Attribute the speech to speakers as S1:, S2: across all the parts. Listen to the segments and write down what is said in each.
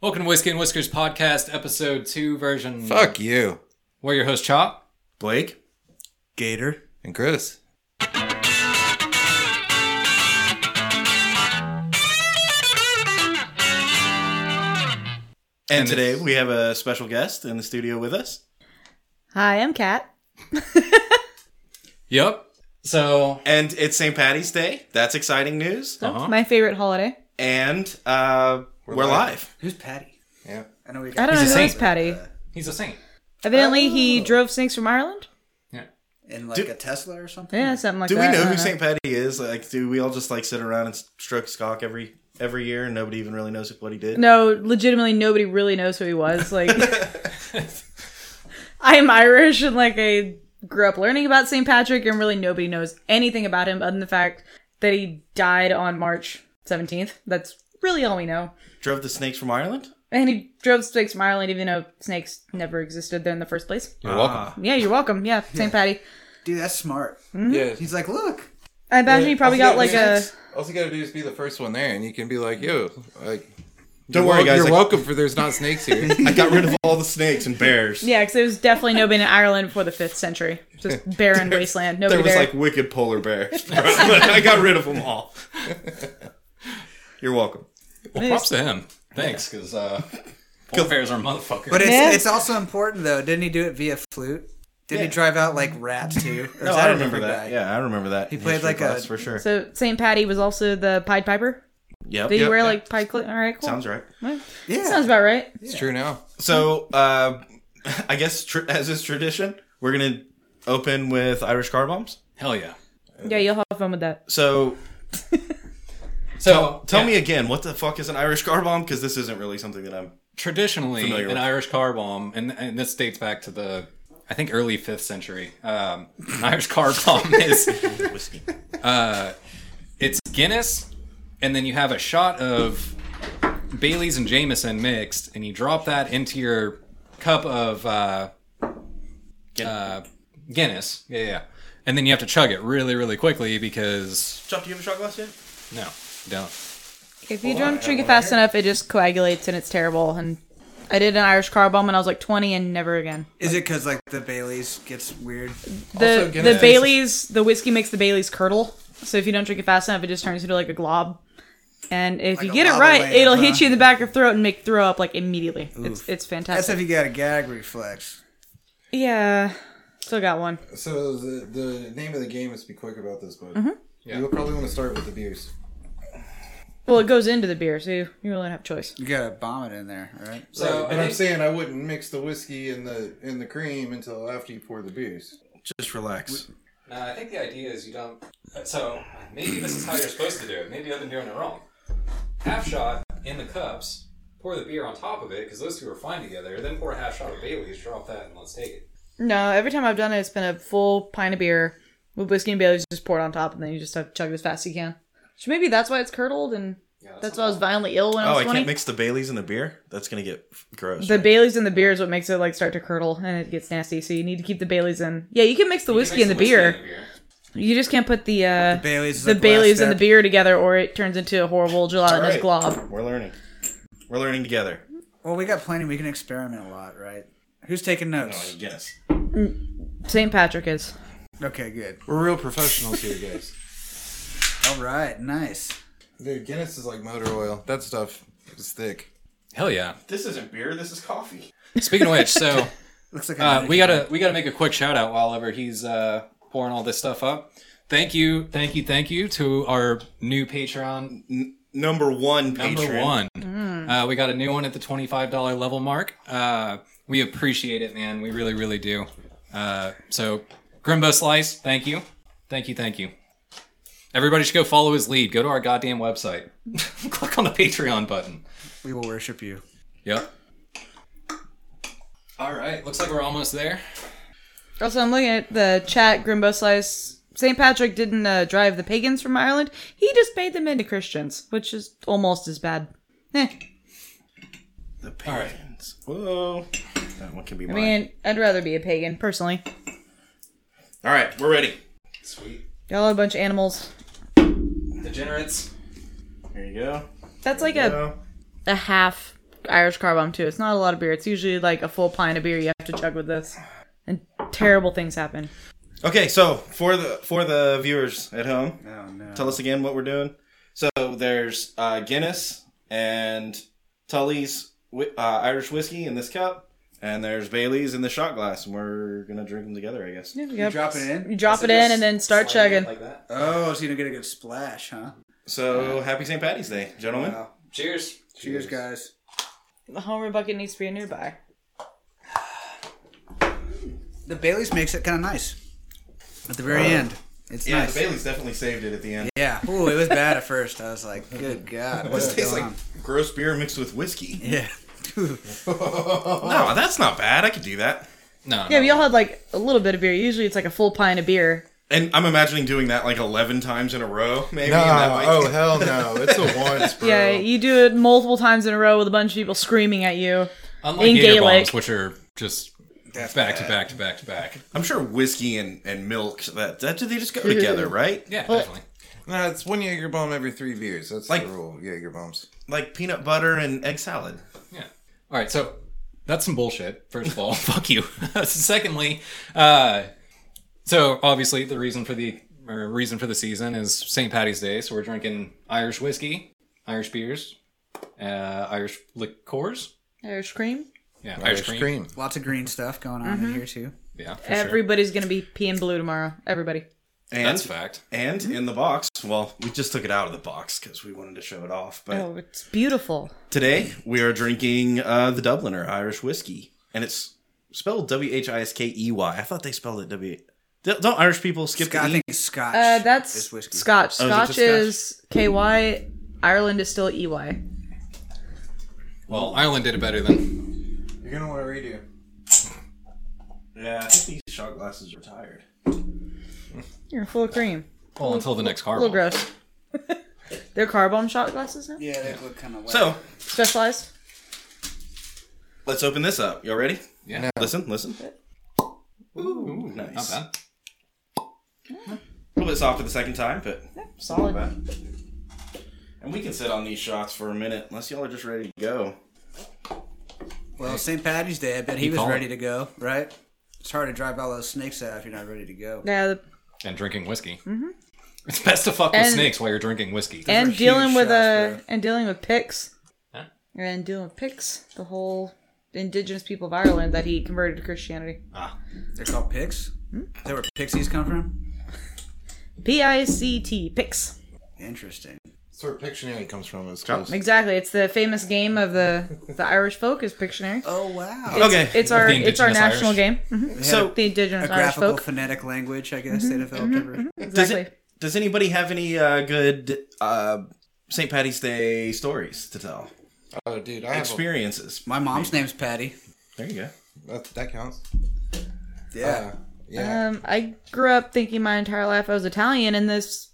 S1: Welcome to Whiskey and Whiskers Podcast, Episode 2, Version.
S2: Fuck you,
S1: We're your host, Chop.
S2: Blake
S3: Gator.
S2: and Chris.
S3: And,
S2: And
S3: today
S2: it's-
S3: we have a special guest in the studio with us.
S4: Hi, I'm Kat.
S1: Yep. So,
S3: And it's St. Patty's Day. That's exciting news.
S1: Uh-huh.
S4: My favorite holiday.
S3: And uh, we're,
S2: We're
S3: live.
S2: live.
S5: Who's Patty?
S2: Yeah.
S5: I know we got
S4: I don't
S1: He's a
S4: know who is
S1: saint.
S4: Patty.
S1: he's a saint.
S4: Evidently, he
S3: Oh.
S4: drove snakes from Ireland.
S5: in like
S3: Do-
S5: a Tesla or something.
S4: Yeah, something like
S3: Hmm. Do we
S4: that. I
S3: know
S4: don't
S3: who St. Patty is? Like, do we all just like sit around and stroke cock every every year, and nobody even really knows what he did?
S4: No, legitimately, nobody really knows who he was. Like, I am Irish, and like I grew up learning about St. Patrick, and really nobody knows anything about him other than the fact that he died on March 17th. That's really all we know.
S3: Drove the snakes from Ireland.
S4: And he drove snakes from Ireland, even though snakes never existed there in the first place.
S3: Ah.
S2: You're welcome.
S4: Yeah, you're welcome. Yeah, St. Patty.
S5: Dude, that's smart.
S4: Mm.
S2: Yeah.
S5: Hmm? He's like, look,
S4: I imagine he probably got like a.
S2: All you gotta do is be the first one there, and you can be like, "Yo, like,
S3: Don't worry, guys.
S2: You're
S3: I-
S2: welcome for there's not snakes here."
S3: I got rid of all the snakes and bears.
S4: Yeah, because there was definitely nobody in Ireland before the fifth century. Just barren wasteland. Nobody
S3: There
S4: there.
S3: was like wicked polar bears. bro. I got rid of them all. You're welcome.
S1: Well, props to him. Thanks, because uh, polar bears are motherfuckers.
S5: but it's
S4: Yeah.
S5: it's also important though. Didn't he do it via flute? Did he
S3: Yeah.
S5: drive out like rats too? Or
S3: No,
S5: is that
S3: I
S5: a
S3: remember
S5: different
S3: that.
S5: guy?
S3: Yeah, I remember that. He
S5: played like a-
S3: for sure.
S4: so St. Patty was also the Pied Piper.
S3: Yep.
S4: Did he
S3: Yep.
S4: wear like Pied Cl- All right, cool.
S3: Sounds right.
S4: Well,
S5: Yeah.
S4: Sounds about right.
S2: It's true now.
S3: So, uh, I guess tr- as is tradition, we're gonna open with Irish car bombs.
S1: Hell yeah.
S4: Yeah, you'll have fun with that.
S3: So,
S1: So,
S3: tell
S1: yeah,
S3: me again, what the fuck is an Irish car bomb? Because this isn't really something that I'm.
S1: traditionally,
S3: Familiar
S1: an
S3: with-
S1: Irish car bomb, and, and this dates back to the, I think, early 5th century, um, an Irish car bomb is
S3: Whiskey.
S1: it's Guinness, and then you have a shot of Bailey's and Jameson mixed, and you drop that into your cup of uh, uh, Guinness. Yeah, yeah, yeah. And then you have to chug it really, really quickly because
S3: Chop, do you have a shot glass yet?
S1: no, don't.
S4: If you don't drink it fast enough, it just coagulates and it's terrible. And I did an Irish car bomb when I was like 20 and never again.
S5: Is it because like the Bailey's gets weird?
S4: The
S2: Guinness
S4: the
S2: is-
S4: Bailey's the whiskey makes the Bailey's curdle. So if you don't drink it fast enough, it just turns into like a glob. And if
S5: Like
S4: you
S5: a
S4: get it
S5: lava
S4: right,
S5: lamp,
S4: it'll
S5: huh?
S4: hit you in the back of throat and make you throw up like immediately. It's it's
S5: That's
S4: fantastic.
S5: if you got a gag reflex.
S4: Yeah, still got one.
S2: So the the name of the game is be quick about this, but
S5: Mm-hmm.
S2: you'll probably want to start with the beers.
S4: Well, it goes into the beer, so you, you really don't have a choice.
S5: You got to bomb it in there, right?
S1: So
S2: but I'm saying I wouldn't mix the whiskey and the and the cream until after you pour the beers.
S3: Just relax.
S1: No, uh, I think the idea is you don't. uh, So maybe this is how you're supposed to do it. Maybe I've been doing it wrong. Half shot in the cups, pour the beer on top of it because those two are fine together. Then pour a half shot of Bailey's, drop that, and let's take it.
S4: No, every time I've done it, it's been a full pint of beer with whiskey and Bailey's just poured on top, and then you just have to chug it as fast as you can. So maybe that's why it's curdled, and that's, why I was violently ill when I
S3: Oh,
S4: was
S3: I can't
S4: twenty.
S3: mix the Baileys and the beer. That's gonna get f- gross.
S4: the Bailey's in the beer is what makes it like start to curdle, and it gets nasty. So you need to keep the Bailey's in. Yeah, you can mix the whiskey and the, beer. You just can't put the uh, the,
S5: Bailey's. is like last
S4: Bailey's and the
S5: step.
S4: beer together, or it turns into a horrible gelatinous
S3: Alright.
S4: glob.
S3: We're learning. We're learning together.
S5: Well, we got plenty. We can experiment a lot, right? Who's taking notes?
S3: Yes.
S4: St. Patrick is.
S5: Okay, good.
S2: We're real professionals here, guys.
S5: All right, nice.
S2: Dude, Guinness is like motor oil. That stuff is thick.
S1: Hell yeah!
S3: This isn't beer. This is coffee.
S1: Speaking of which, so
S5: Looks like
S1: uh,
S5: another-
S1: we gotta we gotta make a quick shout out while he's uh, pouring all this stuff up. Thank you, thank you, thank you to our new Patreon
S3: Number one.
S1: Number
S3: patron.
S1: one. Uh, we got a new one at the $25 level mark. Uh, we appreciate it, man. We really, really do. Uh, so, Grimbo Slice, thank you. Thank you, thank you. Everybody should go follow his lead. Go to our goddamn website. Click on the Patreon button.
S5: we will worship you.
S1: Yep. All right. Looks like we're almost there.
S4: Also, I'm looking at the chat. Grimbo Slice. St. Patrick didn't uh, drive the pagans from Ireland. He just made them into Christians, which is almost as bad. Eh.
S3: The pagans. Whoa. That one can be
S4: I
S3: mine.
S4: mean, I'd rather be a pagan, personally.
S3: All right, we're ready.
S1: Sweet.
S4: Y'all are a bunch of animals.
S1: Degenerates.
S3: Here you go.
S4: That's like a,
S3: Go.
S4: a half Irish car bomb too. It's not a lot of beer. It's usually like a full pint of beer you have to chug with this, and terrible things happen.
S3: Okay, so for the for the viewers at home,
S5: Oh no.
S3: tell us again what we're doing. So there's uh, Guinness and Tully's whi- uh, Irish whiskey in this cup, and there's Bailey's in the shot glass, and we're gonna drink them together, I guess.
S4: You,
S5: drop it in?
S4: You drop it in and then start
S3: Slide it
S4: chugging.
S3: like that.
S5: Oh, so you don't get a good splash, huh?
S3: So happy St. Patty's Day, gentlemen.
S5: Wow.
S1: Cheers.
S5: Cheers, guys.
S4: the Homer bucket needs to be nearby.
S5: The Bailey's makes it kind of nice. At the very end, it's
S3: Uh, Yeah,
S5: nice.
S3: the Bailey's definitely saved it at the end.
S5: yeah. Ooh, it was bad at first. I was like, good god, what's
S3: It tastes like gross beer mixed with whiskey.
S5: Yeah. Oh.
S3: No, that's not bad. I could do that.
S1: No.
S4: Yeah,
S1: no.
S4: we all had like a little bit of beer. Usually it's like a full pint of beer.
S3: And I'm imagining doing that like 11 times in a row, maybe. and that
S2: Nah,
S3: might-
S2: oh hell no! It's a once, bro.
S4: Yeah, you do it multiple times in a row with a bunch of people screaming at you.
S1: Unlike
S4: in
S1: Gator
S4: Gaelic.
S1: bombs, which are just back to back to back to back.
S3: I'm sure whiskey and, and milk, that, that they just go together, right?
S1: Yeah, definitely.
S2: Nah, it's one Jaeger bomb every three beers. That's
S3: Like-
S2: the rule. Jaeger bombs.
S3: Like peanut butter and egg salad.
S1: Yeah. All right. So that's some bullshit. First of all, fuck you. Secondly, uh, so obviously the reason for the or reason for the season is St. Patty's Day. So we're drinking Irish whiskey, Irish beers, uh, Irish liqueurs.
S4: Irish cream.
S1: Yeah, Irish,
S2: Ice
S1: cream.
S2: cream.
S5: Lots of green stuff going on in here too.
S1: Yeah, for sure.
S4: Everybody's gonna be peeing blue tomorrow. Everybody.
S3: And,
S1: That's a fact.
S3: And in the box, well, we just took it out of the box because we wanted to show it off. But
S4: Oh, it's beautiful.
S3: today we are drinking uh, the Dubliner Irish whiskey, and it's spelled W H I S K E Y. I thought they spelled it W. Don't don't Irish people skip
S5: Scott, I
S3: the E?
S5: think Scotch.
S4: Uh, that's
S5: is whiskey.
S4: Scotch.
S3: is it just
S4: Scotch is KY. Ireland is still E EY.
S1: Well, Ireland did it better than.
S2: You're gonna want to redo.
S3: yeah, I think these shot glasses are tired.
S4: You're full of cream.
S1: Well, until the next
S4: A
S1: car.
S4: little gross. They're car bomb shot glasses now?
S5: yeah, they look kind of.
S3: So
S4: Specialized?
S3: let's open this up. Y'all ready?
S1: Yeah.
S3: Listen, listen. Ooh,
S1: Not
S3: nice. A
S1: bad.
S3: little bit softer the second time, but
S4: Solid.
S3: not bad. And we can sit on these shots for a minute, unless y'all are just ready to go.
S5: well, St. Patty's Day. I bet he
S1: You
S5: was
S1: call it.
S5: ready to go, right? It's hard to drive all those snakes out if you're not ready to go.
S4: Yeah, the-
S1: And drinking whiskey. Mm-hmm. It's best to fuck with
S4: And-
S1: snakes while you're drinking whiskey.
S5: are
S4: and
S5: huge
S4: dealing with
S5: shots,
S4: uh
S5: bro.
S4: and dealing with Picts.
S1: Huh?
S4: And dealing with Picts, the whole indigenous people of Ireland that he converted to Christianity.
S1: Ah,
S5: They're called picks. Is that where pixies come from?
S4: P I C T Picts.
S5: Interesting.
S2: That's where Pictionary comes from. It's close.
S4: Exactly. It's the famous game of the the Irish folk is Pictionary.
S5: Oh wow.
S3: Okay.
S4: It's our
S1: The
S4: it's our
S1: indigenous
S4: national
S1: Irish.
S4: game. Mhm.
S3: so
S4: The indigenous
S5: a
S4: Irish
S5: graphical
S4: folk. mm-hmm.
S5: phonetic language, I guess they developed over.
S3: Does,
S4: exactly.
S3: it, does anybody have any uh, good uh, St. Patty's Day stories to tell?
S2: Oh, dude, I have a,
S3: Experiences.
S5: My mom's name's Patty.
S3: There you go.
S2: that, that counts.
S5: Yeah.
S2: Uh, yeah.
S4: Um, I grew up thinking my entire life I was Italian, and this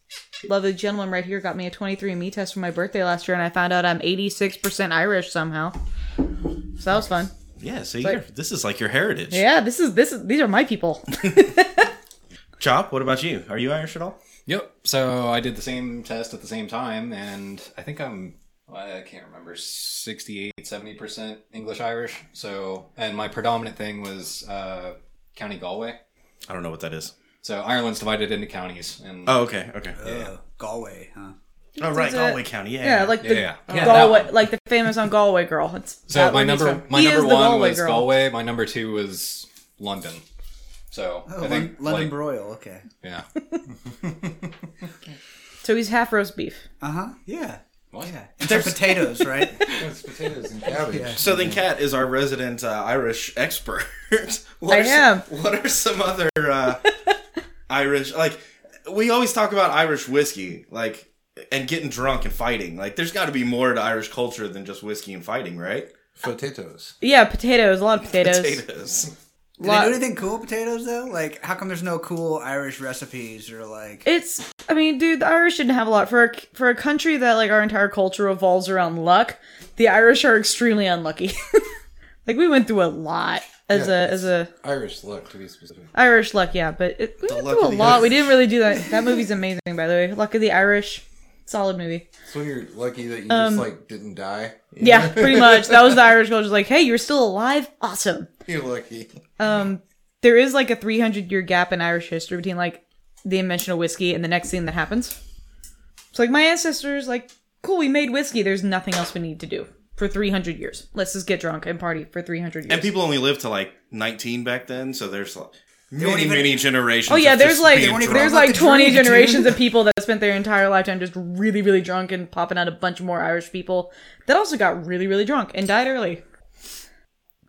S4: lovely gentleman right here got me a 23andMe test for my birthday last year, and I found out I'm 86% Irish somehow. So that was fun.
S3: Yeah, so you're, this is like your heritage.
S4: Yeah, this is this is these are my people.
S3: Chop, what about you? Are you Irish at all?
S1: Yep. So I did the same test at the same time, and I think I'm, I can't remember, 68, 70% English Irish. So, and my predominant thing was uh, County Galway.
S3: I don't know what that is.
S1: So Ireland's divided into counties. And
S3: Oh, okay, okay.
S5: Uh, Galway, huh?
S3: oh, right,
S4: Is it-
S3: Galway County. Yeah,
S4: Yeah, like the
S1: Yeah, yeah. Yeah, that
S4: Galway,
S1: one.
S4: like the famous on Galway Girl. It's
S1: so
S4: that
S1: my
S4: one he's
S1: number,
S4: from.
S1: my
S4: He
S1: number
S4: is
S1: one
S4: the Galway
S1: was
S4: girl.
S1: Galway. My number two was London. So
S5: Oh,
S1: I
S5: Lon-
S1: think,
S5: London
S1: like,
S5: broil. Okay.
S1: yeah.
S4: So he's half roast beef.
S5: Uh huh. Yeah.
S1: What?
S5: Yeah. And they're potatoes, right?
S2: It's potatoes and cabbage.
S3: so then, Kat is our resident uh, Irish expert. what
S4: I
S3: are some-
S4: am.
S3: what are some other uh, Irish like? We always talk about Irish whiskey, like and getting drunk and fighting. Like, there's got to be more to Irish culture than just whiskey and fighting, right?
S2: Potatoes.
S4: Yeah, potatoes, a lot of potatoes.
S3: Potatoes.
S5: Do they
S4: Lot-
S5: do anything cool with potatoes though? Like, how come there's no cool Irish recipes or like?
S4: It's, I mean, dude, the Irish didn't have a lot for a, for a country that like our entire culture revolves around luck. The Irish are extremely unlucky. like we went through a lot as
S2: Yeah.
S4: a as a
S2: Irish luck, to be specific.
S4: Irish luck, yeah. But it, we went
S3: luck
S4: through a
S3: of the
S4: lot. We
S3: Irish.
S4: didn't really do that. That movie's amazing, by the way. Luck of the Irish. Solid movie.
S2: So you're lucky that you
S4: Um,
S2: just like didn't die.
S4: Yeah, pretty much. That was the Irish culture. Like, hey, you're still alive. Awesome.
S2: You're lucky.
S4: Um, there is like a 300 year gap in Irish history between like the invention of whiskey and the next thing that happens. It's like my ancestors, like, cool, we made whiskey. There's nothing else we need to do for 300 years. Let's just get drunk and party for 300 years.
S3: And people only lived to like 19 back then, so there's like many,
S5: even-
S3: many generations.
S4: Oh yeah,
S3: of
S4: there's
S3: just
S4: like
S3: being
S5: won't even
S3: drunk.
S4: there's
S5: drunk. Not
S4: like
S5: the
S4: 20
S5: drink, dude.
S4: generations of people that spent their entire lifetime just really really drunk and popping out a bunch more Irish people that also got really really drunk and died early.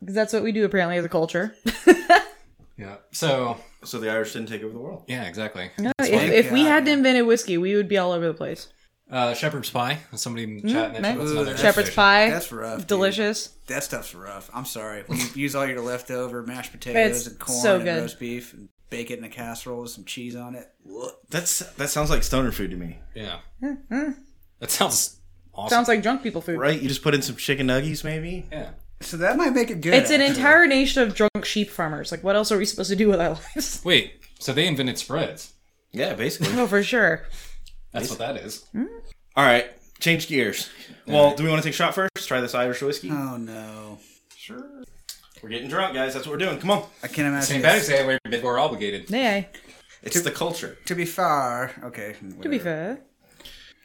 S4: 'Cause that's what we do apparently as a culture.
S1: Yeah. So
S3: so the Irish didn't take over the world.
S1: yeah, exactly.
S4: if, if we had to invent a whiskey, we would be all over the place.
S1: Uh, shepherd's pie. Somebody in chat. mentioned
S4: man.
S1: that's
S5: Ooh,
S1: another
S5: that's
S4: Mm-hmm. Shepherd's
S1: dish.
S4: pie,
S5: That's rough. dude.
S4: delicious.
S5: That stuff's rough. I'm sorry. When you use all your leftover mashed potatoes
S4: It's
S5: and corn
S4: so good.
S5: and roast beef and bake it in a casserole with some cheese on it. Ugh.
S3: That's that sounds like stoner food to me,
S1: Yeah.
S3: Mm-hmm.
S1: That sounds awesome.
S4: Sounds like drunk people food.
S3: right? You just put in some chicken nuggies, maybe.
S1: yeah.
S5: So that might make it good.
S4: It's an
S5: actually.
S4: entire nation of drunk sheep farmers. Like, what else are we supposed to do with our lives?
S1: Wait. So they invented spreads.
S3: Yeah, basically.
S4: oh, for sure.
S1: That's what that is.
S3: Mm-hmm. All right, change gears. Well, do we want to take a shot first? Try this Irish whiskey.
S5: Oh no,
S1: Sure.
S3: We're getting drunk, guys. That's what we're doing. Come on.
S5: I can't imagine.
S1: St.
S5: it's-
S1: Patrick's Day, we're, we're obligated.
S4: Yeah,
S3: It's the culture.
S5: To be fair, okay.
S4: to be fair.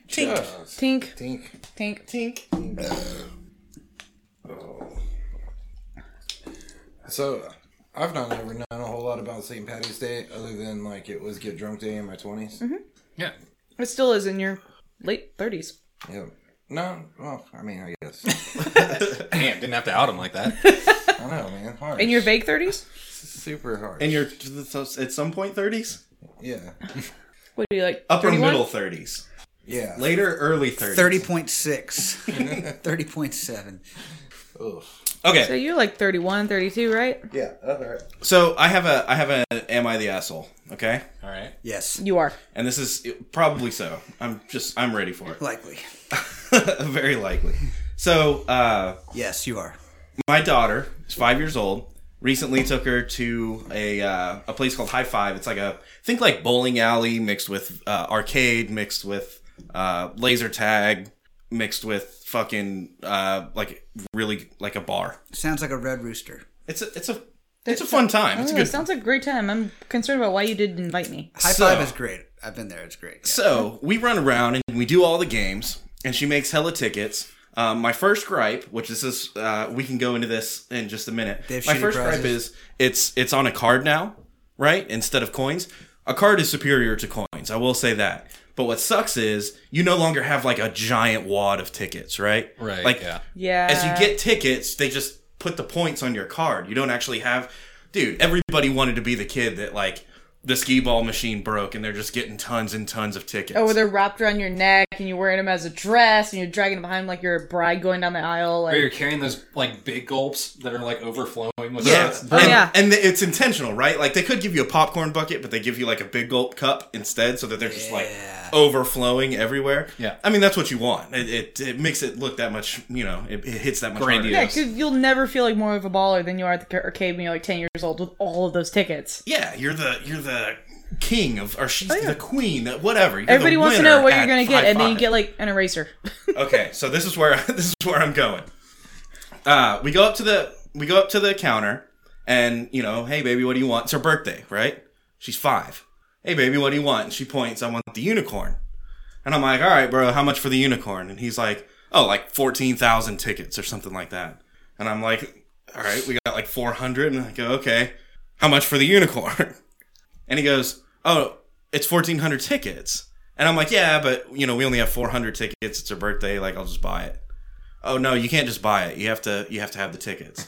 S2: Tink.
S4: Tink,
S2: Tink.
S4: tink.
S3: Tink.
S2: So I've not ever known a whole lot about St. Patty's Day other than like it was get drunk day in my 20s
S4: Mm-hmm.
S1: Yeah.
S4: It still is in your late 30s.
S2: Yeah. No, well, I mean, I guess.
S1: Damn, didn't have to out him like that.
S2: I know, man. Hard.
S4: In your vague 30s?
S2: super hard.
S3: And you're to the- so- at some point 30s,
S2: yeah.
S4: What do you like?
S3: upper
S4: 31?
S3: middle 30s,
S2: Yeah.
S3: later early 30s.
S5: Thirty point six, thirty point seven.
S2: Oof.
S4: So
S3: Okay,
S4: you're like 31, 32, right?
S2: Yeah. All right.
S3: so I have a I have a am I the asshole? Okay,
S1: All right.
S5: Yes,
S4: You are.
S3: and this is probably so. I'm just I'm ready for
S5: likely.
S3: it. Very likely. So uh,
S5: Yes, you are.
S3: my daughter is five years old. Recently took her to a uh, a place called High Five. It's like a think like bowling alley mixed with uh, arcade, mixed with uh, laser tag, mixed with fucking uh, like really like a bar.
S5: Sounds like a red rooster.
S3: It's a it's a it's a fun time. It's a
S4: Oh,
S3: good.
S4: sounds like a great time. I'm concerned about why you didn't invite me.
S5: High
S3: So-
S5: five is great. I've been there. It's great.
S3: So we run around and we do all the games, and she makes hella tickets. Um, my first gripe, which this is, uh, we can go into this in just a minute.
S5: They have
S3: my
S5: shitty
S3: first
S5: prizes.
S3: gripe is it's it's on a card now, right? Instead of coins, a card is superior to coins. I will say that. But what sucks is you no longer have like a giant wad of tickets, right?
S1: Right,
S3: Like
S1: yeah.
S4: Yeah.
S3: as you get tickets, they just put the points on your card. You don't actually have, dude. Everybody wanted to be the kid that like the skee ball machine broke, and they're just getting tons and tons of tickets.
S4: Oh, where they're wrapped around your neck and you're wearing them as a dress and you're dragging them behind like you're a bride going down the aisle. Like,
S1: Where you're carrying those like big gulps that are like overflowing with
S3: yeah,
S1: stuff.
S3: and,
S4: Oh, yeah.
S3: and th- it's intentional, right? Like they could give you a popcorn bucket, but they give you like a big gulp cup instead, so that they're just like overflowing everywhere.
S1: Yeah.
S3: I mean that's what you want. It it, it makes it look that much, you know, it, it hits that much harder.
S1: Grandiose.
S4: Yeah, because you'll never feel like more of a baller than you are at the arcade when you're like 10 years old with all of those tickets.
S3: Yeah, you're the you're the king of, or she's the queen, the- whatever. You're the
S4: Oh, Everybody wants to
S3: winner
S4: know what
S3: at
S4: you're going to get, and then you
S3: Five Five.
S4: get like an eraser.
S3: okay, so this is where this is where I'm going. Uh, we go up to the we go up to the counter, and you know, hey baby, what do you want? It's her birthday, right? She's five. Hey baby, what do you want? And she points. I want the unicorn. And I'm like, all right, bro, how much for the unicorn? And he's like, oh, like fourteen thousand tickets or something like that. And I'm like, all right, we got like four hundred. And I go, okay, how much for the unicorn? And he goes, "Oh, it's fourteen hundred tickets." And I'm like, "Yeah, but you know, we only have four hundred tickets. It's her birthday. Like, I'll just buy it." Oh no, you can't just buy it. You have to. You have to have the tickets.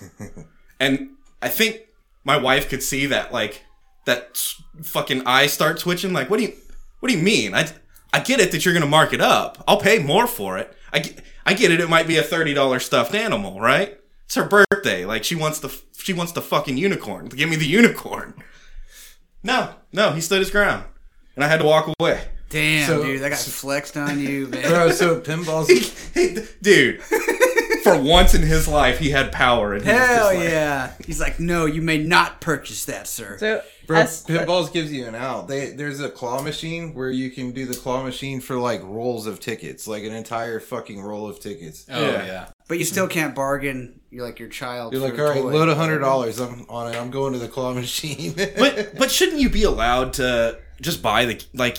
S3: and I think my wife could see that, like, that s- fucking eye start twitching. Like, what do you, what do you mean? I, I get it that you're gonna mark it up. I'll pay more for it. I get, I get it. It might be a thirty dollar stuffed animal, right? It's her birthday. Like, she wants the, f- she wants the fucking unicorn. Give me the unicorn. No, no, he stood his ground, and I had to walk away.
S5: Damn,
S2: So-
S5: dude, that got flexed on you, man.
S2: Bro, so pinballs.
S3: Hey, dude, For once in his life, he had power. And he was
S5: Hell
S3: just like,
S5: yeah. He's like, no, you may not purchase that, sir.
S4: So
S2: Bro,
S4: as-
S2: Pinballs gives you an out. They there's a claw machine where you can do the claw machine for like rolls of tickets, like an entire fucking roll of tickets.
S1: Oh
S3: Yeah.
S1: yeah.
S5: but you still can't bargain. You're like your child.
S2: You're
S5: for
S2: like,
S5: a
S2: all right,
S5: toy."
S2: load a hundred dollars. I'm on it. I'm going to the claw machine.
S3: But but shouldn't you be allowed to just buy the like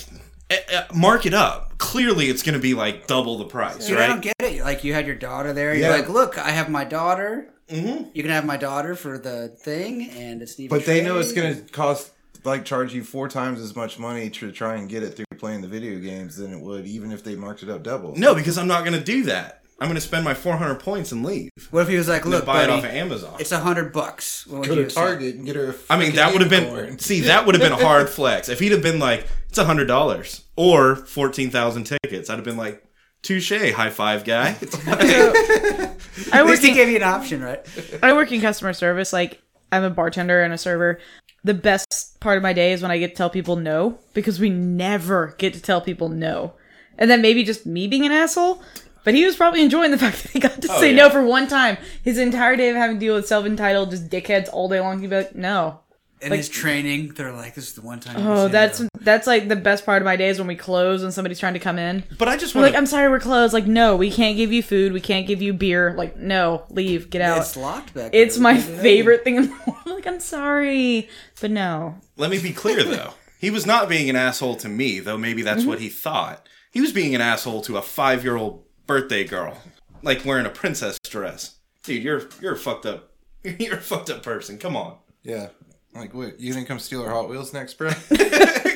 S3: eh, eh, mark it up? Clearly, it's going to be like double the price,
S5: Dude, I
S3: right?
S5: don't get it. Like you had your daughter there. You're
S2: Yeah.
S5: like, look, I have my daughter. Mm-hmm. You can have my daughter for the thing, and it's an even
S2: but they know
S5: trade.
S2: it's gonna cost like charge you four times as much money to try and get it through playing the video games than it would even if they marked it up double.
S3: no, because I'm not going to do that. I'm going to spend my 400 points and leave.
S5: What if he was like,
S3: And then
S5: look,
S3: buy
S5: buddy,
S3: it off of Amazon.
S5: it's a hundred bucks. What would
S2: Go
S5: you
S2: to
S5: have said?
S2: Target and get her. A
S3: I mean, that would have been see that would have been a hard flex if he'd have been like it's a hundred dollars or fourteen thousand tickets. I'd have been like, touche, high five, guy.
S4: I
S5: At
S4: work
S5: least he
S4: in,
S5: gave you an option, right?
S4: I work in customer service. Like I'm a bartender and a server. The best part of my day is when I get to tell people no because we never get to tell people no. And then maybe just me being an asshole. But he was probably enjoying the fact that he got
S3: Oh,
S4: to say no for one time. His entire day of having to deal with self entitled just dickheads all day long. He'd be like, no.
S5: In his training, they're like, this is the one time. you can
S4: Oh,
S5: say
S4: that's
S5: no.
S4: that's like the best part of my day is when we close and somebody's trying to come in.
S3: but I just
S4: We're
S3: want
S4: like, I'm sorry, we're closed. Like, no, we can't give you food. We can't give you beer. Like, no, leave, get out.
S5: it's locked back.
S4: It's
S5: there.
S4: my favorite thing in the world. Like, I'm sorry, but no.
S3: let me be clear though. He was not being an asshole to me, though. Maybe that's
S5: Mm-hmm.
S3: what he thought. He was being an asshole to a five year old birthday girl, like wearing a princess dress. Dude, you're you're a fucked up. You're a fucked up person. Come on,
S2: Yeah. Like, what? You gonna come steal her Hot Wheels next, bro?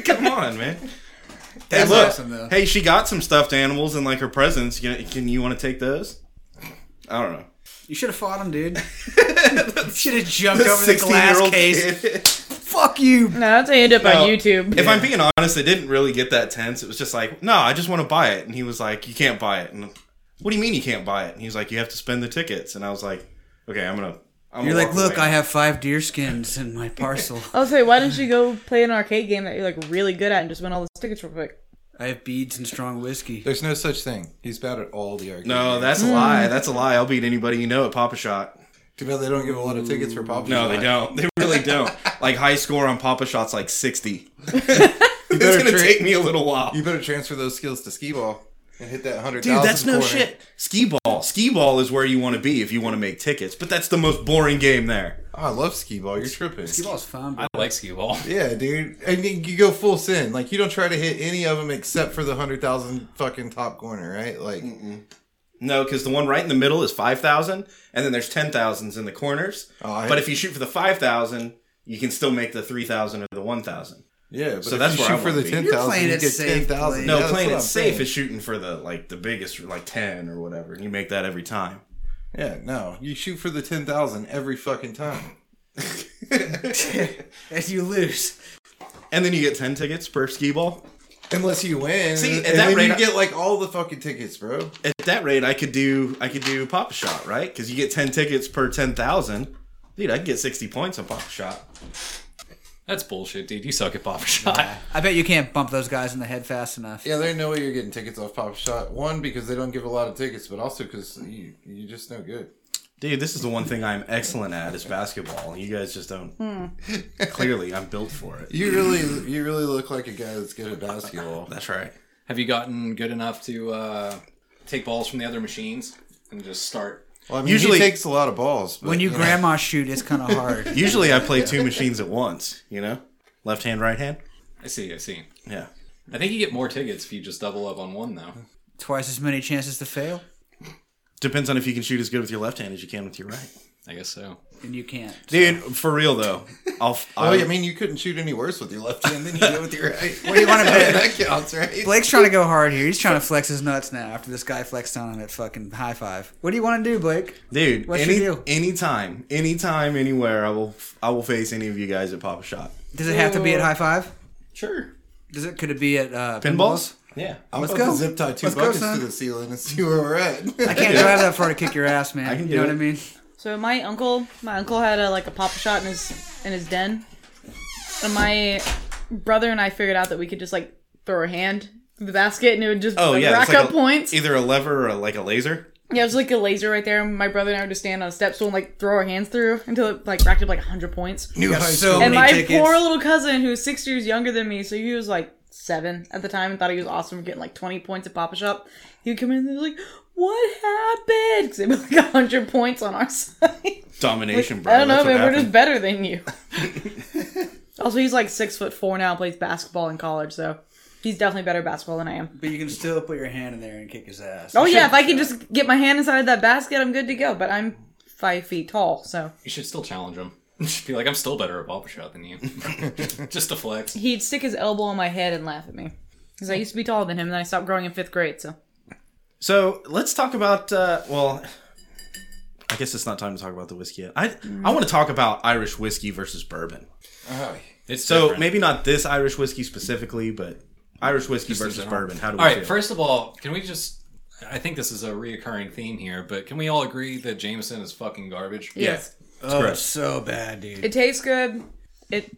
S3: come on, man.
S5: That's
S3: Hey, look.
S5: awesome, though.
S3: Hey, she got some stuffed animals and like her presents. You, can you want to take those? I don't know.
S5: You should have fought him, dude. should have jumped
S3: The
S5: over the glass
S3: 16-year-old
S5: case.
S3: kid.
S5: Fuck you.
S4: No, that's how you end up
S3: No.
S4: on YouTube.
S3: If I'm being honest, it didn't really get that tense. It was just like, no, I just want to buy it. And he was like, you can't buy it. And what do you mean you can't buy it? And he was like, you have to spend the tickets. And I was like, okay, I'm gonna. I'm
S5: You're
S3: gonna
S5: like,
S3: walk
S5: look,
S3: away."
S5: I have five deer skins in my parcel.
S4: I'll say, why don't you go play an arcade game that you're like really good at and just win all the tickets real quick?
S5: I have beads and strong whiskey.
S2: There's no such thing. He's bad at all the arcade.
S3: No, that's a lie. That's a lie. I'll beat anybody you know at Papa Shot.
S2: Too bad they don't give a lot of tickets for Pop.
S3: No, they don't. They really don't. like high score on Papa Shot's like 60. it's
S2: better
S3: gonna
S2: tra-
S3: take me a little while.
S2: You better transfer those skills to skee ball and hit that hundred.
S3: Dude, that's no shit. Skee ball. Skee ball is where you want to be if you want to make tickets, but that's the most boring game there.
S2: Oh, I love skee ball. You're tripping.
S5: You lost fun, bro.
S1: I like skee ball.
S2: Yeah, dude. And then you go full sin. Like you don't try to hit any of them except for the hundred thousand fucking top corner, right? Like
S3: No, because the one right in the middle is five thousand, and then there's ten thousands in the corners.
S2: Oh, I-
S3: but if you shoot for the five thousand, you can still make the three thousand or the one thousand.
S2: yeah. But
S3: So
S2: if
S3: that's
S2: you
S3: where I
S2: shoot for
S3: wanna
S2: the
S3: be.
S2: ten
S5: You're
S2: thousand.
S5: playing
S2: You
S5: it
S2: get
S5: safe,
S2: ten thousand.
S5: please.
S3: No, playing it safe is shooting for the like the biggest, like ten or whatever, and you make that every time.
S2: Yeah, no. You shoot for the ten thousand every fucking time.
S5: As you lose.
S3: And then you get ten tickets per skee ball.
S2: Unless you win,
S3: See,
S2: and
S3: at that
S2: then
S3: rate,
S2: you
S3: I-
S2: get like all the fucking tickets, bro.
S3: At that rate, I could do I could do pop shot right because you get ten tickets per ten thousand. Dude, I could get sixty points on pop shot.
S1: That's bullshit, dude. You suck at Papa Shot.
S5: I bet you can't bump those guys in the head fast enough.
S2: Yeah, there's no way you're getting tickets off Pop Shot. One because they don't give a lot of tickets, but also because you you just no good.
S3: Dude, this is the one thing I'm excellent at is basketball. You guys just don't. Clearly, I'm built for it.
S2: You really you really look like a guy that's good at basketball.
S3: That's right.
S1: Have you gotten good enough to uh, take balls from the other machines and just start?
S2: Well, I mean,
S3: Usually-
S2: he takes a lot of balls. But,
S5: When you
S2: know,
S5: grandma shoot, it's kind of hard.
S3: Usually, I play two machines at once. You know, left hand, right hand.
S1: I see. I see.
S3: Yeah.
S1: I think you get more tickets if you just double up on one, though.
S5: Twice as many chances to fail,
S3: Depends on if you can shoot as good with your left hand as you can with your right.
S1: I guess so.
S5: and you can't.
S3: Dude, for real though, I'll.
S2: oh,
S3: I'll
S2: yeah, I mean, you couldn't shoot any worse with your left hand than you did with your right.
S5: What do you want to bet?
S2: that counts, right?
S5: Blake's trying to go hard here. He's trying to flex his nuts now after this guy flexed on him at fucking high five. What do you want to do, Blake?
S3: dude.
S5: What's
S3: any
S5: your deal?
S3: anytime, anytime, anywhere, I will. I will face any of you guys at Papa Shot.
S5: Does it have to be at high five?
S3: Sure.
S5: Does it? Could it be at uh,
S3: Pinballs. Yeah.
S2: I'm
S5: Let's
S2: about to
S5: go.
S2: zip tie two
S5: Let's go,
S2: buckets
S5: son.
S2: to the ceiling and see where we're at.
S5: I can't drive that far to kick your ass, man.
S3: I can
S5: you know
S3: do
S5: what I
S3: it.
S5: mean?
S4: So my uncle, my uncle had a like a pop shot in his in his den, and my brother and I figured out that we could just like throw a hand through the basket and it would just
S3: Oh
S4: like,
S3: yeah. it's
S4: rack
S3: like
S4: up
S3: a-
S4: points.
S3: Either a lever or like a laser.
S4: Yeah, it was like a laser right there. and My brother and I would just stand on a step stool and like throw our hands through until it like racked up like hundred points.
S2: New
S5: got
S2: high
S5: so
S2: school.
S5: many-
S4: And my
S5: tickets.
S4: poor little cousin, who's six years younger than me, so he was like seven at the time and thought he was awesome for getting like twenty points at Papa Shop. He would come in and be like, "What happened?" Because it was like hundred points on our side.
S3: Domination, bro.
S4: I don't know,
S3: That's what
S4: man. We're
S3: happened.
S4: just better than you. also, he's like six foot four now, and plays basketball in college, so he's definitely better at basketball than I am.
S5: But you can still put your hand in there and kick his ass.
S4: Oh yeah, if I could just get my hand inside of that basket, I'm good to go. But I'm five feet tall, so
S1: You should still challenge him. Just be like, I'm still better at Papa Shot than you. Just to flex.
S4: he'd stick his elbow on my head and laugh at me because I used to be taller than him, and then I stopped growing in fifth grade. So
S3: So let's talk about. Uh, well, I guess it's not time to talk about the whiskey yet. I I want to talk about Irish whiskey versus bourbon.
S2: Oh,
S1: It's
S3: So
S1: different.
S3: maybe not this Irish whiskey specifically, but Irish whiskey versus
S1: general.
S3: bourbon. How do we
S1: All right,
S3: feel?
S1: first of all, can we just. I think this is a reoccurring theme here, but can we all agree that Jameson is fucking garbage?
S4: yes,
S5: oh,
S3: gross.
S5: so bad, dude.
S4: it tastes good. It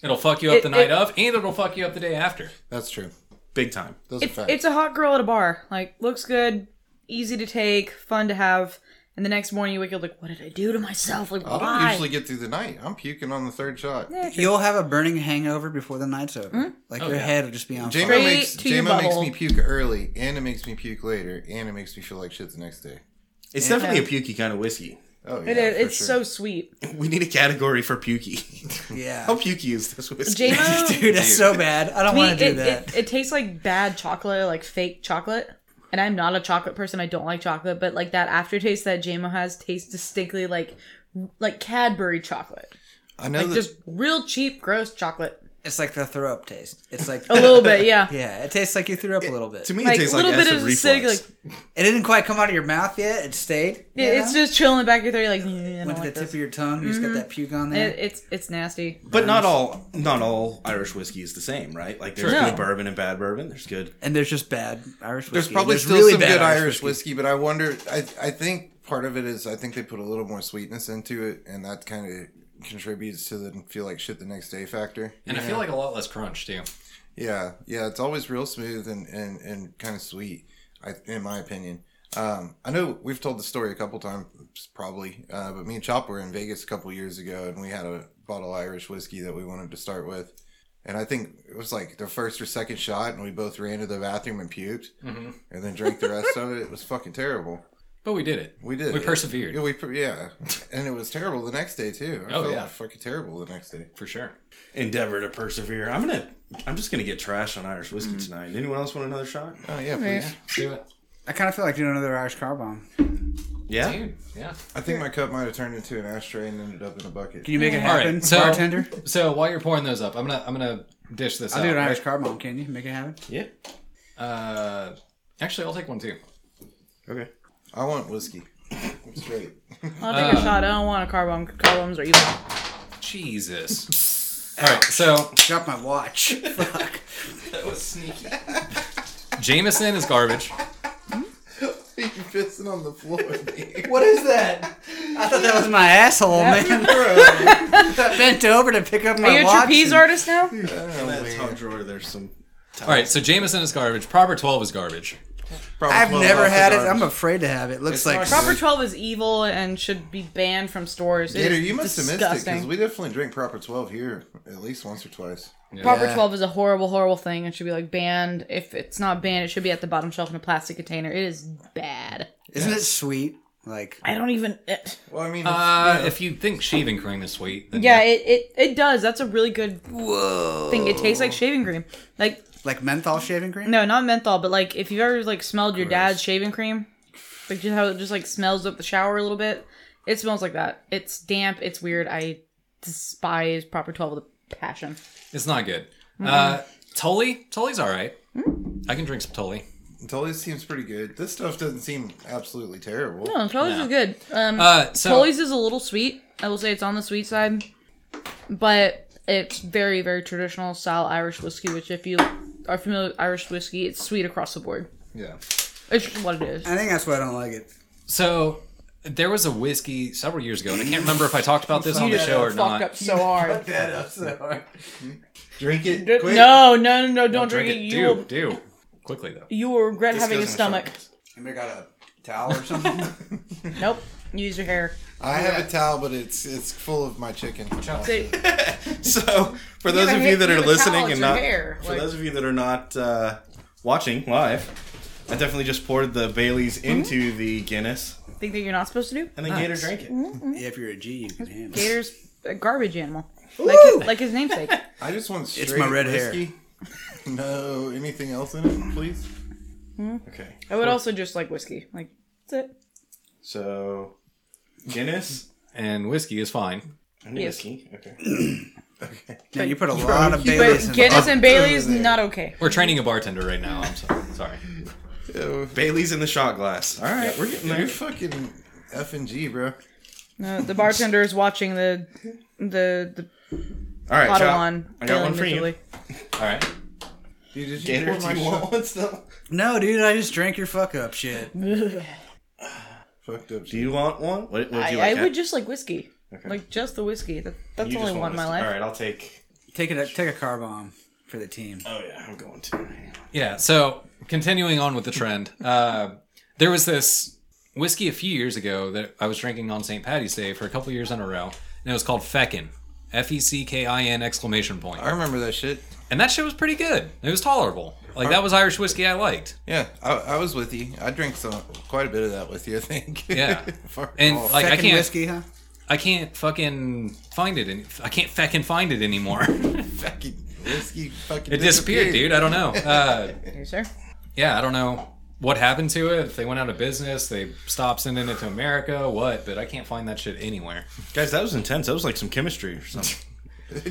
S1: It'll fuck you up
S4: It-
S1: the night
S4: it-
S1: of, and it'll fuck you up the day after.
S2: that's true.
S3: big time.
S2: Those are
S4: it's
S2: facts.
S4: it's a hot girl at a bar. Like looks good, easy to take, fun to have. And the next morning you wake up like, what did I do to myself? Like
S2: I
S4: why?
S2: don't usually get through the night. I'm puking on the third shot.
S5: You'll have a burning hangover before the night's over.
S4: Hmm?
S5: Like your head will just be on
S2: JMO
S5: fire.
S4: Straight
S2: makes
S4: to
S2: JMO
S4: your
S2: makes
S4: butthole.
S2: me puke early, and it makes me puke later, and it makes me feel like shit the next day.
S3: It's definitely a pukey kind of whiskey.
S2: Oh yeah,
S4: It is. It's so sweet.
S3: We need a category for pukey. How
S5: Yeah,
S3: pukey is this whiskey?
S4: JMO,
S5: dude, that's so bad. I don't
S4: me,
S5: want to
S4: it,
S5: do that.
S4: It, it tastes like bad chocolate, like fake chocolate. And I'm not a chocolate person. I don't like chocolate, but like that aftertaste that JMO has tastes distinctly like like Cadbury chocolate,
S2: I know
S4: like
S2: that
S4: just real cheap, gross chocolate.
S5: It's like the throw up taste. It's like
S4: A little bit, yeah.
S5: Yeah, it tastes like you threw up a little bit.
S3: To me,
S4: Like,
S3: it tastes
S4: little
S3: like
S4: bit
S3: acid
S4: of acidic,
S3: reflux.
S4: like-
S5: it didn't quite come out of your mouth yet. It stayed.
S4: It-
S5: you
S4: It's
S5: know?
S4: just chilling in the back of your throat. You're like, "Mm, I
S5: went
S4: don't
S5: to the
S4: like this.
S5: tip
S4: Mm-hmm.
S5: of your tongue. You just got that puke on there.
S4: It, it's it's nasty.
S3: but not all not all Irish whiskey is the same, right? Like there's
S4: Sure.
S3: good
S4: No.
S3: bourbon and bad bourbon. There's good
S5: and there's just bad Irish whiskey.
S2: There's probably still
S5: really
S2: some
S5: bad
S2: good Irish whiskey. but I wonder. I I think part of it is I think they put a little more sweetness into it, and that kind of contributes to the feel like shit the next day factor.
S1: And I feel like a lot less crunch, too.
S2: Yeah, yeah, it's always real smooth and and and kind of sweet, I, in my opinion. Um, I know we've told the story a couple times, probably, uh, but me and Chop were in Vegas a couple years ago, and we had a bottle of Irish whiskey that we wanted to start with, and I think it was like the first or second shot, and we both ran to the bathroom and puked,
S1: Mm-hmm.
S2: and then drank the rest of it. It was fucking terrible.
S1: But we did it.
S2: We did.
S1: We
S2: Yeah.
S1: persevered,
S2: Yeah, we per- yeah, and it was terrible the next day too. I
S1: Oh,
S2: felt
S1: yeah.
S2: fucking terrible the next day.
S1: for sure.
S3: endeavor to persevere. I'm gonna I'm just gonna get trashed on Irish whiskey
S1: Mm.
S3: tonight. Anyone else want another shot?
S2: Oh yeah, please.
S1: Do it.
S5: I kind of feel like doing another Irish car bomb.
S3: Yeah.
S1: Dude, yeah.
S2: I think my cup might have turned into an ashtray and ended up in a bucket.
S5: Can you make it
S1: All right,
S5: happen,
S1: so-
S5: bartender?
S1: So while you're pouring those up, I'm gonna I'm gonna dish this
S5: I'll
S1: out.
S5: do an Irish
S1: right?
S5: car bomb. Can you make it happen?
S3: Yeah.
S1: Uh, actually, I'll take one too.
S3: Okay.
S2: I want whiskey. Straight.
S4: I'll take a shot. I don't want a car bomb. Car bombs are evil.
S1: Jesus. All right, so
S5: Drop my watch. Fuck.
S1: that was sneaky. Jameson is garbage.
S2: you pissing on the floor, dude.
S5: What is that? I thought that was my asshole, man. Bent over to pick up my
S4: Are you a
S5: watch.
S4: trapeze
S5: and-
S4: artist now?
S3: In that top drawer, there's some.
S1: All right, so Jameson is garbage. Proper twelve is garbage.
S5: I've never had it. I'm afraid to have it. Looks
S2: It's
S5: like
S2: not
S4: Proper twelve is evil and should be banned from stores. It
S2: Gator,
S4: is
S2: you must have missed it
S4: disgusting.
S2: because we definitely drink proper 12 here at least once or twice.
S4: Proper
S5: Yeah.
S4: 12 is a horrible, horrible thing and should be like banned. If it's not banned, it should be at the bottom shelf in a plastic container. It is bad.
S5: isn't it sweet? Like
S4: I don't even. eh. It,
S2: Well, I mean,
S1: Uh, if you think shaving cream is sweet, then
S4: yeah, it, it, it does. That's a really good
S5: whoa,
S4: thing. It tastes like shaving cream. Like,
S5: like menthol shaving cream.
S4: no, not menthol, but like if you've ever like smelled your dad's shaving cream, like just how it just like smells up the shower a little bit, it smells like that. It's damp. It's weird. I despise Proper 12 with a passion.
S1: it's not good. Uh, Tully, Tully's all right.
S4: Mm.
S1: I can drink some Tully.
S2: Tully's seems pretty good. This stuff doesn't seem absolutely terrible.
S4: No, Tully's Oh, is good. Um,
S1: Uh, so
S4: Tully's is a little sweet. I will say it's on the sweet side, but it's very, very traditional style Irish whiskey. Which, if you are familiar with Irish whiskey, it's sweet across the board.
S2: Yeah.
S4: It's just what it is.
S5: I think that's why I don't like it.
S1: So there was a whiskey several years ago, and I can't remember if I talked about this on the
S4: You
S1: show or
S4: fucked
S1: not.
S4: up so hard.
S5: That up so hard.
S2: Drink it.
S4: no,
S2: quick.
S4: no, no, no! Don't,
S1: Drink
S4: drink,
S1: it.
S4: it.
S1: Do
S4: You will,
S1: do quickly though.
S4: you will regret
S3: This
S4: having a
S3: goes in the
S4: stomach.
S3: shot.
S5: And we got a towel or something?
S4: Nope. Use your hair.
S2: I have a towel, but it's it's full of my chicken.
S4: So-
S3: So, for those
S4: have
S3: of
S4: a
S3: you
S4: ha-
S3: that are
S4: you have a towel,
S3: listening
S4: it's
S3: and
S4: your
S3: not,
S4: hair,
S3: for
S4: like-
S3: those of you that are not uh, watching live, I definitely just poured the Bailey's
S4: Mm-hmm.
S3: into the Guinness,
S4: Think that you're not supposed to do?
S3: and then Gator drank it.
S4: Mm-hmm.
S5: yeah, if you're a G, you can handle it.
S4: Gator's a garbage animal. Like his, like his namesake.
S2: I just want straight
S5: my red hair.
S2: whiskey. No, anything else in it, please?
S3: Okay,
S4: I would also just like whiskey. Like, that's it.
S3: so Guinness
S1: and whiskey is fine.
S3: and
S4: Yes.
S3: whiskey. Okay,
S5: Yeah, you put a lot of Baileys in
S4: But Guinness and Bailey's,
S2: there.
S4: not okay.
S1: We're training a bartender right now. I'm so, sorry.
S2: Yo,
S3: Bailey's in the shot glass. All right, we're getting
S2: you're
S3: there.
S4: Mm-hmm.
S2: fucking F and G, bro.
S4: No, Uh, the bartender is watching the the the
S3: All right,
S4: bottle
S3: Chop,
S4: on.
S3: I got
S4: Bailey
S3: one for you.
S4: Mitchell-Lee.
S1: All right.
S2: Dude, did you
S3: Gator,
S2: pour my
S3: do you
S2: shot?
S3: want one still?
S5: No, dude, I just drank your fuck up shit.
S2: Fucked up.
S3: Do you want one? What would you
S4: I,
S3: like?
S4: I
S3: Kat?
S4: would just like whiskey. Like just the whiskey. That, that's
S3: You
S4: only
S3: just want
S4: one in my
S3: whiskey.
S4: life.
S3: All right, I'll take.
S5: Take it. Take a car bomb for the team.
S3: Oh yeah, I'm going to.
S1: Yeah. So continuing on with the trend, uh, there was this whiskey a few years ago that I was drinking on St. Patty's Day for a couple years in a row, and it was called Feckin. F E C K I N exclamation point.
S2: I remember that shit.
S1: And that shit was pretty good. It was tolerable. Like that was Irish whiskey I liked.
S2: Yeah, I, I was with you. I drank some quite a bit of that with you. I think.
S1: Yeah.
S2: Fuck
S1: And
S2: off.
S1: like I
S5: Second
S1: can't
S5: whiskey, huh?
S1: I can't fucking find it any, I can't fucking find it anymore.
S2: fucking whiskey, fucking.
S1: It disappeared, dude. I don't know. Uh,
S4: Here, sir.
S1: yeah, I don't know what happened to it. If they went out of business, they stopped sending it to America, what? But I can't find that shit anywhere.
S3: Guys, that was intense. That was like some chemistry or something.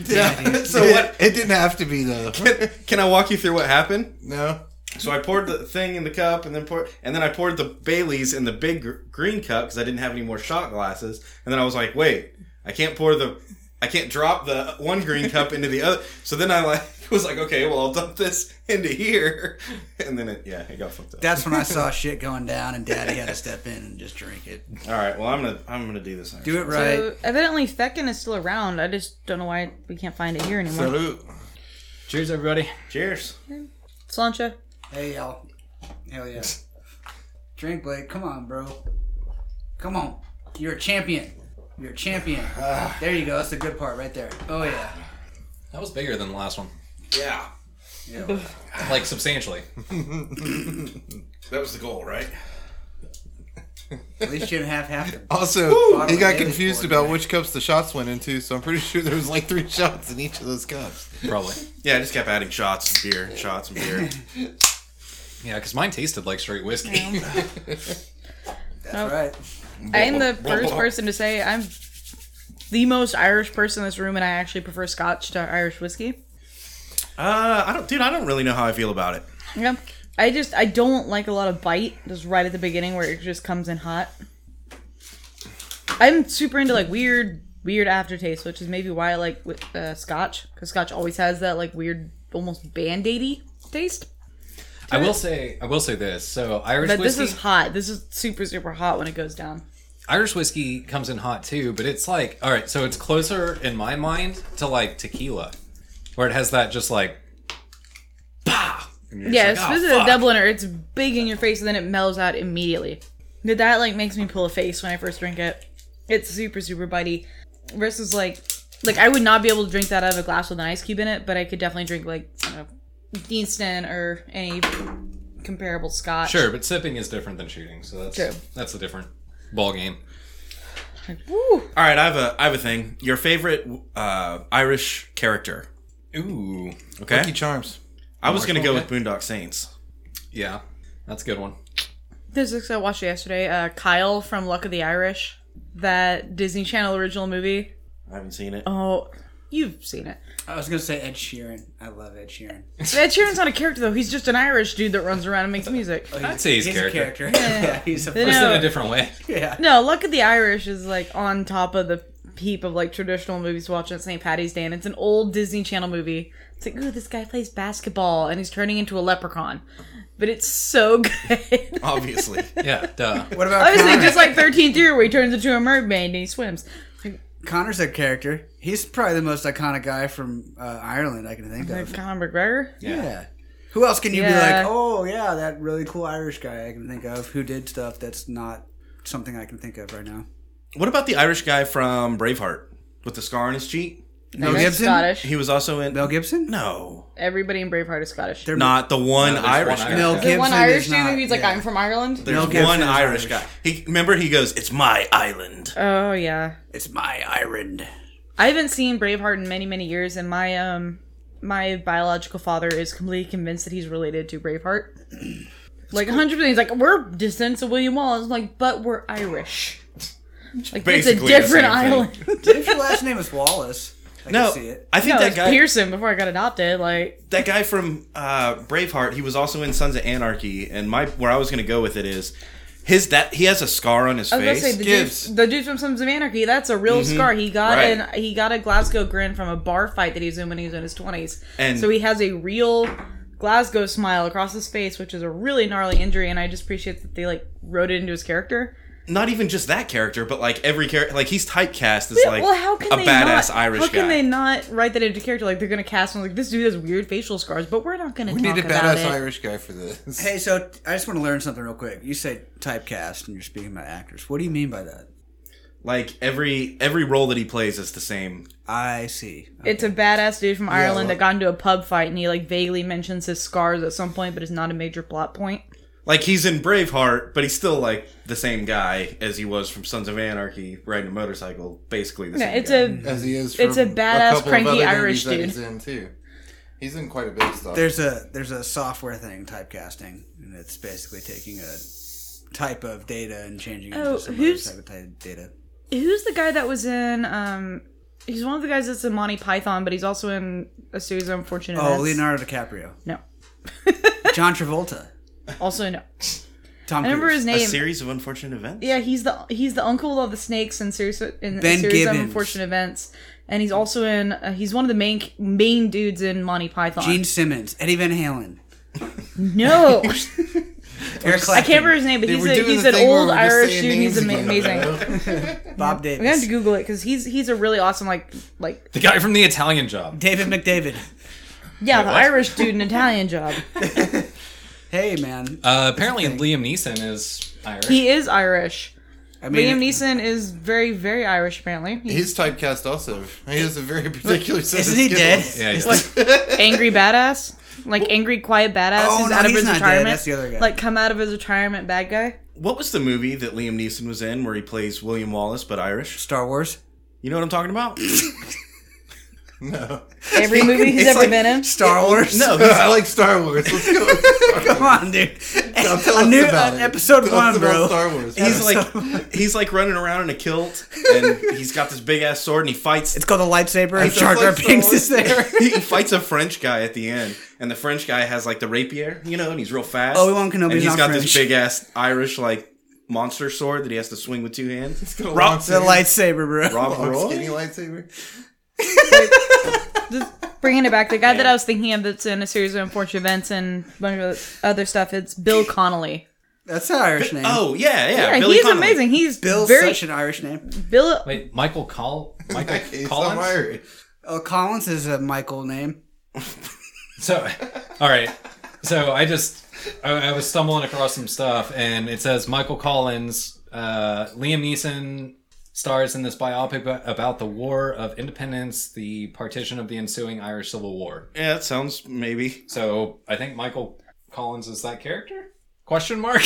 S2: Yeah.
S3: So
S2: so
S3: what-
S2: what? It didn't have to be though.
S3: Can I walk you through what happened?
S2: no.
S3: So I poured the thing in the cup, and then poured, and then I poured the Bailey's in the big gr- green cup because I didn't have any more shot glasses. And then I was like, wait, I can't pour the, I can't drop the one green cup into the other. So then I like was like, okay, well I'll dump this into here, and then it, yeah, it got fucked up.
S5: That's when I saw shit going down, and Daddy had to step in and just drink it.
S3: All right, well I'm gonna I'm gonna do this.
S5: Do it right.
S4: So evidently Feckin is still around. I just don't know why we can't find it here anymore.
S2: Salute.
S1: Cheers, everybody.
S3: Cheers.
S4: Slancha.
S5: hey y'all. Hell yeah. Drink, Blake. Come on, bro. Come on. You're a champion. You're a champion. there you go. That's the good part right there. Oh yeah.
S1: That was bigger than the last one.
S3: Yeah,
S5: Yeah.
S1: Like substantially.
S3: that was the goal, right?
S5: At least you didn't have half the
S2: Also, he
S5: Bottle
S2: got
S5: of Bailey's
S2: confused
S5: poured
S2: about
S5: away.
S2: which cups the shots went into, so I'm pretty sure there was like three shots in each of those cups.
S1: Probably.
S3: Yeah, I just kept adding shots and beer, and shots and beer.
S1: Yeah, because mine tasted like straight whiskey.
S5: That's right.
S4: I'm the first person to say I'm the most Irish person in this room, and I actually prefer Scotch to Irish whiskey.
S3: uh, I don't, dude, I don't really know how I feel about it.
S4: Yeah. I just I don't like a lot of bite just right at the beginning where it just comes in hot. I'm super into like weird weird aftertaste, which is maybe why I like wi- uh, Scotch because Scotch always has that like weird almost band aidy taste.
S1: I will say I will say this. So Irish
S4: But this
S1: whiskey
S4: is hot. This is super super hot when it goes down.
S1: Irish whiskey comes in hot too, but it's like all right, so it's closer in my mind to like tequila. Where it has that just like bah! And you're just
S4: Yeah,
S1: like, "Ah,
S4: this is a
S1: fuck."
S4: Dubliner. It's big in your face, and then it mellows out immediately. Dude, That like makes me pull a face when I first drink it. It's super super bitey. Versus like, like I would not be able to drink that out of a glass with an ice cube in it, but I could definitely drink like I don't know, Deanston or any comparable Scotch.
S1: Sure, but sipping is different than shooting, so that's
S4: True.
S1: that's a different ball game.
S4: Woo.
S3: All right, I have a I have a thing. Your favorite uh, Irish character?
S1: Ooh.
S3: Okay,
S2: Lucky Charms.
S3: I was gonna go
S1: Marshall,
S3: with Boondock Saints.
S1: Yeah. That's a good one.
S4: There's this I watched yesterday. Uh, Kyle from Luck of the Irish, that Disney Channel original movie.
S3: I haven't seen it.
S4: Oh, you've seen it.
S5: I was gonna say Ed Sheeran. I love Ed Sheeran.
S4: Ed Sheeran's not a character though. He's just an Irish dude that runs around and makes music.
S1: I'd say he's,
S5: He's
S1: character.
S5: a character. Yeah, he's a
S4: Then
S1: Just
S4: I-
S5: person.
S1: in
S4: No.
S1: a different way.
S5: Yeah.
S4: No, Luck of the Irish is like on top of the heap of like traditional movies to watch on St. Patty's Day, and it's an old Disney Channel movie. It's like, ooh, this guy plays basketball and he's turning into a leprechaun, but it's so good.
S5: Oh,
S3: Obviously,
S1: Yeah, duh.
S5: What about
S4: Obviously,
S5: Connor?
S4: just like Thirteenth Year, where he turns into a mermaid and he swims.
S5: Connor's a character. He's probably the most iconic guy from uh, Ireland I can think
S4: Like
S5: of.
S4: Conor McGregor.
S5: Yeah.
S1: Yeah.
S5: Who Who else can you
S4: Yeah.
S5: be like? Oh yeah, that really cool Irish guy I can think of who did stuff that's not something I can think of right now.
S3: What about the Irish guy from Braveheart with the scar on his cheek?
S5: Mel
S4: Everyone's
S5: Gibson?
S4: Scottish.
S3: He was also in.
S5: Mel Gibson?
S3: No,
S4: Everybody in Braveheart is Scottish.
S5: They're-
S3: not the one
S1: there's one
S3: Irish. guy.
S1: Irish
S5: Mel
S1: The
S5: Gibson.
S4: the one
S5: is
S4: Irish dude
S5: not-
S4: who's like,
S5: yeah.
S4: I'm from Ireland.
S3: There's
S5: Mel Gibson
S3: one
S5: is
S3: Irish
S5: Irish.
S3: guy. He remember he goes, "It's my island."
S4: Oh yeah,
S5: It's my Ireland.
S4: I haven't seen Braveheart in many many years, and my um my biological father is completely convinced that he's related to Braveheart. Like hundred percent, he's like we're descendants of William Wallace. I'm like, but we're Irish. Like it's a
S3: basically the
S4: different
S3: same thing.
S4: island.
S5: if your last name is Wallace, I
S3: No,
S5: can see it.
S3: I think
S4: No,
S3: that
S4: it's
S3: guy,
S4: Pearson before I got adopted. Like
S3: that guy from uh, Braveheart, he was also in Sons of Anarchy. And my where I was going to go with it is his that he has a scar on his
S4: I was
S3: face.
S4: gonna
S3: Mm-hmm.
S4: say, the dude,
S2: Gibbs.
S4: the dude from Sons of Anarchy, that's a real scar. He got
S3: Right.
S4: an he got a Glasgow grin from a bar fight that he was in when he was in his twenties,
S3: And-
S4: so he has a real Glasgow smile across his face, which is a really gnarly injury. And I just appreciate that they like wrote it into his character.
S3: Not even just that character, but like every character, like he's typecast as like
S4: well, how can
S3: a
S4: they
S3: badass
S4: not,
S3: Irish
S4: How can
S3: guy.
S4: they not write that into character? Like they're gonna cast him like this dude has weird facial scars, but we're not gonna
S2: We
S4: talk
S2: need a
S4: about
S2: badass
S4: it.
S2: Irish guy for this.
S5: Hey, so I just want to learn something real quick. You say typecast and you're speaking about actors. What do you mean by that?
S3: like every every role that he plays is the same.
S5: I see.
S4: It's a badass dude from Ireland
S2: well-
S4: that got into a pub fight, and he like vaguely mentions his scars at some point, but it's not a major plot point.
S3: Like he's in Braveheart, but he's still like the same guy as he was from Sons of Anarchy, riding a motorcycle. Basically the
S4: No,
S3: same.
S4: it's
S3: guy.
S4: a
S2: As he is.
S4: It's
S2: from
S4: a badass,
S2: couple of
S4: cranky
S2: other
S4: Irish
S2: movies that
S4: dude.
S2: He's in too. He's in quite a bit of stuff.
S5: There's a there's a software thing typecasting, and it's basically taking a type of data and changing it
S4: Oh,
S5: to some
S4: who's-
S5: other type of type data.
S4: who's the guy that was in um he's one of the guys that's in Monty Python, but he's also in a series of unfortunate
S5: Oh,
S4: Events.
S5: Leonardo DiCaprio,
S4: No.
S5: John Travolta,
S4: Also no.
S5: Tom
S4: I remember
S5: Cruise,
S4: his
S3: a
S4: name.
S3: series of unfortunate events.
S4: yeah, he's the he's the uncle of the snakes in series in
S5: Ben
S4: a series of
S5: Gibbons.
S4: unfortunate events. And he's also in uh, he's one of the main main dudes in Monty Python.
S5: Gene Simmons, Eddie Van Halen,
S4: No.
S5: Eric
S4: I
S5: Clapton,
S4: can't remember his name, but
S2: They
S4: he's
S2: were
S4: a,
S2: doing
S4: he's
S2: the
S4: an
S2: thing where
S4: old
S2: we're just
S4: Irish
S2: saying
S4: dude. He's
S2: names
S4: ama-
S2: again.
S4: amazing. I'm
S5: Bob
S4: gonna have to
S5: Davis,
S4: Google it because he's he's a really awesome like like
S1: The guy from the Italian job.
S5: David McDavid.
S4: yeah the
S1: what?
S4: Irish dude in Italian job.
S5: Hey man,
S1: Uh, apparently, Liam Neeson is Irish.
S4: He is Irish.
S5: I mean,
S4: Liam Neeson is very, very Irish, apparently. He's
S2: He's typecast also. He has a very particular set
S5: isn't
S2: of
S5: he
S2: skills.
S5: dead?
S1: yeah, he's
S4: angry badass. Like angry, quiet badass
S5: Oh,
S4: who's
S5: no,
S4: out of
S5: he's
S4: his
S5: not dead.
S4: retirement.
S5: That's the other guy.
S4: Like come out of his retirement bad guy.
S3: What was the movie that Liam Neeson was in where he plays William Wallace but Irish?
S5: Star Wars,
S3: You know what I'm talking about?
S2: No.
S4: Every movie he's
S3: It's
S4: ever
S3: like-
S4: been in.
S5: Star Wars.
S3: No, he's-
S2: I like Star Wars. Let's go.
S5: come on, dude.
S2: Now tell
S5: a
S2: us
S5: new
S2: about
S5: uh,
S2: it.
S5: episode
S2: Tell
S5: one,
S2: us about
S5: bro.
S2: Star Wars.
S3: he's like he's like running around in a kilt and he's got this big ass sword and he fights
S5: It's called a lightsaber. and
S2: It's a
S5: Jar Jar
S2: flintstone.
S5: Binks is there.
S3: he fights a French guy at the end and the French guy has like the rapier, you know, and he's real fast.
S5: Oh, Obi-Wan Kenobi's
S3: and he's
S5: not
S3: got
S5: French.
S3: this big ass Irish like monster sword that he has to swing with two hands.
S2: got a
S3: Rob,
S2: long
S5: It's a lightsaber, bro.
S3: Rob
S2: Long
S3: Roy?
S2: skinny lightsaber.
S4: Just bringing it back. The guy that I was thinking of that's in a series of unfortunate events and a bunch of other stuff. It's Bill Connolly.
S5: That's an Irish name.
S3: Oh yeah, yeah.
S4: Yeah,
S3: Billy
S4: he's
S3: Connolly.
S4: amazing. He's
S5: Bill's
S4: very
S5: such an Irish name.
S4: Bill.
S1: Wait, Michael Col Michael
S2: He's some
S1: Collins.
S2: Irish.
S5: Oh, Collins is a Michael name.
S1: So, all right. So I just I, I was stumbling across some stuff, and it says Michael Collins, uh, Liam Neeson stars in this biopic ab- about the War of Independence, the partition of the ensuing Irish Civil War.
S3: Yeah, that sounds maybe.
S1: So I think Michael Collins is that character? Question mark.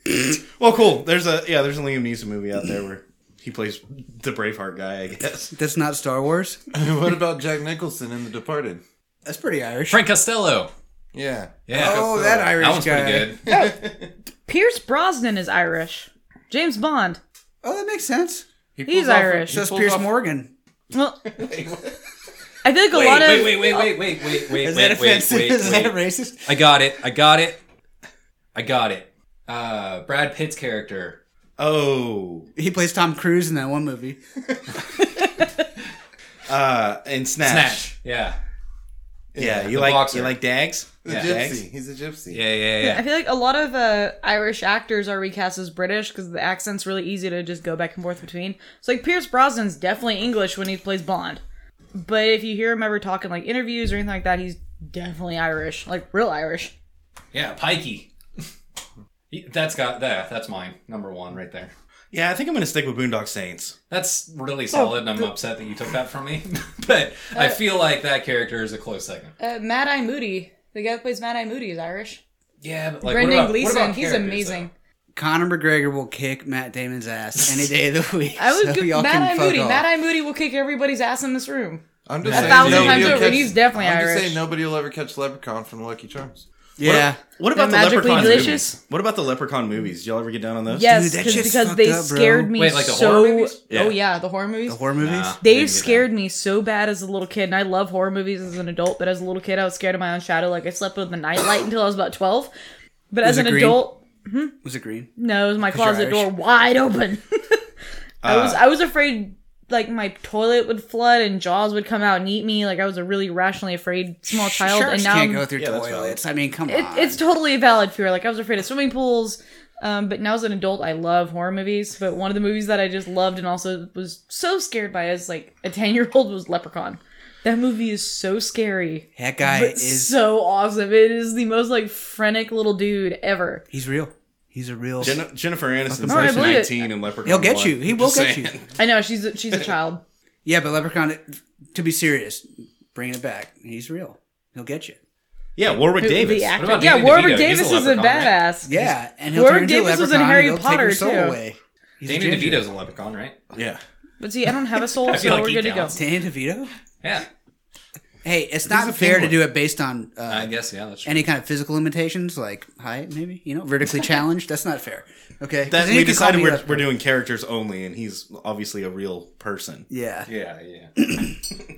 S3: Well, cool. There's a yeah, there's a Liam Neeson movie out there where he plays the Braveheart guy, I guess.
S5: That's not Star Wars.
S2: what about Jack Nicholson in The Departed?
S5: That's pretty Irish.
S1: Frank Costello.
S2: Yeah.
S1: Yeah.
S5: oh, that Irish
S1: that one's
S5: guy.
S1: pretty good.
S4: Pierce Brosnan is Irish. James Bond.
S5: Oh, that makes sense.
S2: He
S4: He's
S2: pulls off-
S4: Irish.
S2: he
S5: So it's
S2: pulls
S5: Pierce
S2: off-
S5: Morgan.
S4: Well, I feel like a lot of
S1: Wait, wait, wait, wait, wait, wait, wait,
S5: Is
S1: wait,
S5: that
S1: wait,
S5: offensive?
S1: wait,
S5: is
S1: wait.
S5: that racist?
S1: I got it. I got it. I got it. Uh, Brad Pitt's character.
S3: Oh,
S5: He plays Tom Cruise in that one movie.
S3: uh, and Snatch.
S1: Snatch. Yeah.
S3: Yeah, you
S1: the
S3: like
S1: boxer.
S3: you like Dags.
S2: He's a
S3: Yeah, Dags?
S2: gypsy. He's a gypsy.
S1: Yeah, yeah,
S4: I
S1: yeah.
S4: feel like a lot of uh, Irish actors are recast as British because the accent's really easy to just go back and forth between. So like Pierce Brosnan's definitely English when he plays Bond, but if you hear him ever talk in like interviews or anything like that, he's definitely Irish, like real Irish.
S1: Yeah, Pikey. that's got that. That's mine. Number one right there.
S3: Yeah, I think I'm gonna stick with Boondock Saints.
S1: That's really solid, and I'm upset that you took that from me. but I feel like that character is a close second.
S4: Uh, Mad Eye Moody, the guy that plays Mad Eye Moody is Irish.
S1: Yeah, but like
S4: Brendan
S1: what about,
S4: Gleeson,
S1: what about
S4: he's
S1: characters,
S4: amazing.
S1: though?
S5: Conor McGregor will kick Matt Damon's ass any day of the week.
S4: I was
S5: so
S4: good.
S5: y'all
S4: Mad
S5: can
S4: Eye
S5: fuck
S4: Moody.
S5: off.
S4: Mad Eye Moody will kick everybody's ass in this room.
S2: I'm just
S1: A
S2: saying
S1: thousand
S2: nobody
S1: times
S2: will
S1: over,
S2: catch-
S4: he's definitely
S2: I'm
S4: Irish.
S2: just saying nobody will ever catch Leprechaun from Lucky Charms.
S5: Yeah.
S3: What about the
S4: They're magically
S3: Leprechaun
S4: delicious.
S3: movies? What about the Leprechaun movies? Did y'all ever get down on those?
S4: Yes,
S5: that
S4: 'cause-
S5: shit's
S4: because
S5: fucked
S4: they
S5: up, bro.
S4: scared me
S1: Wait, like the
S4: so.
S1: horror movies?
S3: Yeah.
S4: Oh yeah, the horror movies.
S5: The horror movies?
S1: Nah.
S4: they
S1: Didn't get
S4: scared me so bad as a little kid, and I love horror movies as an adult. But as a little kid, I was scared of my own shadow. Like I slept with the nightlight until I was about twelve. But as
S5: it
S4: an
S5: green?
S4: adult,
S5: Was it green?
S4: no, it was my
S5: you're
S4: closet
S5: Irish.
S4: door wide open. I
S5: Uh.
S4: was I was afraid like my toilet would flood and jaws would come out and eat me. Like I was a really rationally afraid small child,
S5: Sharks
S4: and now
S5: can't
S4: I'm-
S5: go through
S3: Yeah, that's
S5: toilets. I mean, come
S4: it,
S5: on.
S4: it's totally a valid fear. Like I was afraid of swimming pools, um, but now as an adult, I love horror movies. But one of the movies that I just loved and also was so scared by as like a ten year old was Leprechaun. That movie is so scary,
S5: that guy
S4: but
S5: is.
S4: so awesome. It is the most like frenetic little dude ever.
S5: he's real. He's a real.
S3: Jen- Jennifer Aniston's
S4: No, I
S3: like
S4: believe it.
S3: 19 and Leprechaun.
S5: He'll get
S3: one.
S5: you. He
S3: I'm
S5: will
S3: just
S5: get
S3: saying.
S5: you.
S4: I know she's a, she's a child.
S5: Yeah, but Leprechaun. To be serious, bringing it back. He's real. He'll get you.
S3: Yeah, Warwick
S4: Who-
S3: Davis.
S4: The actor.
S1: about
S4: Yeah,
S1: Danny
S4: Warwick
S1: DeVito? He's
S4: Davis
S1: a
S4: is a
S1: leprechaun, right?
S4: badass.
S5: Yeah, and he'll
S4: Warwick
S5: turn into a
S4: Davis was in
S5: leprechaun and
S4: Harry
S5: he'll take
S4: Potter,
S5: your soul
S4: too.
S5: away. He's a
S1: Danny
S5: ginger.
S1: DeVito's a leprechaun, right?
S3: Yeah.
S4: But see, I don't have a soul,
S1: I
S4: so
S1: feel like
S4: we're
S1: he
S4: good to go.
S1: counts.
S5: Danny DeVito?
S1: Yeah,
S5: Hey, it's
S2: a
S5: not fair to
S2: penguin.
S5: do it based on uh,
S1: I guess yeah. That's true.
S5: any kind of physical limitations, like height, maybe you know, vertically challenged. That's not fair. Okay, 'Cause
S3: That,
S5: then you
S3: we
S5: can call
S3: decided
S5: me
S3: we're,
S5: leprechaun.
S3: we're doing characters only, and he's obviously a real person.
S5: Yeah,
S1: Yeah, yeah.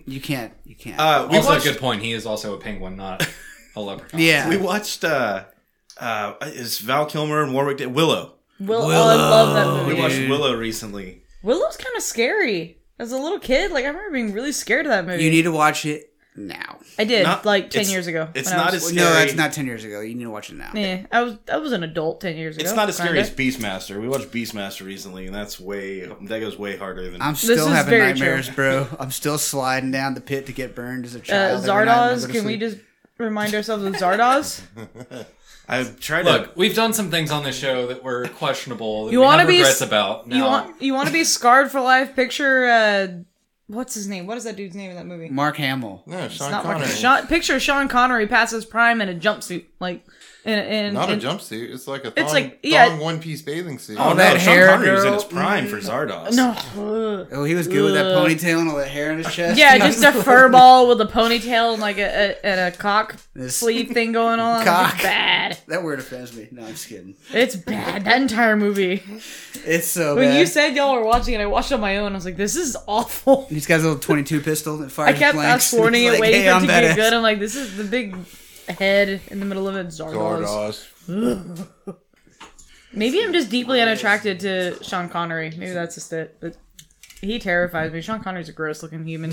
S5: you can't. You can't.
S3: Uh, we
S1: Also,
S3: watched,
S1: a good point. He is also a penguin, not a leprechaun.
S5: yeah,
S3: We watched. Uh, uh, is Val Kilmer and Warwick da- Willow?
S4: Will- oh, I love that
S3: We
S4: movie.
S3: watched Willow recently.
S4: Willow's kind of scary. As a little kid, like I remember being really scared of that movie.
S5: you need to watch it now.
S4: I did
S3: Not-
S4: like ten
S3: it's-
S4: years ago.
S3: it's
S4: when I
S3: not
S4: was,
S3: as-
S5: Well, no,
S3: Scary.
S5: that's not ten years ago. You need to watch it now.
S4: Yeah, I was I was an adult ten years ago.
S3: It's not as scary
S4: kinda.
S3: as Beastmaster. We watched Beastmaster recently, and that's way that goes way harder than.
S5: I'm still
S4: is
S5: having
S4: very
S5: nightmares, bro. I'm still sliding down the pit to get burned as a
S4: uh,
S5: child. every night when I go
S4: Zardoz.
S5: to
S4: Can we
S5: sleep.
S4: just remind ourselves of Zardoz?
S3: I've tried to
S1: Look, we've done some things on this show that were questionable. That
S4: You
S1: we
S4: wanna
S1: have
S4: be
S1: regrets
S4: s-
S1: about?
S4: You
S1: Now,
S4: want you want to be scarred for life? Picture uh, what's his name? What is that dude's name in that movie?
S5: Mark Hamill.
S2: No, Sean
S4: It's not
S2: Connery.
S4: like Sean, picture Sean Connery passes prime in a jumpsuit, like in, in,
S2: Not a
S4: in-
S2: jumpsuit. It's like a thong,
S4: like- yeah.
S2: thong one-piece bathing suit.
S3: Oh, no,
S5: that
S3: Sean
S5: hair,
S3: Connery was in
S5: girl.
S3: his prime for Zardoz.
S4: No, ugh.
S5: Oh, he was good with that
S4: Ugh.
S5: ponytail and all that hair in his chest.
S4: yeah, just a fur ball with a ponytail and like a, a and a cock
S5: This-
S4: sleeve thing going on.
S5: Cock.
S4: It's bad.
S5: That word offends me. No, I'm just kidding.
S4: It's bad. That entire movie.
S5: It's so
S4: When
S5: bad.
S4: you said y'all were watching it, I watched it on my own. I was like, this is awful.
S5: He's got his little 22 pistol that fires
S4: I kept
S5: blanks.
S4: fast forwarding
S5: He's
S4: it,
S5: like,
S4: waiting
S5: "Hey,
S4: for it
S5: I'm
S4: to get
S5: badass."
S4: good. I'm like, this is the big head in the middle of it.
S2: Oh,
S4: Zardoz.
S2: Zardoz.
S4: Maybe I'm just deeply unattracted to Sean Connery. Maybe that's just it. But he terrifies me. Sean Connery's a gross looking human.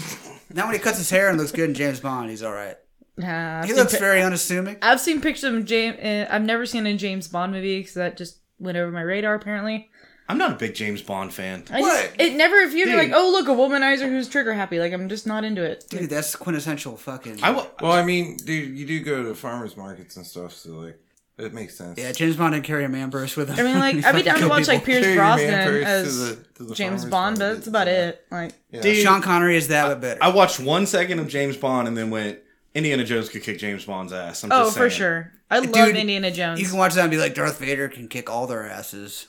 S5: Now when he cuts his hair and looks good in James Bond, he's all right.
S4: Nah, I've,
S5: He
S4: seen
S5: looks
S4: pi-
S5: very unassuming.
S4: I've seen pictures of James. Uh, I've never seen a James Bond movie because that just went over my radar. Apparently,
S3: I'm not a big James Bond fan.
S4: I just,
S5: What?
S4: it never appeared to
S3: Dude.
S4: like, oh look, a womanizer who's trigger happy. Like I'm just not into it.
S5: Dude, that's quintessential fucking.
S3: I wa-
S2: Well, I mean, dude, you do go to farmers markets and stuff, so like, it makes sense.
S5: yeah, James Bond didn't carry a man purse with him.
S4: I mean, like I'd be down to watch like Pierce
S2: Carry your man
S4: Brosnan
S2: purse to
S4: as
S2: the- to the
S4: James
S2: farmer's
S4: Bond, but
S2: market,
S4: that's about
S2: so-
S4: it. Like
S3: Dude,
S5: Sean Connery is that, but better.
S3: I watched one second of James Bond and then went, Indiana Jones could kick James Bond's ass. I'm
S4: oh,
S3: just
S4: for
S3: saying.
S4: sure. I love
S5: Dude,
S4: Indiana Jones.
S5: you can watch that and be like, Darth Vader can kick all their asses,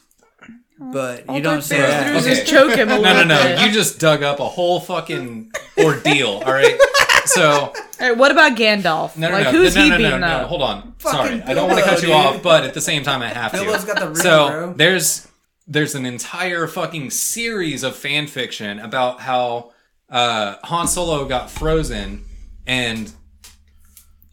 S5: but you don't
S4: Darth
S5: say
S4: Vader's
S5: that.
S4: through is
S1: Okay.
S4: just choke him a
S1: No, no,
S4: little bit.
S1: no. You just dug up a whole fucking ordeal. All right. So
S4: All right, what about Gandalf?
S1: no, no,
S4: like
S1: no,
S4: who's
S1: no,
S4: he
S1: no, no,
S4: beating
S1: no,
S4: up?
S1: no. Hold on.
S5: Fucking
S1: Sorry, I don't want to
S5: Bilbo,
S1: cut you
S5: dude.
S1: off, but at the same time, I have
S5: Bilbo's
S1: to.
S5: got the ring,
S1: so
S5: bro.
S1: there's there's an entire fucking series of fan fiction about how uh, Han Solo got frozen and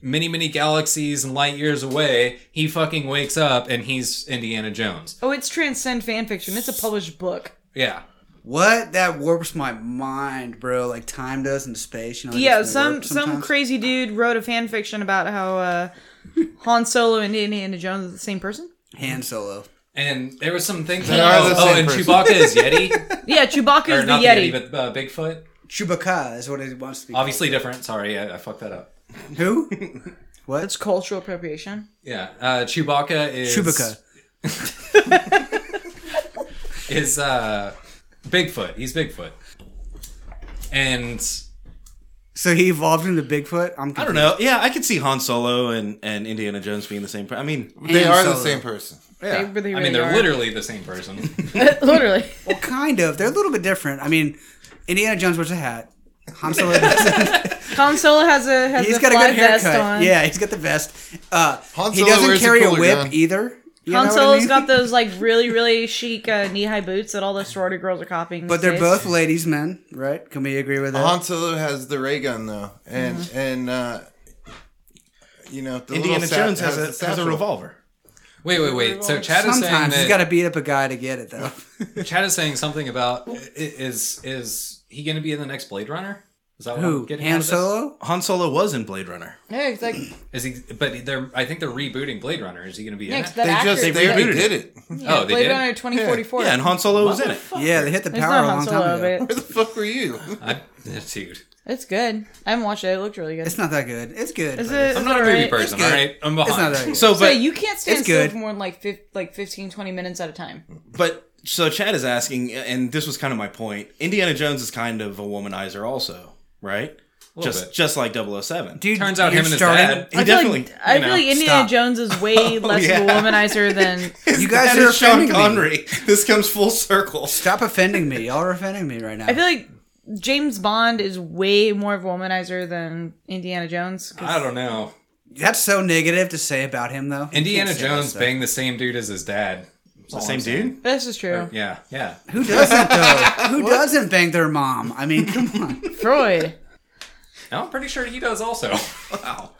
S1: many many galaxies and light years away, he fucking wakes up and he's Indiana Jones.
S4: Oh, it's transcend fan fiction. It's a published book.
S1: Yeah.
S5: What that warps my mind, bro. Like time does in space, you know. it
S4: Yeah,
S5: gets me
S4: some
S5: warped
S4: some
S5: sometimes.
S4: crazy dude wrote a fan fiction about how uh, Han Solo and Indiana Jones are the same person.
S5: Han Solo.
S1: And there were some things.
S2: They are
S1: oh,
S2: the
S1: oh,
S2: same
S1: and
S2: person.
S1: Chewbacca is Yeti,
S4: Yeah, Chewbacca
S1: or
S4: is the
S1: not
S4: Yeti.
S1: the Yeti, but uh, Bigfoot.
S5: Chewbacca is what he wants to be.
S1: Obviously different. Sorry, I, I fucked that up.
S5: Who?
S4: That's cultural appropriation.
S1: Yeah, uh, Chewbacca is
S5: Chewbacca.
S1: is uh, Bigfoot. He's Bigfoot, and
S5: So he evolved into Bigfoot. I'm.
S3: I don't know. Yeah, I could see Han Solo and, and Indiana Jones being the same. per- I mean,
S2: They
S5: And
S2: are the
S5: Solo.
S2: same person.
S4: They,
S3: yeah.
S4: they really
S1: I mean they're
S4: are.
S1: literally the same person.
S4: literally.
S5: Well, kind of. They're a little bit different. I mean, Indiana Jones wears a hat. Han Solo doesn't.
S4: Han Solo has a has
S5: he's
S4: a
S5: got a
S4: fly
S5: good
S4: vest
S5: haircut.
S4: on.
S5: Yeah, he's got the vest. Uh,
S2: Han
S5: he
S2: Solo
S5: doesn't
S2: wears a
S5: carry a
S2: cooler
S5: whip
S2: gun.
S5: either. You know
S4: Han
S5: what I
S4: Solo's
S5: mean?
S4: got those like really really chic uh, knee high boots that all the sorority girls are copying.
S5: But
S4: these
S5: they're
S4: days.
S5: both ladies' men, right? Can we agree with that?
S2: Han Solo has the ray gun though, and
S4: Mm-hmm.
S2: and uh, you know the
S3: Indiana
S2: little sap-
S3: Jones has,
S2: the
S3: a has a
S2: satchel.
S3: revolver.
S1: wait, wait, wait. So Chad is saying
S5: Sometimes
S1: that
S5: he's got to beat up a guy to get it, though.
S1: Chad is saying something about i- is is he going to be in the next Blade Runner? Is that what I'm
S5: Who?
S1: getting out
S5: Han
S1: of this?
S5: Solo?
S3: Han Solo was in Blade Runner.
S4: Yeah, exactly.
S1: Is he? But they're. I think they're rebooting Blade Runner. Is he going to be in
S4: Next,
S1: it?
S4: that
S2: They
S4: actor.
S2: just they
S4: that-
S2: already
S3: rebooted
S2: did it.
S4: yeah,
S1: Oh, they
S4: Blade
S1: did?
S4: Runner 2044.
S3: Yeah, and Han Solo was in it.
S5: Yeah, they hit the
S4: It's
S5: power
S4: not
S5: a
S4: Han
S5: long
S4: Solo,
S5: time ago.
S4: but
S2: Where the fuck were you?
S1: I, dude,
S4: it's good. I haven't watched it. It looked really good.
S5: It's not that good. It's good.
S4: Is
S5: but
S4: it-
S1: I'm not a
S4: alright.
S1: movie
S4: It's
S1: person.
S5: good.
S1: All right, I'm behind.
S5: not that good.
S3: So,
S4: So
S3: but
S4: you can't stand
S5: it's
S4: still
S5: good.
S4: for more than like fif- like 15, 20 minutes at a time.
S3: but so Chad is asking, and this was kind of my point. Indiana Jones is kind of a womanizer, also, right?
S1: Little
S3: Just
S1: bit.
S3: just like 007.
S5: Dude,
S1: Turns out
S5: you're
S1: him and his
S5: starting-
S1: dad.
S3: he
S4: I feel
S3: definitely.
S4: like, I
S1: you
S4: feel
S1: know,
S4: like Indiana
S5: stop.
S4: Jones is way less
S3: yeah.
S4: of a womanizer than
S5: You guys
S3: That
S5: are
S3: is Sean
S5: offending me.
S3: Connery. This comes full circle.
S5: Stop offending me. Y'all are offending me right now.
S4: I feel like James Bond is way more of a womanizer than Indiana Jones. 'cause-
S1: I don't know.
S5: That's so negative to say about him, though. You
S1: Indiana
S5: can't say that
S1: Jones
S5: stuff.
S1: banged the same dude as his dad. That's all
S3: Same
S1: I'm saying.
S3: dude.
S4: This is true.
S1: Yeah, yeah.
S5: Who doesn't though? Who doesn't bang their mom? I mean, come on.
S4: Freud.
S1: No, I'm pretty sure he does also.
S3: Wow.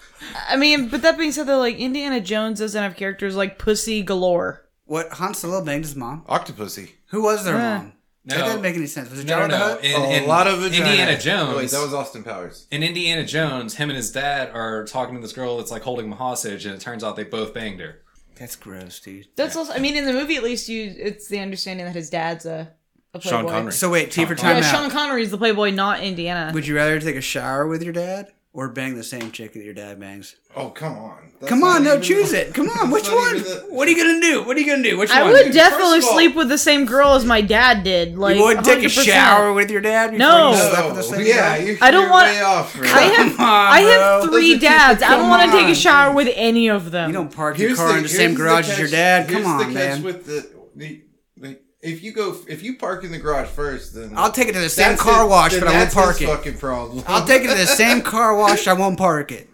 S4: I mean, but that being said, though, like Indiana Jones doesn't have characters like Pussy Galore.
S5: What Han Solo banged his mom?
S2: Octopussy.
S5: Who was their
S4: Yeah.
S5: mom?
S1: No,
S5: That doesn't make any sense. Was it
S1: no, no,
S5: Jabba the
S1: no.
S5: Hutt?
S1: In,
S2: A
S1: in
S2: lot of vagina.
S1: Indiana Jones.
S2: Oh, wait, that was Austin Powers.
S1: in Indiana Jones, him and his dad are talking to this girl that's like holding him hostage, and it turns out they both banged her.
S5: That's gross, dude.
S4: That's also. I mean, in the movie, at least you, it's the understanding that his dad's a, a playboy.
S3: Sean Connery.
S5: So wait, T for
S4: Yeah,
S5: time out.
S4: Sean Connery's the playboy, not Indiana.
S5: Would you rather take a shower with your dad or bang the same chick that your dad bangs?
S2: Oh come on! That's
S5: Come
S2: not
S5: on, no,
S2: even-
S5: choose it. Come on, which
S2: not
S5: one?
S2: even the-
S5: What are you gonna do? What are you gonna do? Which
S4: I
S5: one?
S4: would
S5: You
S4: definitely
S2: of all-
S4: sleep with the same girl as my dad did. Like,
S5: would take a
S4: 100%.
S5: shower with your dad before
S4: No.
S5: you
S2: No,
S5: slept with the same
S2: Oh, yeah,
S5: guy?
S2: you
S4: I don't
S2: you're
S4: want-
S2: way off. Right?
S4: I have,
S5: Come on,
S4: I
S5: bro.
S4: have
S5: Those
S4: three
S5: are two-
S4: dads. I don't
S5: come
S4: want to take
S5: on.
S4: a shower with any of them.
S5: You don't park your car in the same
S2: here's
S5: garage
S2: catch-
S5: as your dad.
S2: here's
S5: Come on,
S2: the catch
S5: man.
S2: With the, the, the, if you go, if you park in the garage first, then
S5: I'll take it to the same
S2: that's
S5: car
S2: his-
S5: wash,
S2: then
S5: but I won't
S2: that's his
S5: park it.
S2: Fucking problem.
S5: I'll take it to the same car wash. I won't park it.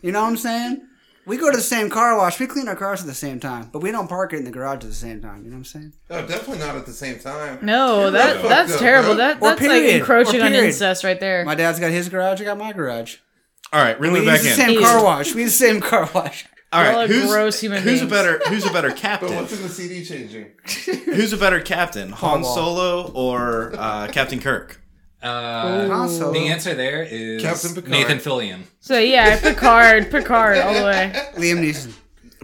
S5: You know what I'm saying? We go to the same car wash. We clean our cars at the same time, but we don't park it in the garage at the same time. You know what I'm saying?
S2: No, definitely not at the same time.
S4: No, that
S2: fucked
S4: that's
S2: up,
S4: terrible.
S2: bro.
S4: That
S5: Or
S4: that's like
S5: period. Or
S4: encroaching on
S5: period.
S4: incest right there.
S5: My dad's got his garage. I got my garage.
S3: All right,
S5: We
S3: reeling
S5: use
S3: back
S5: the
S3: in.
S5: same
S4: Ew.
S5: car wash. We use the same car wash.
S3: All
S4: Y'all are
S3: right, who's
S4: gross human
S3: who's a
S4: beings.
S3: better who's a better
S2: But
S3: captain?
S2: what's in the CD changer?
S3: who's a better captain, Han
S5: Paul Wall.
S3: Solo or uh, Captain Kirk?
S1: Uh,
S5: Also,
S1: the answer there is
S2: Captain Picard.
S1: Nathan Fillion.
S4: So yeah, Picard, Picard all the way.
S5: Liam Neeson.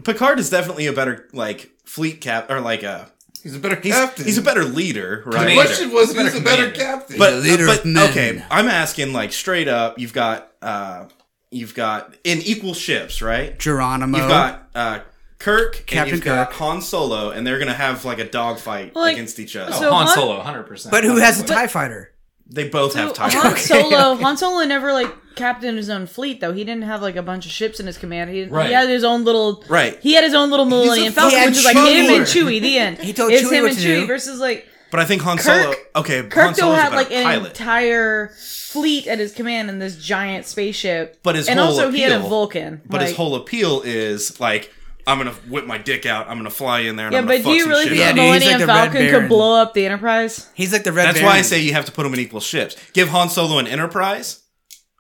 S3: Picard is definitely a better like fleet cap or like a
S2: He's a better
S3: he's
S2: captain.
S3: he's a better leader,
S2: The
S3: right?
S1: Commander.
S2: question was
S1: He's a
S2: who's
S1: better
S2: a better
S1: commander.
S2: captain?
S3: But,
S5: The leader
S3: but
S5: of men.
S3: okay, I'm asking like straight up. You've got uh, you've got in equal ships, right?
S5: Geronimo.
S3: You've got uh, Kirk, and
S5: Captain
S3: you've got
S5: Kirk.
S3: Han Solo, and they're gonna have like a dogfight
S4: Well, like,
S3: against each other.
S4: so-
S1: Han
S4: Han-
S1: Solo, 100%.
S5: but who has a Tie Fighter?
S3: they both have
S4: So,
S3: time.
S4: Han Solo, Han Solo never like captained his own fleet though. He didn't have like a bunch of ships in his command. He,
S1: Right.
S4: he had his own little
S3: Right.
S4: He had his own little Millennium Falcon,
S5: fucking
S4: which is like him and
S5: smuggler.
S4: Chewie. The end.
S5: He told
S4: it's
S5: Chewie
S4: him
S5: what
S4: and
S5: to
S4: Chewie
S5: do.
S4: versus like
S3: But I think Han Solo.
S4: Kirk-
S3: Okay, Han
S4: Kirk. Though
S3: Solo's a
S4: had
S3: better
S4: like an
S3: pilot.
S4: entire fleet at his command in this giant spaceship.
S3: But his
S4: and
S3: whole
S4: also he had a
S3: appeal-
S4: Vulcan.
S3: But
S4: like,
S3: his whole appeal is like, I'm gonna whip my dick out. I'm gonna fly in there. And
S4: yeah.
S3: I'm gonna
S4: But do
S3: fuck
S4: you
S3: some
S4: really
S3: shit
S4: think
S5: Yeah,
S3: up.
S4: the
S5: dude, he's like
S4: Millennium
S5: the Red
S4: Falcon could
S5: Baron.
S4: blow up the Enterprise?
S5: He's like the Red
S3: That's
S5: Baron.
S3: why I say you have to put him in equal ships. Give Han Solo an Enterprise,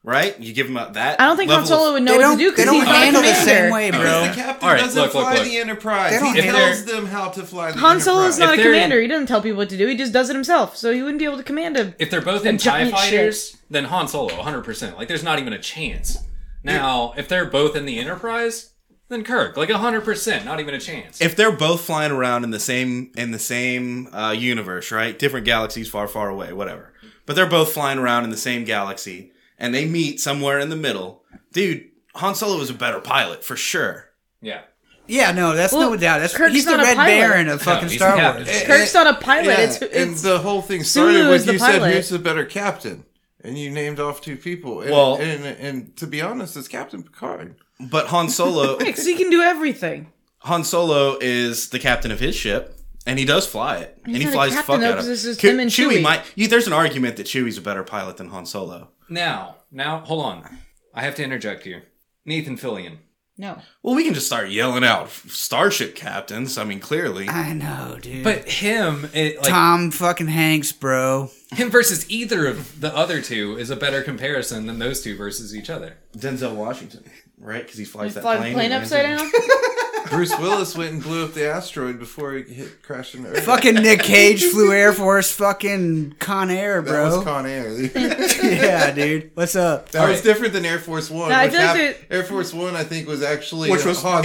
S3: right? You give him a, that.
S4: I don't think Han
S3: level of-
S4: Solo would know
S5: they
S4: what
S5: don't,
S4: to do because
S5: they don't
S4: he's not a
S5: handle the
S4: commander.
S5: same way,
S2: the
S5: bro.
S2: captain
S1: All right,
S2: doesn't
S1: look, look,
S2: fly
S1: look.
S2: the Enterprise.
S5: They don't
S2: he
S5: handle-
S2: tells them how to fly the
S4: Han
S2: Enterprise.
S4: Solo's not
S1: If
S4: a
S1: they're in-
S4: commander. He doesn't tell people what to do. He just does it himself. So he wouldn't be able to command a.
S1: if they're both in TIE
S4: giant
S1: fighters, then Han Solo, 100%. Like, there's not even a chance. Now, if they're both in the Enterprise, then Kirk, like 100%, not even a chance.
S3: If they're both flying around in the same in the same uh, universe, right? Different galaxies, far, far away, whatever. But they're both flying around in the same galaxy, and they meet somewhere in the middle. dude, Han Solo is a better pilot for sure.
S1: Yeah.
S5: Yeah, no, that's
S4: Well,
S5: no doubt. That's
S4: Kirk's
S5: he's the
S4: not a
S5: Red
S4: pilot.
S5: Baron of fucking
S1: he's the
S5: Star
S1: captain.
S5: Wars.
S1: It's
S4: Kirk's not a pilot. it's
S2: Yeah,
S4: it's
S2: and the whole thing started
S4: Sulu is
S2: with
S4: the
S2: you said
S4: pilot.
S2: who's the better captain, and you named off two people. And,
S3: Well-
S2: and, and, to be honest, it's Captain Picard.
S3: But Han Solo,
S4: Because he can do everything.
S3: Han Solo is the captain of his ship, and he does fly it, and he
S4: not a
S3: flies the
S4: captain,
S3: fuck
S4: though,
S3: out of
S4: 'cause it's
S3: it.
S4: just
S3: Che-
S4: him and
S3: Chewie
S4: Chewie.
S3: might. You, there's an argument that Chewie's a better pilot than Han Solo.
S1: Now, now, hold on. I have to interject here. Nathan Fillion.
S4: No.
S3: Well, we can just start yelling out starship captains. I mean, clearly,
S5: I know, dude.
S1: But him, it, like
S5: Tom fucking Hanks, bro.
S1: him versus either of the other two is a better comparison than those two versus each other.
S3: Denzel Washington, right? Because he flies that
S4: Fly
S3: plane.
S4: the plane
S3: and lands
S4: upside
S3: it.
S4: down?
S2: Bruce Willis went and blew up the asteroid before it hit crashed into Earth.
S5: Fucking Nick Cage flew Air Force fucking Con Air,
S2: that was
S5: bro.
S2: Con Air. that
S5: yeah, dude. What's up?
S3: Oh.
S2: was different than Air Force One.
S4: No, I
S2: which
S4: feel like
S2: hap- Air Force One, I think, was actually
S3: Which was
S2: Han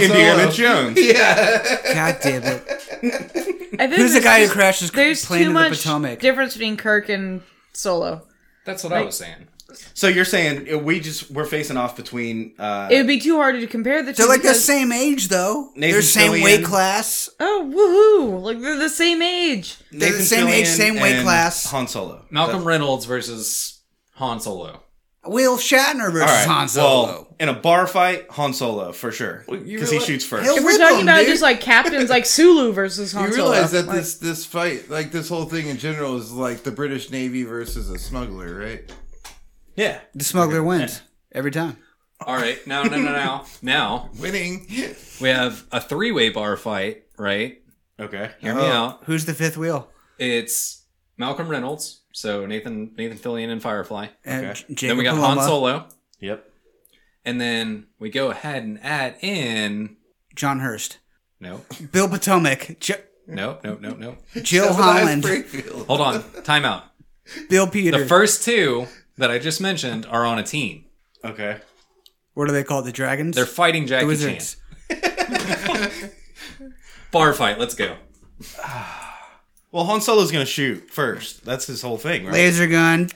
S2: Solo.
S3: Indiana Jones.
S5: God damn it.
S4: I think
S5: Who's the
S4: there's
S5: guy who
S4: just-
S5: crashes
S4: There's
S5: plane
S4: too
S5: in the
S4: much
S5: Potomac?
S4: difference between Kirk and Solo.
S1: That's what I was saying.
S3: So you're saying uh, we just we're facing off between uh,
S4: It would be too hard to compare the two.
S5: They're like the
S4: because-
S5: same age though.
S3: Nathan
S5: They're same
S3: Fillion.
S5: weight class.
S4: Oh, woohoo! Like they're the same age.
S5: They're the same age, same weight
S3: and
S5: class.
S3: Han Solo.
S1: Malcolm Reynolds versus Han Solo.
S5: Will Shatner versus
S3: All right.
S5: Han Solo.
S3: Well, in a bar fight, Han Solo for sure
S2: Well, you
S3: because he
S2: realize-
S3: shoots 1st
S5: He'll
S4: If we're
S5: whip
S4: talking
S5: him,
S4: about
S5: dude.
S4: just like captains, like Sulu versus Han
S2: You
S4: Solo.
S2: realize that
S4: Like,
S2: this this fight, like this whole thing in general, is like the British Navy versus a smuggler, right?
S3: yeah.
S5: the smuggler wins every time.
S1: All right, now, now, now, now, now
S2: Winning.
S1: we have a three-way bar fight. Right?
S3: Okay.
S1: Hear me out.
S5: Who's the fifth wheel?
S1: It's Malcolm Reynolds, so Nathan Nathan Fillion and Firefly.
S5: And
S3: Okay.
S5: J- Jacob
S1: then we got
S5: Paloma,
S1: Han Solo,
S3: Yep.
S1: and then we go ahead and add in
S5: John Hurst,
S1: no,
S5: Bill Potomac, J-
S1: no, no, no, no.
S5: Jill
S2: Holland.
S5: Holland,
S2: Springfield.
S1: Hold on, time out.
S5: Bill Peter.
S1: The first two that I just mentioned are on a team.
S3: Okay.
S5: what are they called? The dragons?
S1: They're fighting
S5: the
S1: Jackie Chan.
S5: wizards.
S1: Bar fight. Let's go.
S3: Well, Han Solo's gonna shoot first. That's his whole thing, right?
S5: Laser gun.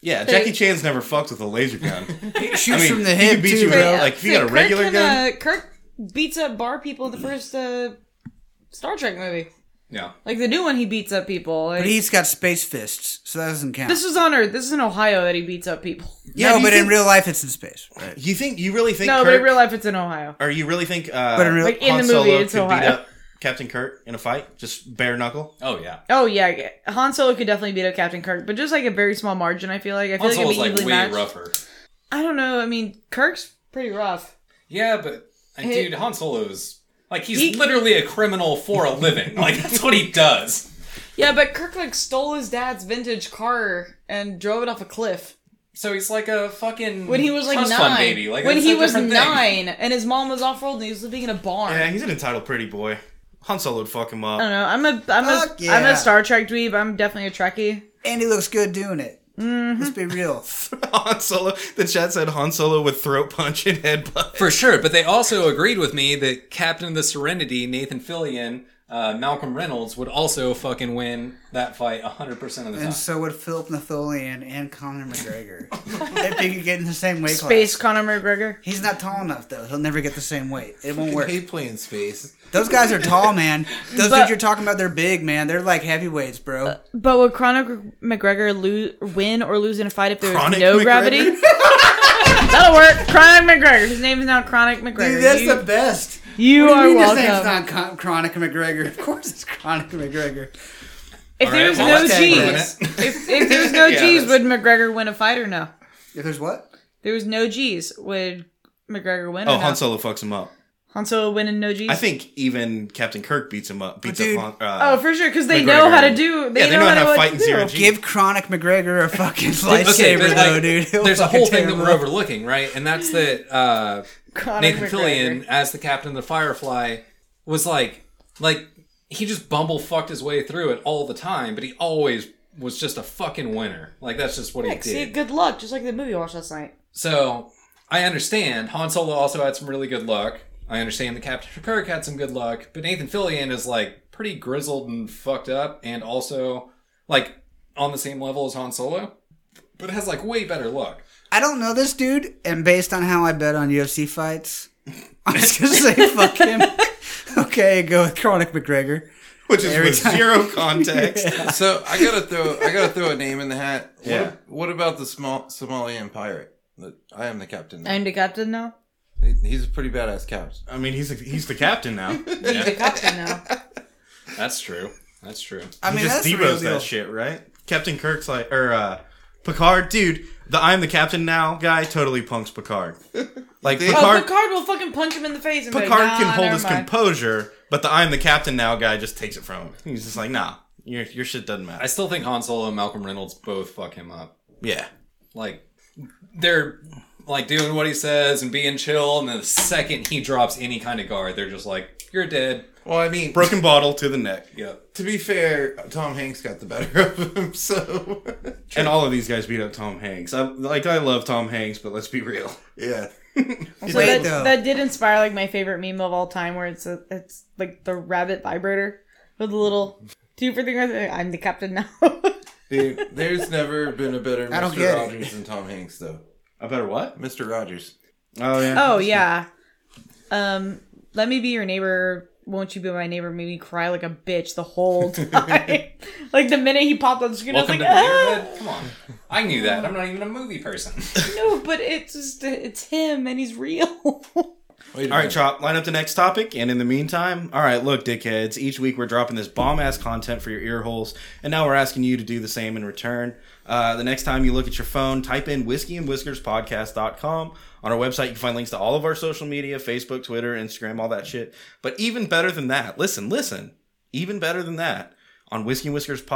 S3: yeah. Jackie Chan's never fucked with a laser gun.
S5: He shoots
S3: I mean,
S5: from the
S3: he could
S5: hip
S3: beat
S5: too,
S3: you
S5: bro.
S3: out, like if you got a
S4: Kirk
S3: regular
S4: can,
S3: gun.
S4: uh, Kirk beats up bar people in the first uh, Star Trek movie.
S1: Yeah.
S4: Like the new one, he beats up people. Like,
S5: But he's got space fists, so that doesn't count.
S4: this was on Earth. This is in Ohio that he beats up people.
S3: Yeah, do
S5: no,
S3: you
S5: but in
S3: think-
S5: real life, it's in space.
S3: You think you really think?
S4: No,
S3: Kirk,
S4: but in real life, it's in Ohio.
S3: Or you really think? Uh,
S5: But in real-
S4: Like, in
S3: Han
S4: the movie,
S3: Solo
S4: it's
S3: could beat
S4: Ohio.
S3: up Captain Kirk in a fight, just bare knuckle.
S1: Oh yeah.
S4: Oh yeah, Han Solo could definitely beat up Captain Kirk, but just like a very small margin. I feel like I feel
S1: Han
S4: like
S1: Solo's
S4: it'd be
S1: like
S4: evenly
S1: way
S4: matched.
S1: rougher.
S4: I don't know. I mean, Kirk's pretty rough.
S1: Yeah, but uh,
S4: Hey-
S1: dude, Han Solo's like he's
S4: He-
S1: literally a criminal for a living. Like that's what he does.
S4: Yeah, but Kirk like stole his dad's vintage car and drove it off a cliff
S1: So he's like a fucking
S4: when he was like
S1: trust
S4: nine.
S1: fund baby. Like
S4: when
S1: that's
S4: he
S1: a
S4: was
S1: different thing.
S4: nine and his mom was off world and he was living in a barn.
S3: Yeah, he's an entitled pretty boy. Han Solo would fuck him up.
S4: I don't know. I'm a I'm a
S5: Fuck yeah.
S4: am a Star Trek dweeb. I'm definitely a Trekkie.
S5: And he looks good doing it.
S4: Mm-hmm.
S5: Let's be real.
S3: Han Solo. The chat said Han Solo would throat punch and headbutt.
S1: For sure, but they also agreed with me that Captain of the Serenity, Nathan Fillion, uh, Malcolm Reynolds would also fucking win that fight 100% of the time.
S5: And so would Philip Natholian and Conor McGregor. if they could get in the same weight
S4: Space
S5: class.
S4: Conor McGregor.
S5: He's not tall enough though. He'll never get the same weight. It won't work.
S2: hate playing space.
S5: Those guys are tall, man. Those
S4: But-
S5: dudes you're talking about, they're big, man. They're like heavyweights, bro.
S1: Uh,
S4: But would Conor McGregor lose, win or lose in a fight if there was
S3: Chronic
S4: no
S3: McGregor?
S4: gravity? That'll work. Chronic McGregor. His name is now Chronic McGregor.
S5: Dude, that's
S4: you
S5: the best.
S4: you
S5: What do
S4: are
S5: you mean his name's
S4: welcome.
S5: not Con- Chronic McGregor? Of course it's Chronic McGregor.
S4: if there was
S1: All
S4: no
S1: right,
S5: well,
S4: G's, if, if there was no
S3: Yeah,
S4: G's,
S3: that's-
S4: would McGregor win a fight or no?
S5: If there's what?
S4: There was no G's, would McGregor win?
S3: Oh,
S4: or no?
S3: Han Solo fucks him up.
S4: Han Solo win and no G's.
S3: I think even Captain Kirk beats him up. Beats
S5: dude-
S3: up Han. Uh,
S4: Oh, for sure, because they know
S3: McGregor.
S4: how to do. They,
S3: Yeah, they
S4: know,
S3: know
S4: how
S3: how
S4: to
S3: to
S4: what
S3: fight
S4: to
S3: in zero
S4: do.
S3: G.
S5: Give Chronic McGregor a fucking
S1: Okay,
S5: lightsaber
S1: but,
S5: though,
S1: like,
S5: dude. He'll
S1: there's a
S5: fucking
S1: whole
S5: tear
S1: thing that
S5: him
S1: we're
S5: up.
S1: overlooking, right? And that's that uh,
S4: Chronic
S1: Nathan
S4: McGregor.
S1: Fillion, as the captain of the Firefly, was like, like he just bumble fucked his way through it all the time, but he always was just a fucking winner. Like that's just what he
S4: Heck, See,
S1: did.
S4: good luck, just like the movie I watched last night.
S1: So I understand Han Solo also had some really good luck. I understand the Captain Kirk had some good luck, but Nathan Fillion is like pretty grizzled and fucked up, and also like on the same level as Han Solo, but has like way better luck.
S5: I don't know this dude, and based on how I bet on UFC fights, I'm just gonna say fuck him. okay, go with Chronic McGregor.
S3: Which is
S5: Every
S3: with
S5: time.
S3: zero context.
S2: So I gotta throw I gotta throw a name in the hat. What,
S3: Yeah.
S2: What about the small Somalian pirate? The- I am the captain. now.
S4: I'm the captain now.
S2: He- He's a pretty badass captain.
S3: I mean, he's a, he's the captain now. He
S4: He's the captain now.
S1: That's true. That's true.
S5: I mean,
S3: just
S5: that's the real
S3: debo's
S5: deal.
S3: that shit, right? Captain Kirk's like, or uh, Picard, dude. The I'm the captain now guy totally punks Picard. Like
S2: Dude.
S4: Oh,
S3: Picard,
S4: Picard will fucking punch him in the face. And be like,
S3: Picard
S4: "Nah,
S3: can hold
S4: never
S3: his
S4: mind."
S3: composure, but the I'm the captain now guy just takes it from him. He's just like, nah, your your shit doesn't
S1: I
S3: matter.
S1: still think Han Solo and Malcolm Reynolds both fuck him up.
S3: Yeah.
S1: Like they're like doing what he says and being chill, and then the second he drops any kind of guard, they're just like, "You're dead."
S2: Well, I mean,
S3: Broken bottle to the neck.
S1: Yep.
S2: to be fair, Tom Hanks got the better of him. So
S3: And all of these guys beat up Tom Hanks. I, like I love Tom Hanks, but let's be real.
S2: yeah,
S4: So
S5: Wait,
S4: that,
S5: though.
S4: that did inspire like my favorite meme of all time, where it's a, it's like the rabbit vibrator with the little tube for thing. right there. I'm the captain now. Oh,
S2: dude, there's never been a better
S5: I don't
S2: Mister
S5: get it.
S2: Rogers than Tom Hanks, though.
S3: I better what?
S2: Mister Rogers.
S3: Oh yeah.
S4: oh yeah. Um, let me be your neighbor. Won't you be my neighbor? Made me cry like a bitch the whole time. like the minute he popped on the screen,
S1: Welcome
S4: I was like,
S1: to
S4: ah,
S1: Mirrorhead. Come on. I knew that. I'm not even a movie person.
S4: no, but it's just it's him and he's real.
S3: Uh,
S2: Wait a
S3: All right,
S2: minute.
S3: Chop, line up the next topic. And in the meantime, all right, look, dickheads, each week we're dropping this bomb ass content for your ear holes. And now we're asking you to do the same in return. Uh, the next time you look at your phone, type in whiskey and whiskers podcast.com. On our website, you can find links to all of our social media Facebook, Twitter, Instagram, all that shit. But even better than that, listen, listen, even better than that, on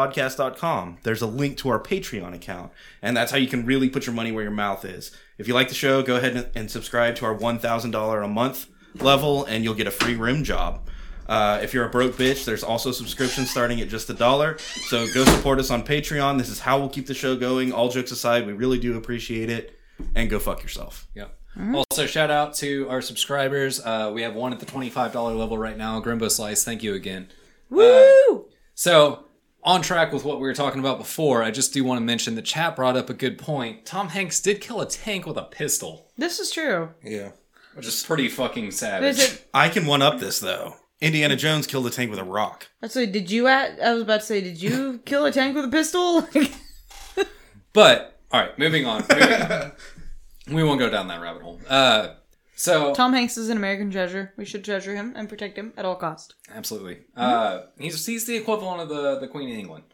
S3: whiskeyandwhiskerspodcast.com, there's a link to our Patreon account, and that's how you can really put your money where your mouth is. If you like the show, go ahead and, and subscribe to our $1,000 a month level, and you'll get a free rim job. Uh, if you're a broke bitch, there's also subscriptions starting at just a dollar. So go support us on Patreon. This is how we'll keep the show going. All jokes aside, we really do appreciate it. And go fuck yourself.
S1: Yeah.
S4: Mm-hmm.
S1: Also, shout out to our subscribers. Uh, we have one at the $25 level right now, Grimbo Slice. Thank you again.
S4: Woo!
S1: So, on track with what we were talking about before, I just do want to mention the chat brought up a good point. Tom Hanks did kill a tank with a pistol,
S4: This is true.
S2: Yeah.
S1: which is pretty fucking savage.
S4: Is it?
S3: I can one up this though. Indiana Jones killed a tank with a rock.
S4: I say, did you at? I was about to say, did you kill a tank with a pistol?
S1: But, all right, moving on. Moving on. we won't go down that rabbit hole. Uh, so,
S4: Tom Hanks is an American treasure. We should treasure him and protect him at all cost.
S1: absolutely. Uh, he's, he's the equivalent of the, the Queen of England.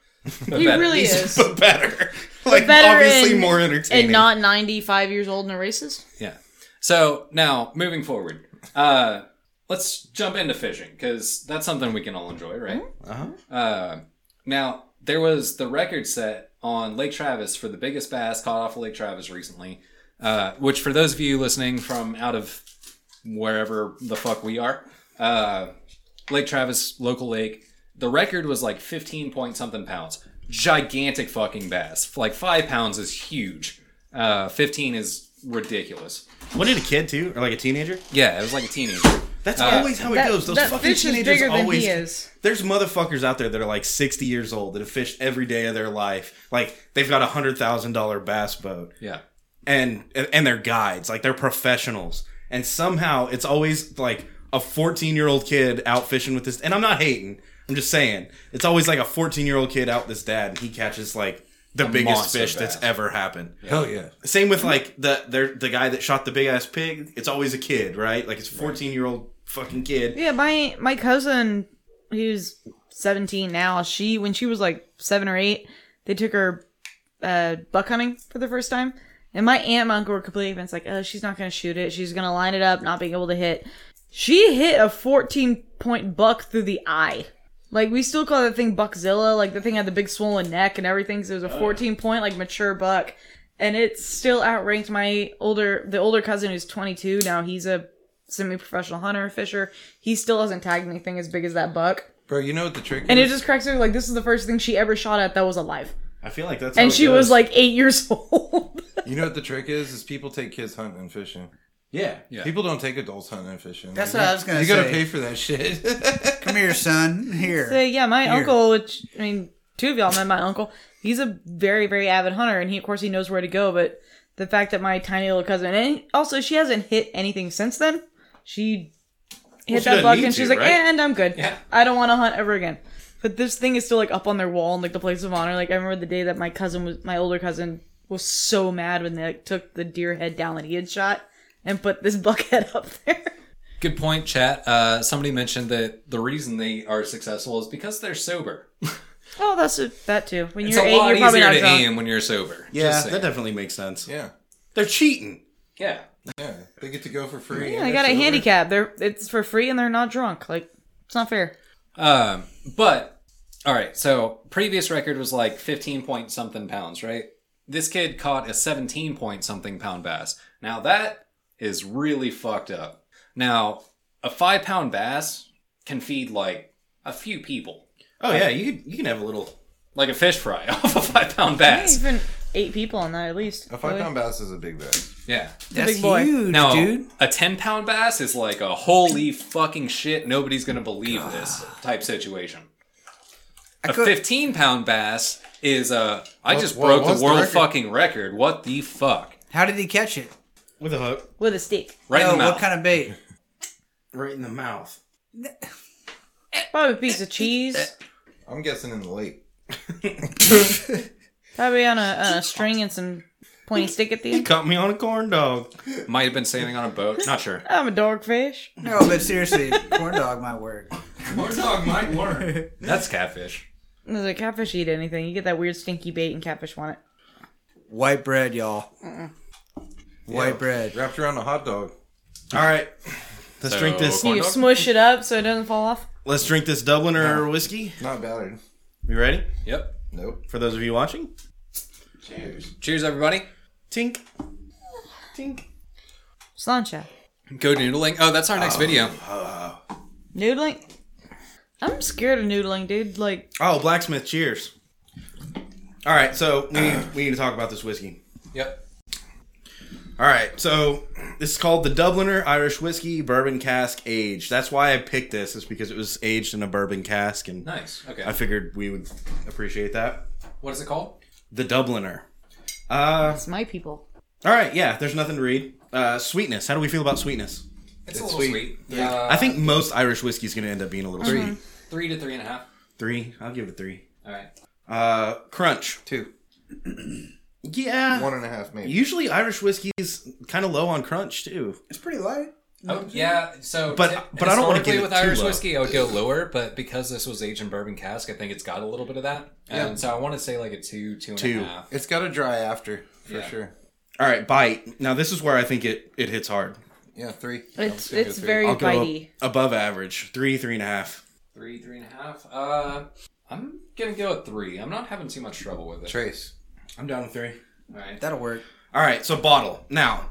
S1: But
S4: He
S1: better.
S4: really
S1: He's-
S4: is.
S3: But better. Like
S4: better
S3: obviously
S4: and-
S3: more entertaining.
S4: And not 95 years old and a racist?
S1: Yeah. So now moving forward, uh, let's jump into fishing because that's something we can all enjoy, right?
S3: uh-huh.
S1: Uh, now there was the record set on Lake Travis for the biggest bass caught off of Lake Travis recently, uh, which for those of you listening from out of wherever the fuck we are, uh, Lake Travis local lake, the record was like 15 point something pounds. Gigantic fucking bass. Like five pounds is huge. Uh, 15 is ridiculous.
S3: Wasn't it a kid too? Or like a teenager?
S1: Yeah, it was like a teenager.
S3: That's always how it goes. Those fucking
S4: Uh, fish is
S3: teenagers
S4: bigger than
S3: always
S4: he is.
S3: There's motherfuckers out there that are like 60 years old that have fished every day of their life. Like they've got a hundred thousand dollar bass boat.
S1: Yeah.
S3: and and they're guides like they're professionals and somehow it's always like a 14 year old kid out fishing with this and i'm not hating i'm just saying it's always like a 14 year old kid out with this dad and he catches like the biggest
S1: monster
S3: fish that's
S1: bass.
S3: ever happened
S2: Hell yeah.
S3: same with like the the the guy that shot the big ass pig it's always a kid right like it's a 14 year old fucking kid
S4: Yeah, my my cousin, who's 17 now, she when she was like seven or eight, they took her uh, buck hunting for the first time. And my aunt and uncle were completely convinced, like, oh, she's not going to shoot it. She's going to line it up, not being able to hit. She hit a 14 point buck through the eye. Like, we still call that thing Buckzilla. Like, the thing had the big swollen neck and everything. So it was a 14 point, like, mature buck. And it still outranked my older, the older cousin who's 22. Now he's a semi professional hunter, fisher. He still hasn't tagged anything as big as that buck.
S2: Bro, you know what the trick
S4: And it
S2: is?
S4: just cracks her, like, this is the first thing she ever shot at that was alive.
S3: i feel like that's how
S4: And
S3: it
S4: she
S3: goes.
S4: was like eight years old.
S2: you know what the trick is? Is people take kids hunting and fishing.
S3: yeah
S1: Yeah.
S2: People don't take adults hunting and fishing.
S5: That's
S2: You
S5: what I
S2: got-
S5: was gonna
S2: You gotta
S5: say.
S2: pay for that shit.
S5: Come here, son. Here.
S4: So yeah, my uncle, which I mean, two of y'all met my uncle. He's a very, very avid hunter, and he, of course, he knows where to go. But the fact that my tiny little cousin, and also she hasn't hit anything since then. She hit
S3: she
S4: that
S3: doesn't
S4: bug
S3: need
S4: and she's
S3: to,
S4: like,
S3: right?
S4: and I'm good.
S1: Yeah.
S4: I don't want to hunt ever again. But this thing is still like up on their wall in like the place of honor. Like I remember the day that my cousin was, my older cousin was so mad when they like took the deer head down that he had shot and put this buck head up there.
S1: Good point, chat. Uh, somebody mentioned that the reason they are successful is because they're sober.
S4: Oh, that's a, that too. When
S1: It's
S4: you're
S1: a
S4: eight,
S1: lot
S4: you're probably
S1: easier
S4: not
S1: to
S4: drunk.
S1: aim when you're sober.
S3: Yeah,
S1: Just
S3: that
S1: saying.
S3: definitely makes sense.
S2: Yeah.
S3: They're cheating.
S1: yeah.
S2: Yeah. They get to go for free.
S4: Yeah,
S2: and
S4: they got a
S2: it's over.
S4: handicap. They're it's for free and they're not drunk. Like it's not fair.
S1: Um, but all right, so previous record was like 15 point something pounds, right? This kid caught a 17 point something pound bass. Now that is really fucked up. Now, a five pound bass can feed like a few people,
S3: Oh yeah, you could, you can have a little.
S1: like a fish fry off a five pound
S4: Yeah,
S1: bass.
S4: even eight people on that at least.
S2: A five
S4: really.
S2: pound bass is a big bass.
S1: Yeah.
S5: That's
S4: big boy.
S5: huge,
S1: Now,
S5: dude.
S1: a 10 pound bass is like a holy fucking shit, nobody's gonna believe this type situation.
S5: I
S1: A
S5: could-
S1: 15 pound bass is uh, I
S2: What-
S1: just
S2: what
S1: broke
S2: was
S1: the
S2: the
S1: world
S2: record?
S1: fucking record. What the fuck?
S5: How did he catch it?
S3: With a hook.
S4: with a steak.
S1: Right
S5: no,
S1: in the mouth.
S5: what kind of bait?
S3: Right in the mouth.
S4: Probably a piece of cheese.
S2: I'm guessing in the lake.
S4: Probably on a, on a string and some pointy stick at the
S3: He
S4: end.
S3: caught me on a corn dog.
S1: Might have been standing on a boat. Not sure.
S4: I'm a dogfish.
S5: No, but seriously, corn dog might work.
S1: Corn dog might learn. That's catfish.
S4: Does a catfish eat anything? You get that weird stinky bait and catfish want it.
S5: White bread, y'all. White
S2: Yeah.
S5: bread.
S2: Wrapped around a hot dog.
S3: All right, let's
S1: So-
S3: drink this.
S1: Corn
S4: you
S1: dog?
S4: smush it up so it doesn't fall off.
S3: Let's drink this Dublin or whiskey.
S2: Not battered.
S3: You ready?
S1: Yep.
S2: Nope.
S3: For those of you watching,
S2: Cheers.
S1: Cheers, everybody.
S3: tink, tink.
S4: Slancha.
S1: Go noodling. Oh, that's our next video.
S4: Noodling. I'm scared of noodling, dude. Like
S3: Oh, blacksmith. Cheers. All right, so we need, we need to talk about this whiskey.
S1: Yep.
S3: All right, so this is called the Dubliner Irish Whiskey Bourbon Cask Age. That's why I picked this, is because it was aged in a bourbon cask, and
S1: Nice. Okay.
S3: I figured we would appreciate that.
S1: What is it called?
S3: The Dubliner. Uh,
S4: it's my people.
S3: all right, yeah. There's nothing to read. Uh, sweetness. How do we feel about sweetness?
S1: It's,
S2: It's sweet.
S1: Uh,
S3: I think most Irish whiskey's going to end up being a little
S2: Three.
S3: sweet.
S1: three to three and a half.
S3: Three. I'll give it a three.
S1: All right.
S3: Uh, crunch.
S2: Two.
S3: Yeah.
S2: One and a half maybe.
S3: Usually Irish whiskey's kind of low on crunch too.
S5: It's pretty light.
S1: Oh, yeah. So,
S3: But-
S1: ti-
S3: but I don't wanna
S1: historically
S3: give it
S1: with
S3: too
S1: Irish
S3: low.
S1: whiskey. I would go lower, but because this was aged in bourbon cask, I think it's got a little bit of that. And so I want to say like a two, two and a half.
S3: Two.
S2: It's got to dry after for
S1: Yeah.
S2: sure.
S3: All right, bite. Now this is where I think it it hits hard.
S2: Yeah, three.
S4: It's
S2: I'm gonna go
S4: it's
S2: three.
S4: very
S3: I'll go
S4: bitey.
S3: ab- above average. Three, three and a half.
S1: Three, three and a half. Uh, I'm gonna go at three. I'm not having too much trouble with it.
S2: Trace.
S3: I'm down with three.
S1: All right.
S5: That'll work.
S3: All right, so bottle. Now,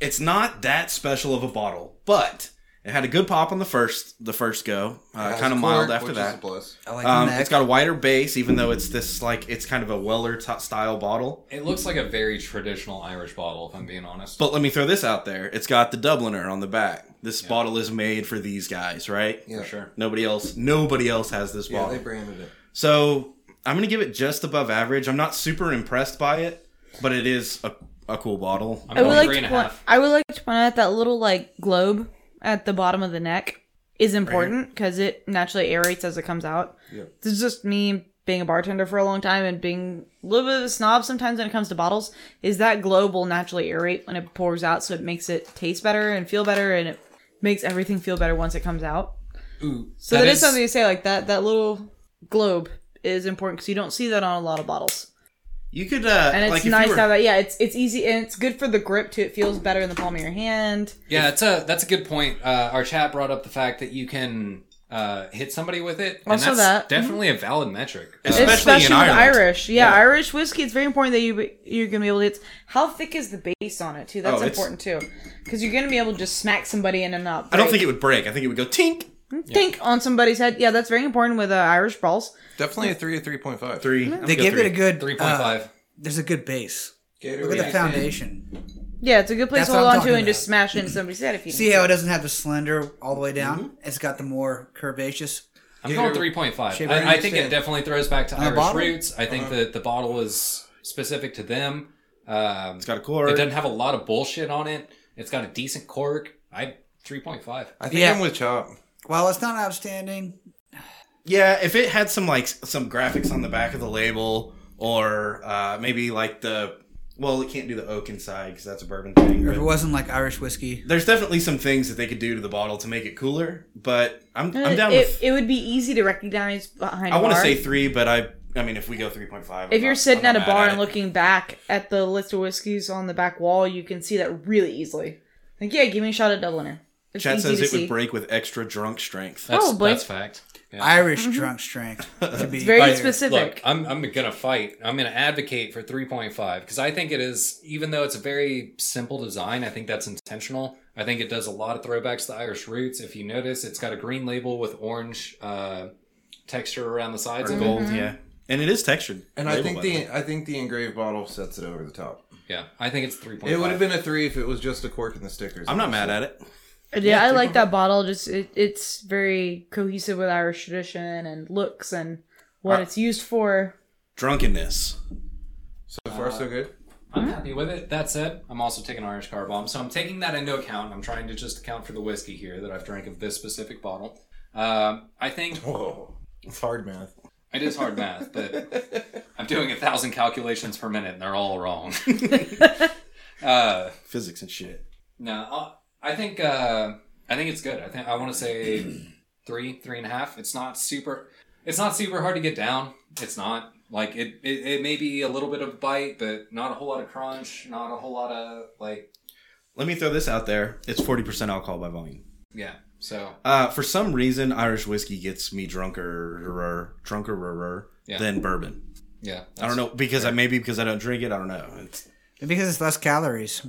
S3: it's not that special of a bottle, but it had a good pop on the first the first go. Uh,
S2: Has
S3: kind
S2: a
S3: of mild
S2: cork,
S3: after
S2: which Is a
S3: that.
S2: plus.
S5: I like
S3: Um,
S5: the neck.
S3: it's got a wider base, even though it's this like it's kind of a Weller t- style bottle.
S1: It looks like a very traditional Irish bottle, if I'm being honest.
S3: But let me throw this out there. It's got the Dubliner on the back. This bottle is made for these guys, right?
S2: Yeah.
S1: for sure.
S3: Nobody else nobody else has this
S2: Yeah,
S3: bottle.
S2: they branded it.
S3: so I'm gonna give it just above average. I'm not super impressed by it, but it is a, a cool bottle.
S1: I'm
S4: I would
S1: going
S4: like
S1: three
S4: to
S1: and a
S4: point,
S1: half.
S4: I would like to point out that little like globe at the bottom of the neck is important because it naturally aerates as it comes out.
S2: Yeah.
S4: This is just me being a bartender for a long time and being a little bit of a snob sometimes when it comes to bottles. Is that globe will naturally aerate when it pours out, so it makes it taste better and feel better, and it makes everything feel better once it comes out.
S1: Ooh,
S4: So that is, something to say. Like that that little globe is important because you don't see that on a lot of bottles.
S3: You could uh
S4: And it's
S3: like if
S4: nice
S3: you
S4: to have
S3: were,
S4: that. Yeah, it's it's easy and it's good for the grip too. It feels better in the palm of your hand.
S1: Yeah, that's a that's a good point. Uh, our chat brought up the fact that you can uh, hit somebody with it, and
S4: Also
S1: that's
S4: that.
S1: definitely a valid metric.
S3: It's-
S1: Uh,
S3: Especially in
S4: with
S3: Ireland.
S4: Irish. Yeah, Irish whiskey. It's very important that you be- you're gonna be able to. It's how thick is the base on it too? That's
S3: Oh, it's-
S4: important too, because you're gonna be able to just smack somebody in and up.
S3: I don't think it would break. I think it would go tink.
S4: think on somebody's head. Yeah, that's very important with uh, Irish balls.
S2: Definitely a three or three point five.
S3: Three. I'm gonna
S5: they
S3: go
S5: give
S3: three.
S5: it a good
S1: three point five.
S5: uh, there's a good base.
S2: Gatorade.
S5: Look at the foundation.
S4: Yeah, it's a good place
S5: That's
S4: to hold
S5: what I'm
S4: on to
S5: talking
S4: and just
S5: about.
S4: smash into somebody's head if you
S5: See how it doesn't have the slender all the way down. It's got the more curvaceous.
S1: I'm going three point five.
S5: Shape
S1: I, I
S5: everything
S1: think
S5: the
S1: it
S5: same.
S1: definitely throws back to
S5: a
S1: Irish
S5: bottle?
S1: roots. I think that the bottle is specific to them. Um,
S3: It's got a core.
S1: it doesn't have a lot of bullshit on it. It's got a decent cork. I 3.5.
S2: I think
S5: Yeah.
S2: I'm with Chop.
S5: While it's not outstanding,
S3: Yeah, if it had some like s- some graphics on the back of the label, or uh, maybe like the well, it can't do the oak inside because that's a bourbon thing.
S5: or if it
S3: but
S5: wasn't like Irish whiskey,
S3: There's definitely some things that they could do to the bottle to make it cooler, but I'm I'm down
S4: it,
S3: with.
S4: it would be easy to recognize behind.
S3: I want
S4: to
S3: to say three, but I I mean if we go three point five.
S4: If you're sitting at a bar and looking back at the list of whiskeys on the back wall, you can see that really easily. Like, yeah, give me a shot at Dubliner. It's
S3: Chad
S4: easy Mm-hmm.
S3: says
S4: to
S3: it
S4: see.
S3: would break with extra drunk strength.
S1: That's,
S4: Probably.
S1: that's fact. Yeah.
S5: Irish drunk strength. To be
S4: Very
S5: clear.
S4: specific.
S1: Look, I'm, I'm gonna fight. I'm gonna advocate for 3.5 because I think it is, even though it's a very simple design, I think that's intentional. I think it does a lot of throwbacks to Irish roots. If you notice, it's got a green label with orange uh, texture around the sides
S3: Or
S1: of
S3: gold,
S1: it.
S3: yeah, and it is textured.
S2: And I
S3: label,
S2: think
S3: by
S2: the
S3: way.
S2: I think the engraved bottle sets it over the top.
S1: Yeah, I think it's 3.5.
S2: It would have been a three if it was just a cork and the stickers.
S3: I'm not mad at it.
S4: yeah, I like that bottle. Just it, it's very cohesive with Irish tradition and looks and what
S3: Uh,
S4: it's used for.
S3: Drunkenness.
S2: So far, so good.
S1: I'm happy with it. That said, I'm also taking Irish car bomb, so I'm taking that into account. I'm trying to just account for the whiskey here that I've drank of this specific bottle. Um, I think
S2: Whoa, it's hard math.
S1: it is hard math, but I'm doing a thousand calculations per minute, and they're all wrong. uh,
S3: Physics and shit.
S1: no, I'll- I think uh, I think it's good. I think I want to say three, three and a half. It's not super. It's not super hard to get down. It's not like it. It, it may be a little bit of bite, but not a whole lot of crunch. Not a whole lot of like.
S3: Let me throw this out there. It's forty percent alcohol by volume.
S1: Yeah. So
S3: Uh, for some reason, Irish whiskey gets me drunker, drunker
S1: Yeah.
S3: than bourbon.
S1: yeah,
S3: I don't know because I maybe because I don't drink it. I don't know. It's
S5: because it's less calories.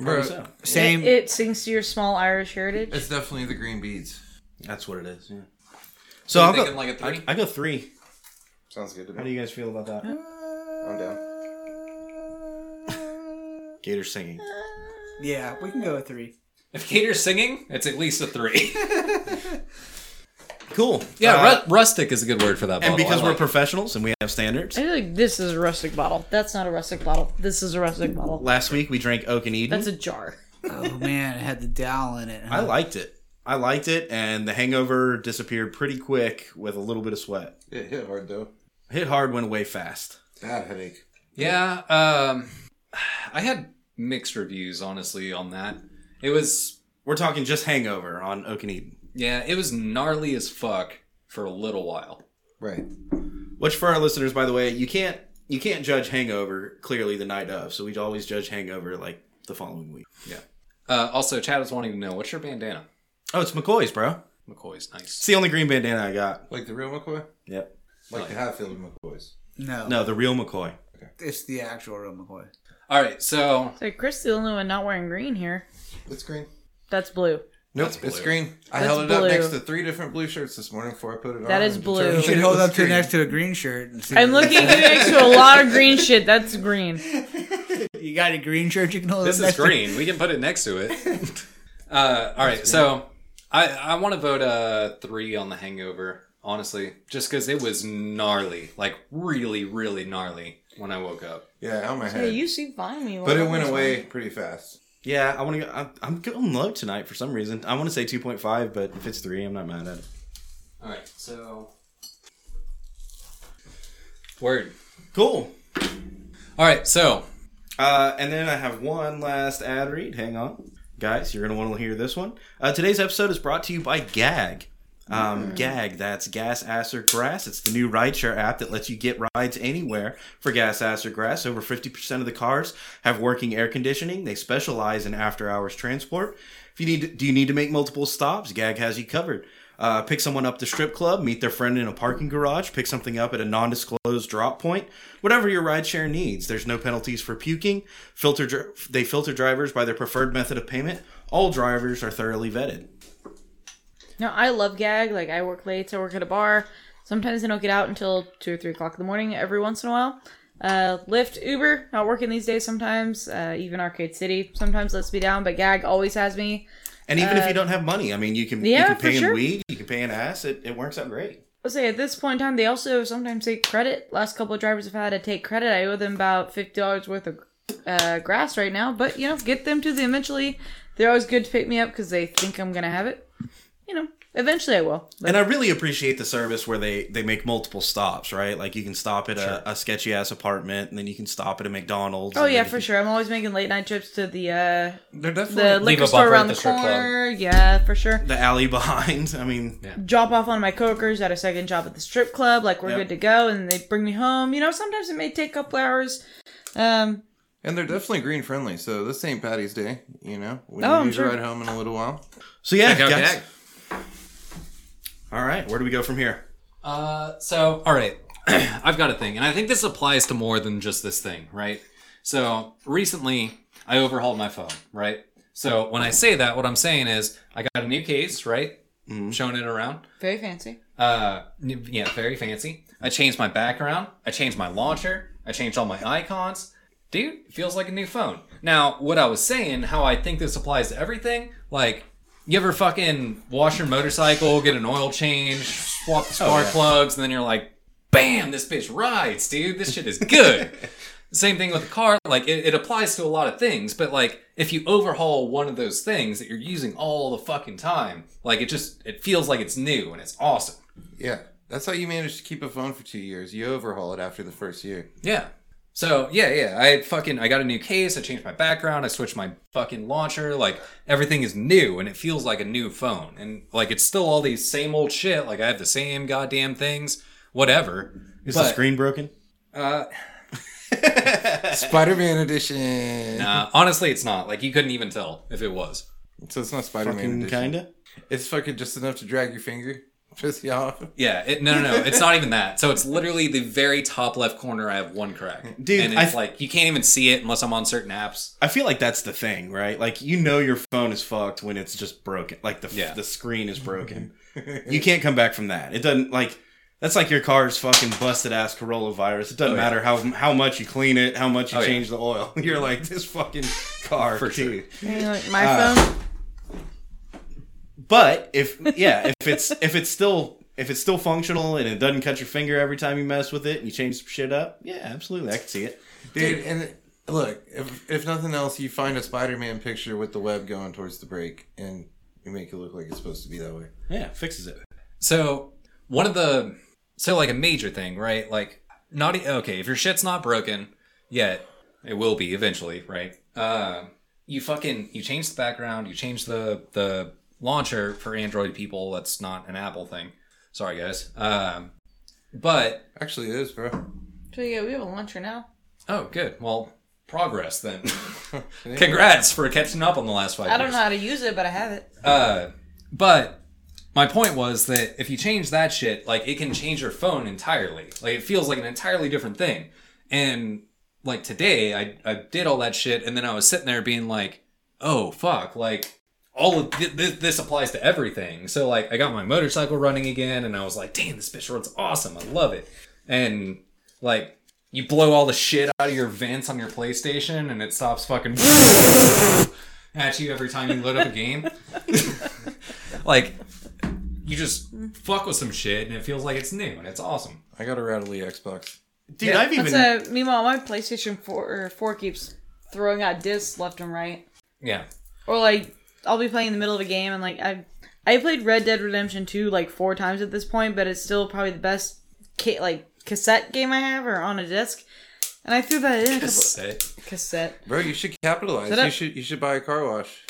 S2: Bro,
S3: so.
S5: Same.
S4: It, it sings to your small Irish heritage.
S2: it's definitely the green beads.
S3: that's what it is. Yeah.
S1: So
S3: So I'll
S1: I'm
S3: go,
S1: thinking like a three.
S3: I go three.
S2: Sounds good to
S3: How do you guys feel about that?
S2: I'm down.
S3: Gator singing.
S5: yeah, we can go with three.
S1: if Gator's singing, it's at least a three.
S3: Cool.
S1: yeah,
S3: Uh,
S1: ru- rustic is a good word for that.
S3: and
S1: bottle.
S3: because
S1: I
S3: we're
S1: like it.
S3: professionals and we have standards.
S4: I feel like this is a rustic bottle. That's not a rustic bottle. This is a rustic bottle.
S3: Last week we drank Oak and Eden.
S4: That's a jar.
S5: Oh man, it had the dowel in it.
S3: I liked it. I liked it, and the hangover disappeared pretty quick with a little bit of sweat.
S2: It hit hard though.
S3: Hit hard, went away fast.
S2: Bad headache.
S1: yeah, um, I had mixed reviews honestly on that. It was
S3: We're talking just hangover on Oak and Eden.
S1: yeah, it was gnarly as fuck for a little while.
S2: Right.
S3: Which for our listeners, by the way, you can't you can't judge Hangover clearly the night of, so we always judge Hangover like the following week.
S1: Uh, also, Chad was wanting to know what's your bandana.
S3: Oh, it's McCoy's, bro.
S1: McCoy's
S3: It's
S1: nice.
S3: the only green bandana I got.
S2: Like the real McCoy.
S3: Yep.
S2: Like the Hatfield McCoys.
S5: no,
S3: No, the real McCoy.
S5: it's the actual real McCoy.
S1: All right, so
S4: It's like Chris the only one not wearing green here.
S2: It's green.
S4: That's blue.
S2: Nope, it's
S1: blue.
S2: green. I
S4: That's
S2: held it up
S4: blue.
S2: next to three different blue shirts this morning before I put it on.
S4: That is
S2: and
S4: blue.
S2: determined
S5: You should
S2: it
S5: hold
S2: was
S5: up to
S2: green.
S5: next to a green shirt. And see
S4: I'm looking here next to a lot of green shit. That's green.
S5: You got a green shirt you can hold
S1: this
S5: up
S1: is
S5: next to?
S1: green. We can put it next to it. Uh, all right, so I I want to vote a three on the Hangover. Honestly, just because it was gnarly, like really, really gnarly when I woke up.
S2: Yeah, on my
S4: Yeah,
S2: head.
S4: you seem fine when you
S2: but
S4: walk
S2: it
S4: up
S2: went
S4: this
S2: away
S4: way.
S2: pretty fast.
S3: Yeah, I want to go. I'm, I'm going low tonight for some reason. I want to say 2.5, but if it's three, I'm not mad at it.
S1: All right, so word.
S3: Cool.
S1: All right, so
S3: Uh, and then I have one last ad read. Hang on. Guys, you're going to want to hear this one. Uh, today's episode is brought to you by Gag. Um, Gag, that's Gas, Ass, or Grass. It's the new rideshare app that lets you get rides anywhere for gas, ass, or grass. Over 50% of the cars have working air conditioning. They specialize in after hours transport. If you need, do you need to make multiple stops? Gag has you covered. Uh, pick someone up at the strip club, meet their friend in a parking garage, pick something up at a non disclosed drop point, whatever your rideshare needs. There's no penalties for puking. Filter dri- They filter drivers by their preferred method of payment. All drivers are thoroughly vetted.
S4: No, I love gag. Like I work late. I work at a bar. Sometimes I don't get out until two or three o'clock in the morning. Every once in a while. Uh, Lyft, Uber, not working these days. Sometimes, uh, even Arcade City sometimes lets me down. But Gag always has me.
S3: And even if you don't have money, I mean, you can,
S4: Uh, yeah,
S3: you can
S4: for
S3: pay in
S4: sure.
S3: weed, you can pay in ass. It, it works out great.
S4: I'll say at this point in time, they also sometimes take credit. Last couple of drivers have had to take credit. I owe them about fifty dollars worth of uh, grass right now, but you know, get them to the eventually. They're always good to pick me up because they think I'm gonna have it. You know, eventually I will. But
S3: And I really appreciate the service where they they make multiple stops, right? Like you can stop at a, a sketchy ass apartment, and then you can stop at a McDonald's.
S4: oh
S3: and
S4: yeah,
S3: then
S4: for
S3: you
S4: sure. I'm always making late night trips to the uh,
S2: They're
S4: the
S2: definitely
S4: liquor
S1: a
S4: store
S1: buffer
S4: around
S1: at
S4: the
S1: the strip club.
S4: corner. Yeah, for sure.
S3: can- The alley behind. I mean,
S4: Drop off one of my coworkers at a second job at the strip club. Like we're
S3: Yep.
S4: good to go, and they bring me home. You know, sometimes it may take a couple hours. Um,
S2: and they're definitely green friendly. So this ain't Patty's Day, you know. We
S4: Oh, I'm
S2: need to
S4: sure.
S2: ride home in a little while.
S3: so yeah,
S1: Check out
S3: guys.
S1: Gag.
S3: All right, where do we go from here?
S1: Uh, so, all right, I've got a thing, and I think this applies to more than just this thing, right? So, recently, I overhauled my phone, right? So, when I say that, what I'm saying is I got a new case, right? Showing it around.
S4: very fancy.
S1: Uh, n- yeah, very fancy. I changed my background. I changed my launcher. I changed all my icons. Dude, it feels like a new phone. Now, what I was saying, how I think this applies to everything, like, you ever fucking wash your motorcycle, get an oil change, swap the spark plugs, and then you're like, bam, this bitch rides, dude. This shit is good. Same thing with the car. Like, it, it applies to a lot of things, but like, if you overhaul one of those things that you're using all the fucking time, like, it just, it feels like it's new and it's awesome.
S2: Yeah, that's how you manage to keep a phone for two years. You overhaul it after the first year.
S1: Yeah. So yeah, yeah. I fucking I got a new case. I changed my background. I switched my fucking launcher. Like everything is new, and it feels like a new phone. And like it's still all these same old shit. Like I have the same goddamn things. Whatever.
S3: Is
S1: But-
S3: the screen broken?
S1: Uh,
S2: Spider Man edition.
S1: nah, Uh, honestly, it's not. Like you couldn't even tell if it was.
S2: So it's not Spider Man
S3: Fucking
S2: edition.
S3: kinda.
S2: It's fucking just enough to drag your finger, piss you off.
S1: Yeah. It, no, no, no. It's not even that. So it's literally the very top left corner. I have one crack,
S3: Dude,
S1: And
S3: I-
S1: it's like you can't even see it unless I'm on certain apps.
S3: I feel like that's the thing, right? Like you know your phone is fucked when it's just broken. Like the
S1: Yeah.
S3: the screen is broken. you can't come back from that. It doesn't like that's like your car's fucking busted ass Corolla virus. It doesn't
S1: Oh, yeah.
S3: matter how how much you clean it, how much you
S1: Oh, yeah.
S3: change the oil. You're like this fucking car
S1: For sure.
S3: dude.
S4: You know, like my
S1: Uh.
S4: phone.
S3: But if yeah, if it's if it's still if it's still functional and it doesn't cut your finger every time you mess with it and you change some shit up, yeah, absolutely, I can see it.
S2: Dude, and look, if, if nothing else, you find a Spider Man picture with the web going towards the break and you make it look like it's supposed to be that way.
S3: Yeah, fixes it.
S1: So one of the so like a major thing, right? Like not e- okay if your shit's not broken yet, it will be eventually, right? Uh, you fucking you change the background, you change the the launcher for Android people. That's not an Apple thing. Sorry guys. Um, but
S2: Actually, it is, bro.
S4: So yeah, we have a launcher now.
S1: oh good, well progress then. Congrats for catching up on the last five.
S4: I don't
S1: years.
S4: know how to use it, but I have it.
S1: Uh, but my point was that if you change that shit, like it can change your phone entirely. Like it feels like an entirely different thing. And like today, I I did all that shit, and then I was sitting there being like, oh fuck, like all of thi- thi- this applies to everything. So like I got my motorcycle running again, and I was like, damn, this bitch runs awesome. I love it. And like. You blow all the shit out of your vents on your PlayStation and it stops fucking at you every time you load up a game like you just fuck with some shit and it feels like it's new and it's awesome.
S2: I got a rattly Xbox.
S3: Dude, I've even
S4: That's a, meanwhile, my PlayStation 4 or 4 keeps throwing out discs left and right.
S1: Yeah.
S4: Or like I'll be playing in the middle of a game and like I I played Red Dead Redemption 2 like 4 times at this point, but it's still probably the best ca- like cassette game I have or on a disc. And I threw that in a couple cassette.
S2: Bro, you should capitalize.
S4: Set up.
S2: You should you should buy a car wash.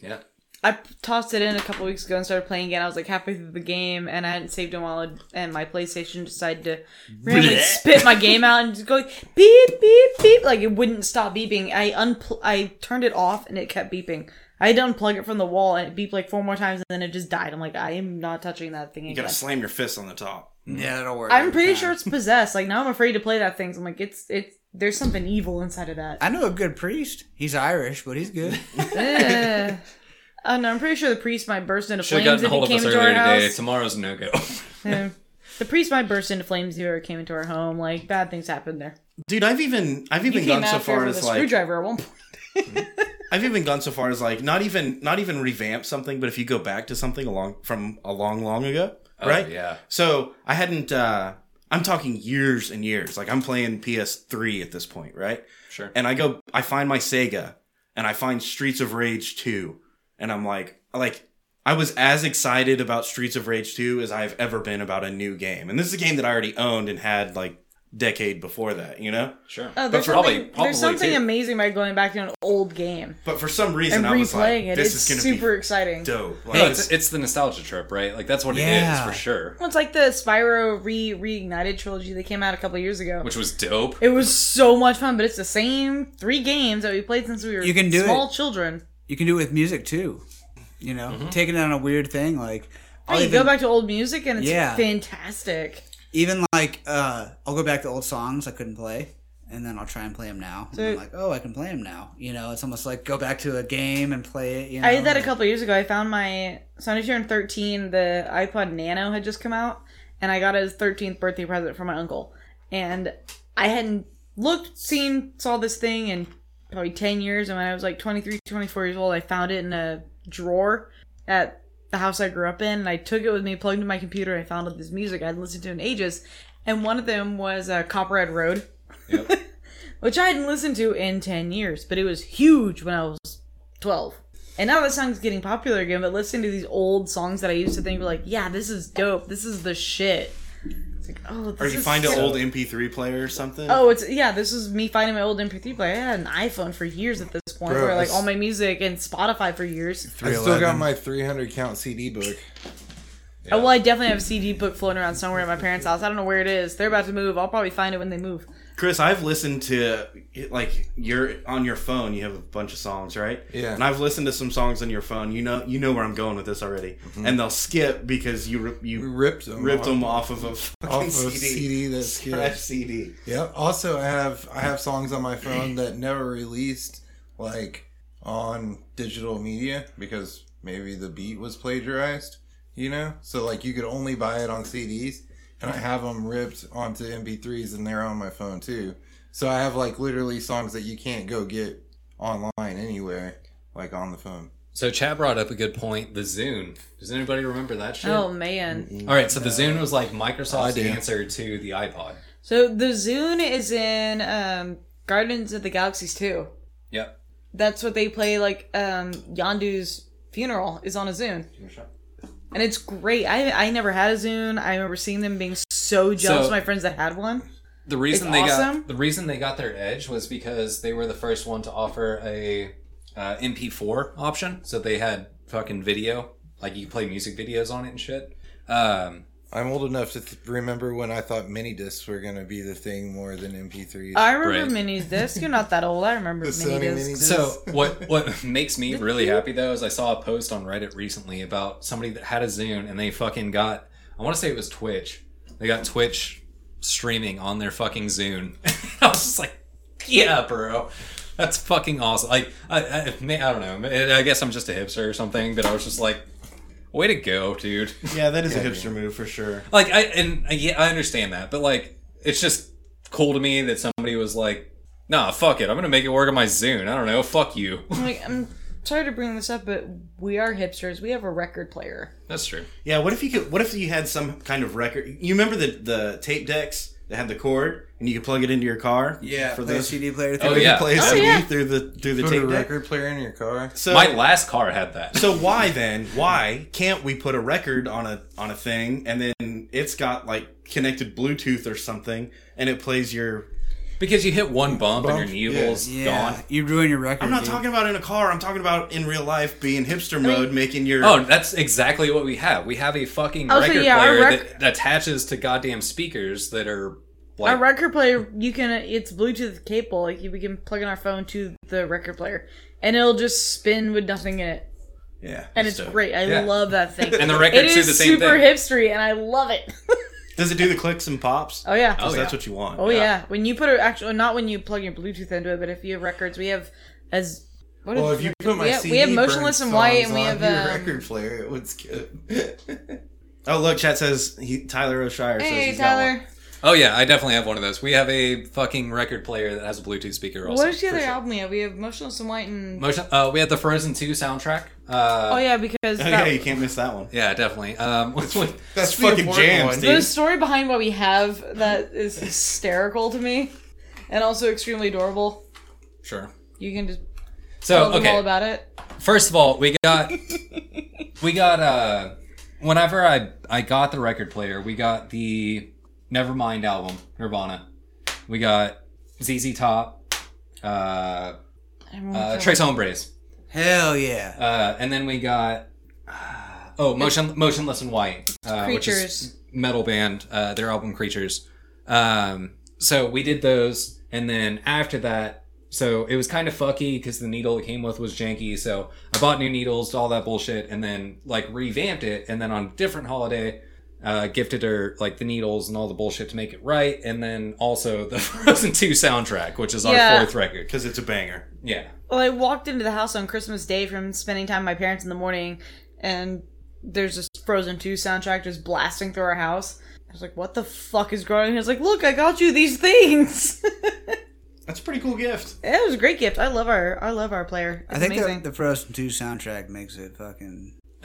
S1: Yeah.
S4: I tossed it in a couple weeks ago and started playing again. I was like halfway through the game and I hadn't saved in a while, and my PlayStation decided to randomly spit my game out and just go beep beep beep. Like it wouldn't stop beeping. I unpl- I turned it off and it kept beeping. I had to unplug it from the wall and it beeped like four more times and then it just died. I'm like, I am not touching that thing
S3: you
S4: again.
S3: gotta slam your fist on the top.
S2: Yeah, that'll work.
S4: I'm pretty sure it's possessed. Like now I'm afraid to play that thing. So I'm like, it's it's there's something evil inside of that.
S5: I know a good priest. He's Irish, but he's good.
S4: Ugh. Oh no, I'm pretty sure the priest might burst into
S1: Should
S4: flames
S1: have
S4: if
S1: gotten hold
S4: he
S1: of
S4: came
S1: us
S4: into our
S1: earlier
S4: house.
S1: today. Tomorrow's no go.
S4: Yeah. The priest might burst into flames if he ever came into our home. Like bad things happened there.
S3: Dude, I've even I've even
S4: He
S3: gone
S4: came
S3: so
S4: out there
S3: far
S4: with a
S3: as like
S4: screwdriver at one point. Oh,
S3: I've even gone so far as like not even not even revamp something, but if you go back to something along from a long long ago, right?
S1: Oh, yeah.
S3: So I hadn't. uh I'm talking years and years. Like I'm playing PS3 at this point, right?
S1: Sure.
S3: and I go I find my Sega and I find Streets of Rage 2 and I'm like like I was as excited about Streets of Rage 2 as I've ever been about a new game. And this is a game that I already owned and had like decade before that, you know?
S1: Sure.
S4: Oh,
S1: but
S4: there's
S1: probably,
S4: something,
S1: probably
S4: there's something
S1: too.
S4: amazing about going back to an old game
S3: But for some
S4: and
S3: reason I was like
S4: replaying it.
S3: this is
S4: It's
S3: going to
S4: super
S3: be
S4: exciting.
S3: dope. Like,
S1: No, it's, it's the nostalgia trip, right? Like that's what
S3: Yeah.
S1: it is for sure.
S4: Well, It's like the Spyro re reignited trilogy that came out a couple years ago.
S1: Which was dope.
S4: it was so much fun, but it's the same three games that we played since we were
S5: You can do
S4: small
S5: it.
S4: children.
S5: You can do it with music too. You know, taking it on a weird thing like. I'll
S4: Hey, you
S5: even-
S4: go back to old music and it's
S5: Yeah.
S4: fantastic.
S5: even like uh i'll go back to old songs i couldn't play and then i'll try and play them now and i'm like oh i can play them now you know it's almost like go back to a game and play it you know
S4: I did that a
S5: like-
S4: couple years ago. I found my so I turned thirteen. The iPod Nano had just come out, and I got it as thirteenth birthday present from my uncle. And I hadn't looked, seen, saw this thing in probably ten years. And when I was like 23, 24 years old, I found it in a drawer at the house I grew up in, and I took it with me, plugged into my computer, and I found all this music I'd listened to in ages. And one of them was uh, Copperhead Road, which I hadn't listened to in ten years, but it was huge when I was 12. And now that song's getting popular again, but listening to these old songs that I used to think were like, yeah, this is dope. This is the shit. It's like, oh, this
S3: or you
S4: is
S3: find an
S4: so-
S3: old MP3 player or something.
S4: Oh, it's yeah. This is me finding my old MP3 player. I had an iPhone for years at this point,
S2: Bro,
S4: where like
S2: it's-
S4: all my music and Spotify for years.
S2: I still got my 300 count CD book.
S4: Oh, well, I definitely have a CD book floating around somewhere at my parents' house. I don't know where it is. They're about to move. I'll probably find it when they move.
S3: Chris, I've listened to like you're on your phone. You have a bunch of songs, right?
S2: Yeah.
S3: And I've listened to some songs on your phone. You know, you know where I'm going with this already. And they'll skip because you ri-
S2: Mm-hmm. We
S3: you
S2: ripped them.
S3: ripped
S2: off,
S3: them off of a fucking
S2: off of
S3: CD.
S2: CD that
S3: Scratch
S2: skipped.
S3: CD.
S2: Yep. Also, I have I have songs on my phone that never released, like on digital media because maybe the beat was plagiarized. You know, so like you could only buy it on CDs, and I have them ripped onto MP3s, and they're on my phone too. So I have like literally songs that you can't go get online anywhere, like on the phone.
S1: So Chad brought up a good point. The Zune. Does anybody remember that shit?
S4: Oh man.
S1: All right. So the Zune was like Microsoft's
S2: I do.
S1: answer to the iPod.
S4: So the Zune is in um, Guardians of the Galaxies too.
S1: Yep.
S4: That's what they play. Like um, Yondu's funeral is on a Zune, and it's great. I I never had a Zune. I remember seeing them being so jealous
S1: So-
S4: of my friends that had one.
S1: The reason
S4: It's
S1: they
S4: awesome.
S1: got the reason they got their edge was because they were the first one to offer a uh, MP4 option. So they had fucking video, like you could play music videos on it and shit. Um,
S2: I'm old enough to th- remember when I thought mini discs were gonna be the thing more than MP3s.
S4: I remember
S1: Right.
S4: minis disc. You're not that old. I remember
S2: The
S4: Uh, mini
S2: Sony mini
S4: discs.
S2: disc.
S1: So what what makes me really happy though is I saw a post on Reddit recently about somebody that had a Zune and they fucking got I want to say it was Twitch. They got Twitch streaming on their fucking Zune. I was just like, yeah, bro. That's fucking awesome. Like I I, may, I don't know. I guess I'm just a hipster or something, but I was just like way to go, dude.
S3: Yeah, that is a hipster move for sure.
S1: like I and I, yeah, I understand that, but like it's just cool to me that somebody was like, "Nah, fuck it. I'm going to make it work on my Zune. I don't know. Fuck you."
S4: I'm, like, I'm sorry to bring this up, but we are hipsters. We have a record player.
S1: That's true.
S3: Yeah, what if you could? What if you had some kind of record? You remember the the tape decks that had the cord, and you could plug it into your car.
S2: Yeah,
S3: for
S5: play a
S3: those.
S5: cd player thing.
S1: Oh yeah.
S3: Play a
S4: Oh,
S3: CD
S4: yeah.
S3: through the through the
S2: Put a
S3: tape deck.
S2: record player in your car.
S3: So
S1: My last car had that.
S3: So why then? Why can't we put a record on a on a thing and then it's got like connected Bluetooth or something and it plays your?
S1: Because you hit one bump, and your nuble's
S5: yeah
S1: gone.
S5: you ruin your record
S3: I'm not
S2: Mm-hmm.
S5: dude.
S3: talking about in a car. I'm talking about in real life, being hipster mode, making your.
S1: Oh, that's exactly what we have. We have a fucking
S4: Oh, so
S1: record
S4: yeah, our
S1: player
S4: rec-
S1: that, that attaches to goddamn speakers that are
S4: Our
S1: like
S4: record player, you can. It's Bluetooth capable. Like we can plug in our phone to the record player, and it'll just spin with nothing in it.
S3: yeah,
S4: and
S3: that's
S4: it's
S3: dope.
S4: great. I
S1: Yeah.
S4: love that thing.
S1: And the records
S4: It
S1: do
S4: is
S1: the same
S4: super
S1: thing.
S4: hipstery, and I love it.
S3: Does it do the clicks and pops?
S4: oh yeah.
S3: 'Cause
S1: Oh,
S3: that's
S1: yeah.
S3: what you want.
S4: Oh yeah. When you put a actual, not when you plug your Bluetooth into it, but if you have records, we have as what
S2: Well,
S4: is-
S2: if you put my
S4: we have,
S2: CD
S4: we have motionless
S2: Burn
S4: and white,
S2: Songs
S4: and we
S2: on
S4: have
S2: your
S4: um,
S2: record player. It would skip.
S3: Oh look, chat says he, Tyler O'Shire says
S4: Hey
S3: he's got
S4: Tyler,
S3: one.
S1: oh yeah, I definitely have one of those. We have a fucking record player that has a Bluetooth speaker. Also,
S4: what is the
S1: for
S4: other
S1: sure.
S4: album we have? We have motionless and white, and
S1: Motion. Uh, we had the Frozen Two soundtrack.
S4: oh
S1: Uh,
S4: yeah, because
S3: Oh,
S4: that-
S3: yeah, you can't miss that one.
S1: yeah, definitely. Um, what's with-
S2: That's
S3: fucking jams, dude.
S4: the story behind why we have that is hysterical to me, and also extremely adorable.
S1: Sure.
S4: You can just
S1: So
S4: tell them all
S1: okay.
S4: about it.
S1: First of all, we got we got uh whenever I I got the record player, we got the Nevermind album, Nirvana. We got ZZ Top, uh,
S4: Everyone
S1: uh
S4: tell-
S1: Trace Hombres.
S5: Hell yeah.
S1: Uh, and then we got uh, oh motion motionless in white uh, which is
S4: Creatures.
S1: metal band uh, their album creatures um, so we did those and then after that so it was kind of fucky because the needle it came with was janky so i bought new needles all that bullshit and then like revamped it and then on a different holiday uh, gifted her like the needles and all the bullshit to make it right and then also the frozen 2 soundtrack which is
S4: Yeah.
S1: our fourth record
S3: because it's a banger.
S1: yeah
S4: Well, I walked into the house on Christmas Day from spending time with my parents in the morning, and there's this Frozen 2 soundtrack just blasting through our house. I was like, what the fuck is growing here? I was like, look, I got you these things.
S3: That's a pretty cool gift.
S4: it was a great gift. I love our I love our player. It's
S5: I think
S4: amazing.
S5: that the Frozen 2 soundtrack makes it fucking.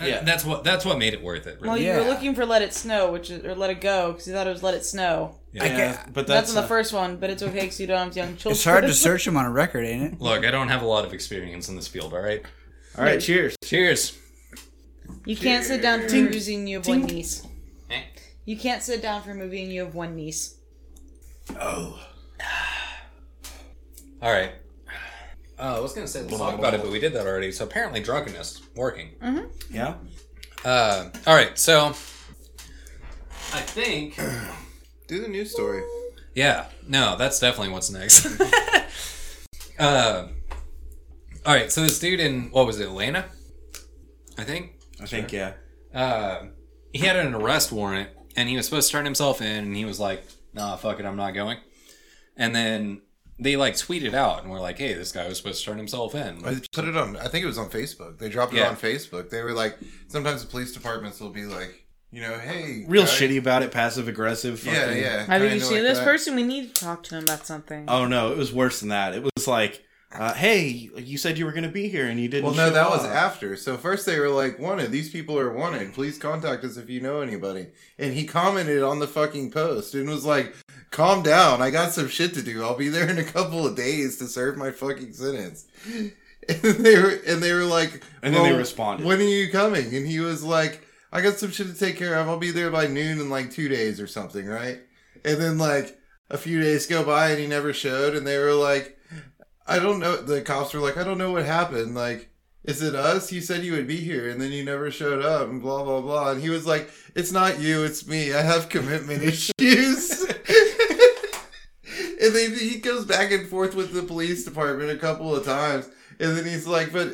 S1: yeah that's what that's what made it worth it really.
S4: well, you
S5: Yeah.
S4: were looking for Let It Snow, which is, or Let It Go, because you thought it was Let It Snow.
S1: Yeah.
S3: Yeah, but
S4: That's,
S3: that's,
S4: in the
S3: not-
S4: first one, but it's okay because you don't have young children.
S5: It's hard to search them on a record, ain't it?
S1: Look, I don't have a lot of experience in this field, all right?
S3: All right, cheers.
S1: Cheers.
S4: You can't sit down for a movie and you have one niece.
S1: Eh.
S4: You can't sit down for a movie and you have one niece.
S1: All right. Uh, I was going to say, let's talk about it, but we did that already. So apparently, drunkenness working.
S3: Yeah,
S1: Uh, all right, so I think.
S2: Do the news story.
S1: Yeah, no, that's definitely what's next. uh, all right, so this dude in, what was it, Atlanta? I think.
S3: I think yeah.
S1: uh, he had an arrest warrant and he was supposed to turn himself in and he was like nah fuck it i'm not going and then they like tweeted out and we're like hey this guy was supposed to turn himself in
S2: I put it on. I think it was on Facebook. They dropped it
S1: Yeah.
S2: on Facebook. They were like, sometimes the police departments will be like, you know, hey,
S3: Real
S2: guy-
S3: shitty about it, passive aggressive.
S2: Yeah,
S3: fucking-
S2: yeah.
S4: Have you
S2: kinda
S4: seen
S2: like
S4: this
S2: that.
S4: person? We need to talk to him about something.
S3: Oh no, it was worse than that. It was like, uh, hey, you said you were going to be here and you didn't.
S2: Well, no,
S3: show
S2: that was
S3: up.
S2: after. So first they were like, "Wanted. These people are wanted. Please contact us if you know anybody." And he commented on the fucking post and was like, "Calm down. I got some shit to do. I'll be there in a couple of days to serve my fucking sentence." And they were and they were like,
S3: And then they
S2: "Well,
S3: responded."
S2: "When are you coming?" And he was like, "I got some shit to take care of. I'll be there by noon in like two days or something, right?" And then like a few days go by and he never showed, and they were like. I don't know. The cops were like, I don't know what happened. Like, is it us? You said you would be here and then you never showed up and blah, blah, blah. And he was like, it's not you, it's me. I have commitment issues. and then he goes back and forth with the police department a couple of times. And then he's like, but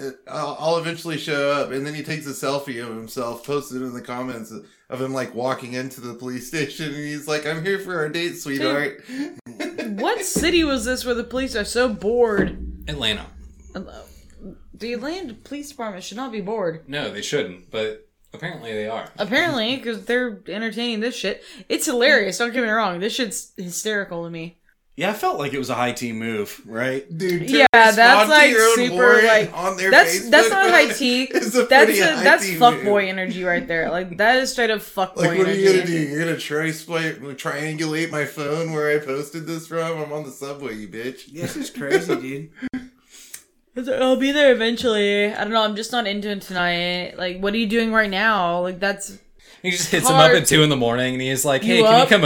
S2: uh, I'll, I'll eventually show up. And then he takes a selfie of himself, posted in the comments of him like walking into the police station. And he's like, I'm here for our date, sweetheart.
S4: What city was this where the police are so bored?
S1: atlanta
S4: The Atlanta Police Department should not be bored.
S1: no they shouldn't but apparently they are
S4: Apparently, because they're entertaining this shit. It's hilarious, don't get me wrong. This shit's hysterical to me.
S3: Yeah, I felt like it was a high team move, right?
S2: Dude,
S4: Yeah, that's like super like
S2: on their
S4: that's that's
S2: Facebook
S4: not high tea.
S2: is a
S4: That's
S2: pretty
S4: a,
S2: high
S4: that's
S2: tea
S4: fuckboy
S2: move.
S4: energy right there. Like that is straight up fuckboy
S2: Like, what are
S4: energy.
S2: you gonna do? You're gonna try split, triangulate my phone where I posted this from? I'm on the subway, you bitch.
S5: This is crazy, dude.
S4: It's like, I'll be there eventually. I don't know. I'm just not into it tonight. Like, what are you doing right now? Like, that's
S1: he just hits
S4: Hard.
S1: him up at two in the morning and he's like hey
S4: You
S1: can
S4: up?
S1: you come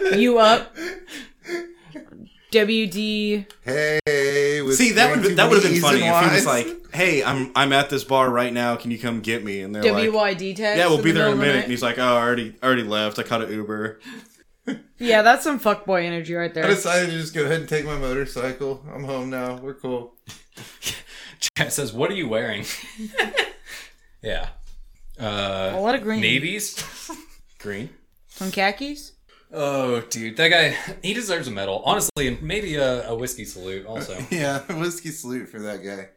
S1: over
S4: you up. WD.
S2: Hey, with
S3: See, that would
S2: 22
S3: that would have been
S2: B's
S3: funny
S2: and
S3: if he
S2: Y's.
S3: was like, "Hey, I'm I'm at this bar right now. Can you come get me?" And they're like,
S4: WYD text.
S3: "Yeah, we'll be there in a
S4: middle of the
S3: minute." And
S4: night.
S3: he's like, "Oh, I already already left. I caught an Uber."
S4: Yeah, that's some fuckboy energy right
S2: I
S4: there.
S2: decided to just go ahead and take my motorcycle. I'm home now. We're cool.
S1: chad says what are you wearing yeah
S4: A
S1: uh
S4: lot of green.
S1: navies
S3: Green.
S4: Some khakis?
S1: oh dude that guy he deserves a medal honestly and maybe a, a whiskey salute also
S2: Yeah, whiskey salute for that guy.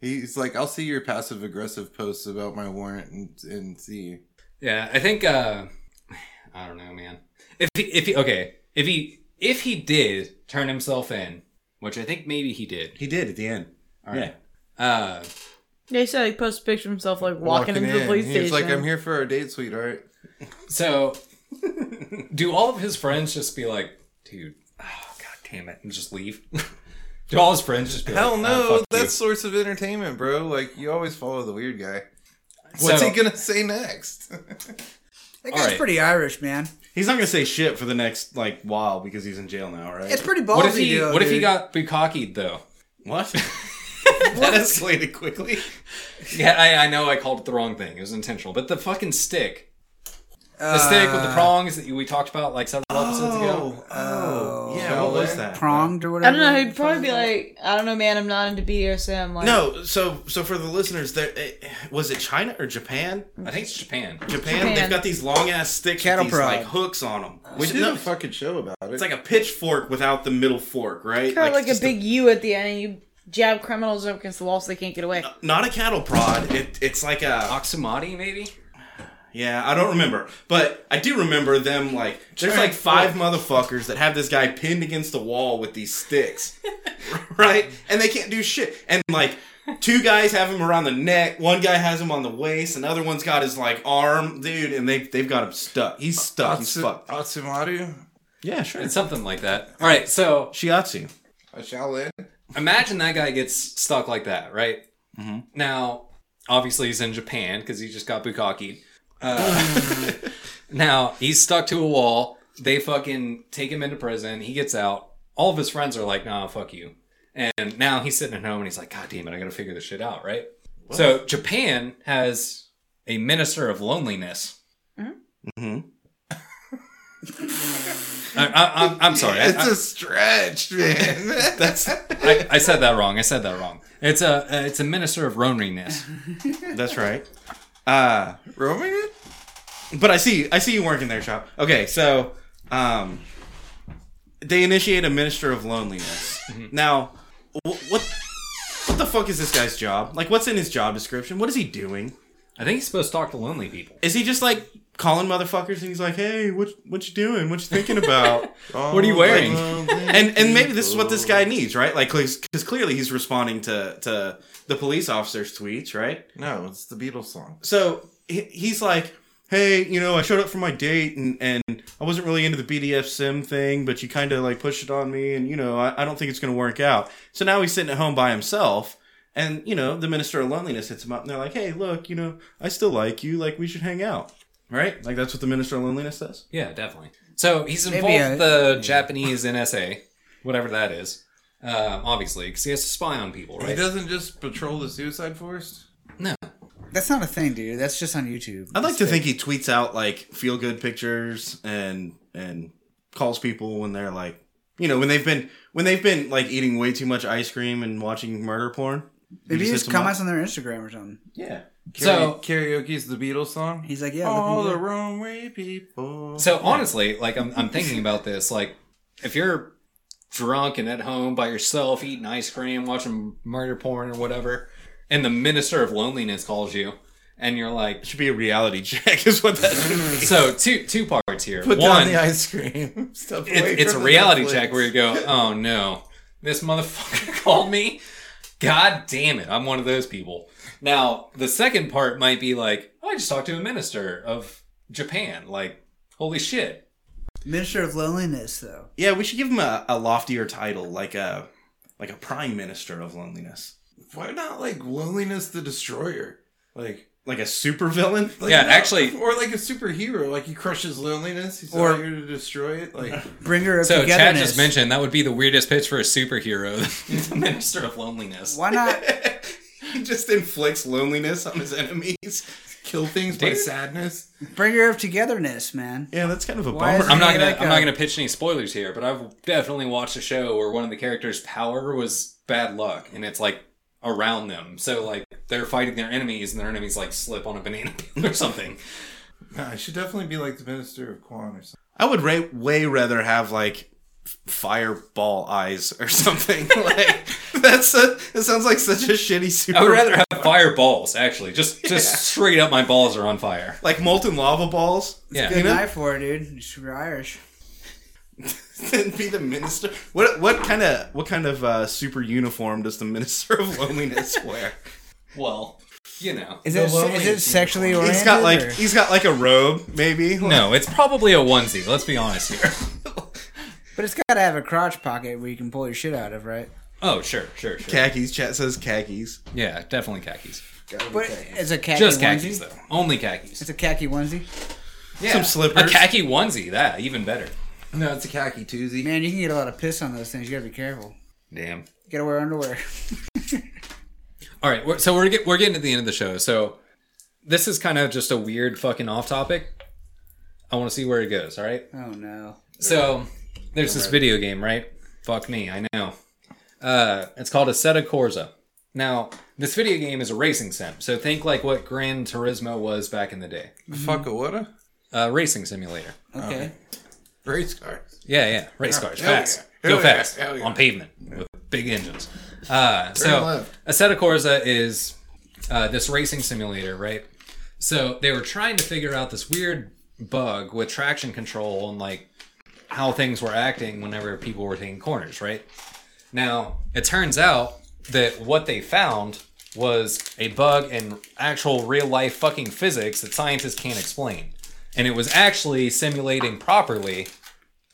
S2: He's like, I'll see your passive aggressive posts about my warrant and, and see you.
S1: Yeah, I think uh I don't know, man. If he, if he okay, if he if he did turn himself in, which I think maybe he did.
S3: He did at the end. All right.
S1: Uh
S4: They said he posted a picture of himself, like, walking, into the police
S2: He
S4: station.
S2: was like, I'm here for our date, sweetheart.
S1: so do all of his friends just be like, dude, oh god damn it, and just leave. to all his friends, just be
S2: Hell
S1: like,
S2: no,
S1: "Ah, fuck
S2: that's
S1: you."
S2: source of entertainment, bro. Like you always follow the weird guy. What's
S1: So-
S2: he gonna say next?
S5: That
S1: All
S5: guy's
S1: right.
S5: pretty Irish, man.
S3: He's not gonna say shit for the next like while because he's in jail now, right?
S5: It's pretty ballsy.
S1: What if he?
S5: though,
S1: what if he
S5: dude.
S1: got bukakied though?
S3: what? that escalated quickly.
S1: Yeah, I, I know I called it the wrong thing. It was intentional, but the fucking stick, the stick with
S2: Uh,
S1: the prongs that you- we talked about like several episodes ago.
S3: Oh, yeah.
S2: Shall
S3: What was
S2: I?
S3: that?
S5: pronged or
S4: I
S5: whatever?
S4: don't know. He'd probably be like, I don't know, man. I'm not into BDSM. Like,
S3: No, so so for the listeners, there it, was it China or Japan?
S1: I think it's Japan.
S3: Japan,
S4: Mm-hmm. Japan. Oh,
S3: they've got these long ass sticks,
S5: Cattle
S3: with these,
S5: prod.
S3: like hooks on them.
S2: We
S3: Which
S2: did
S3: no,
S2: a fucking show about it.
S3: it's like a pitchfork without the middle fork, right?
S4: kind of like, a
S3: just
S4: big U at the end, and you jab criminals up against the wall so they can't get away.
S3: not a cattle prod. It, it's like a
S1: Oxumati, maybe.
S3: yeah. I don't remember, but I do remember them like there's like five motherfuckers that have this guy pinned against the wall with these sticks, right? And they can't do shit. And like two guys have him around the neck, one guy has him on the waist, another one's got his like arm, dude, and they they've got him stuck. He's stuck. He's
S2: Atsu-
S3: fucked.
S2: Atsumaru,
S3: Yeah, sure.
S1: It's something like that. All right, so
S3: Shiatsu.
S2: a Shaolin.
S1: imagine that guy gets stuck like that, right? Now, obviously, he's in Japan because he just got bukkake. Uh, now he's stuck to a wall. They fucking take him into prison. He gets out. All of his friends are like, "Nah, fuck you." And now he's sitting at home and he's like, "God damn it, I gotta figure this shit out." Right? So Japan has a minister of loneliness. Mm-hmm.
S3: Mhm.
S1: I, I, I'm, I'm sorry. I-
S2: It's
S1: I-
S2: a stretch, man. That's
S1: I, I said that wrong. I said that wrong. It's a uh, it's a minister of loneliness.
S3: That's right. Uh
S2: roaming it.
S3: but I see I see you working there, Chop. Okay, so um they initiate a minister of loneliness. Now, wh- what what the fuck is this guy's job? Like what's in his job description? What is he doing?
S1: I think he's supposed to talk to lonely people.
S3: Is he just like calling motherfuckers and he's like, "Hey, what what you doing? What you thinking about?"
S1: What are you wearing?
S2: Um,
S3: and and maybe this is what this guy needs, right? Like cuz clearly he's responding to to the police officer's tweets, right?
S2: No, it's the Beatles song.
S3: so he, he's like hey you know i showed up for my date and, and i wasn't really into the bdsm thing but you kind of like pushed it on me and you know I, I don't think it's going to work out so now he's sitting at home by himself and you know the minister of loneliness hits him up and they're like hey look you know i still like you like we should hang out right like that's what the minister of loneliness says
S1: Yeah, definitely. So he's involved
S5: Maybe
S1: with the Japanese NSA, whatever that is. Um, obviously, because he has to spy on people,
S2: He
S1: right?
S2: doesn't just patrol the Suicide Forest.
S1: No,
S5: That's not a thing, dude. That's just on YouTube.
S3: i'd like to think he tweets out like feel good pictures and and calls people when they're like you know when they've been when they've been like eating way too much ice cream and watching murder porn
S5: Maybe
S3: He just
S5: he just
S3: hits 'em
S5: comments on their Instagram or something.
S3: Yeah.
S1: So-
S2: Karaoke- karaoke's the Beatles song.
S5: He's like, yeah,
S2: all
S5: look
S2: the
S5: at me.
S2: Romy people.
S1: So honestly, like I'm, I'm thinking about this. Like, if you're drunk and at home by yourself, eating ice cream, watching murder porn or whatever, and the minister of loneliness calls you, and you're like,
S3: Should be a reality check, is what that is.
S1: so two two parts here.
S2: Put
S1: One,
S2: down the ice cream. Step away
S1: it, it's a
S2: from the
S1: reality
S2: Netflix.
S1: check where you go, oh no, this motherfucker called me. God damn it, I'm one of those people. Now, the second part might be like, oh, I just talked to a minister of Japan. Like, holy shit.
S5: Minister of Loneliness, though.
S3: Yeah, we should give him a, a loftier title, like a like a prime minister of loneliness,
S2: Why not like loneliness the destroyer? Like,
S3: like a supervillain.
S2: like
S1: Yeah, actually-
S2: or like a superhero. Like he crushes loneliness. He's
S5: Or-
S2: out here to destroy it. Like
S5: Bringer of
S1: So, Chad
S5: Togetherness.
S1: just mentioned that would be the weirdest pitch for a superhero, the minister of loneliness.
S5: Why not?
S3: he just inflicts loneliness on his enemies.
S2: kill things by
S1: Dude.
S2: sadness.
S5: Bringer of Togetherness, man.
S3: Yeah, that's kind of a
S5: Why is
S3: bummer.
S1: I'm not
S5: Yeah,
S1: gonna
S5: like,
S1: I'm not
S5: uh,
S1: gonna pitch any spoilers here, but I've definitely watched a show where one of the characters' power was bad luck, and it's like around them. So like they're fighting their enemies, and their enemies like slip on a banana peel or something.
S2: Nah, I should definitely be like the minister of Quan or something.
S3: I would ra- way rather have like f- fireball eyes or something. like that's a, that sounds like such a shitty super.
S1: I would rather have fireballs actually. Just just straight up, my balls are on fire.
S3: like molten lava balls.
S1: Yeah.
S5: Good
S3: You know?
S5: night for it, dude. You're Irish.
S3: Then be the minister. What what kind of what kind of uh, super uniform does the minister of loneliness wear?
S1: Well, you know.
S5: Is
S2: The
S5: it, is it
S2: loneliness
S5: sexually oriented?
S3: he's got like
S5: or-
S3: he's got like a robe, maybe.
S1: No, it's probably a onesie. Let's be honest here.
S5: But it's got to have a crotch pocket where you can pull your shit out of, right?
S1: Oh, sure, sure, sure.
S3: Khakis. Chat says khakis.
S1: yeah, definitely khakis.
S5: But it's a khaki
S1: Just
S5: onesie.
S1: khakis though. Only khakis.
S5: It's a khaki onesie.
S1: Yeah.
S3: Some slippers.
S1: A khaki onesie. That even better.
S2: No, it's a khaki toozy.
S5: Man, you can get a lot of piss on those things. You gotta be careful.
S1: Damn.
S5: You gotta wear underwear.
S1: All right, we're, so we're get, we're getting to the end of the show. So this is kind of just a weird fucking off topic. I want to see where it goes. All right.
S5: Oh no.
S1: So there's this video game, right? Fuck me, I know. Uh, it's called Assetto Corsa. Now this video game is a racing sim. So think like what Gran Turismo was back in the day.
S2: Fuck a what a
S1: Uh, racing simulator.
S5: Okay.
S2: race car.
S1: Yeah, yeah. Race cars,
S2: hell
S1: fast,
S2: yeah.
S1: go
S2: Hell yeah,
S1: fast
S2: hell yeah.
S1: on pavement with big engines. Uh, so
S2: left.
S1: Assetto Corsa is uh, this racing simulator, right? So they were trying to figure out this weird bug with traction control and like how things were acting whenever people were taking corners, right? Now it turns out that what they found was a bug in actual real life fucking physics that scientists can't explain. And it was actually simulating properly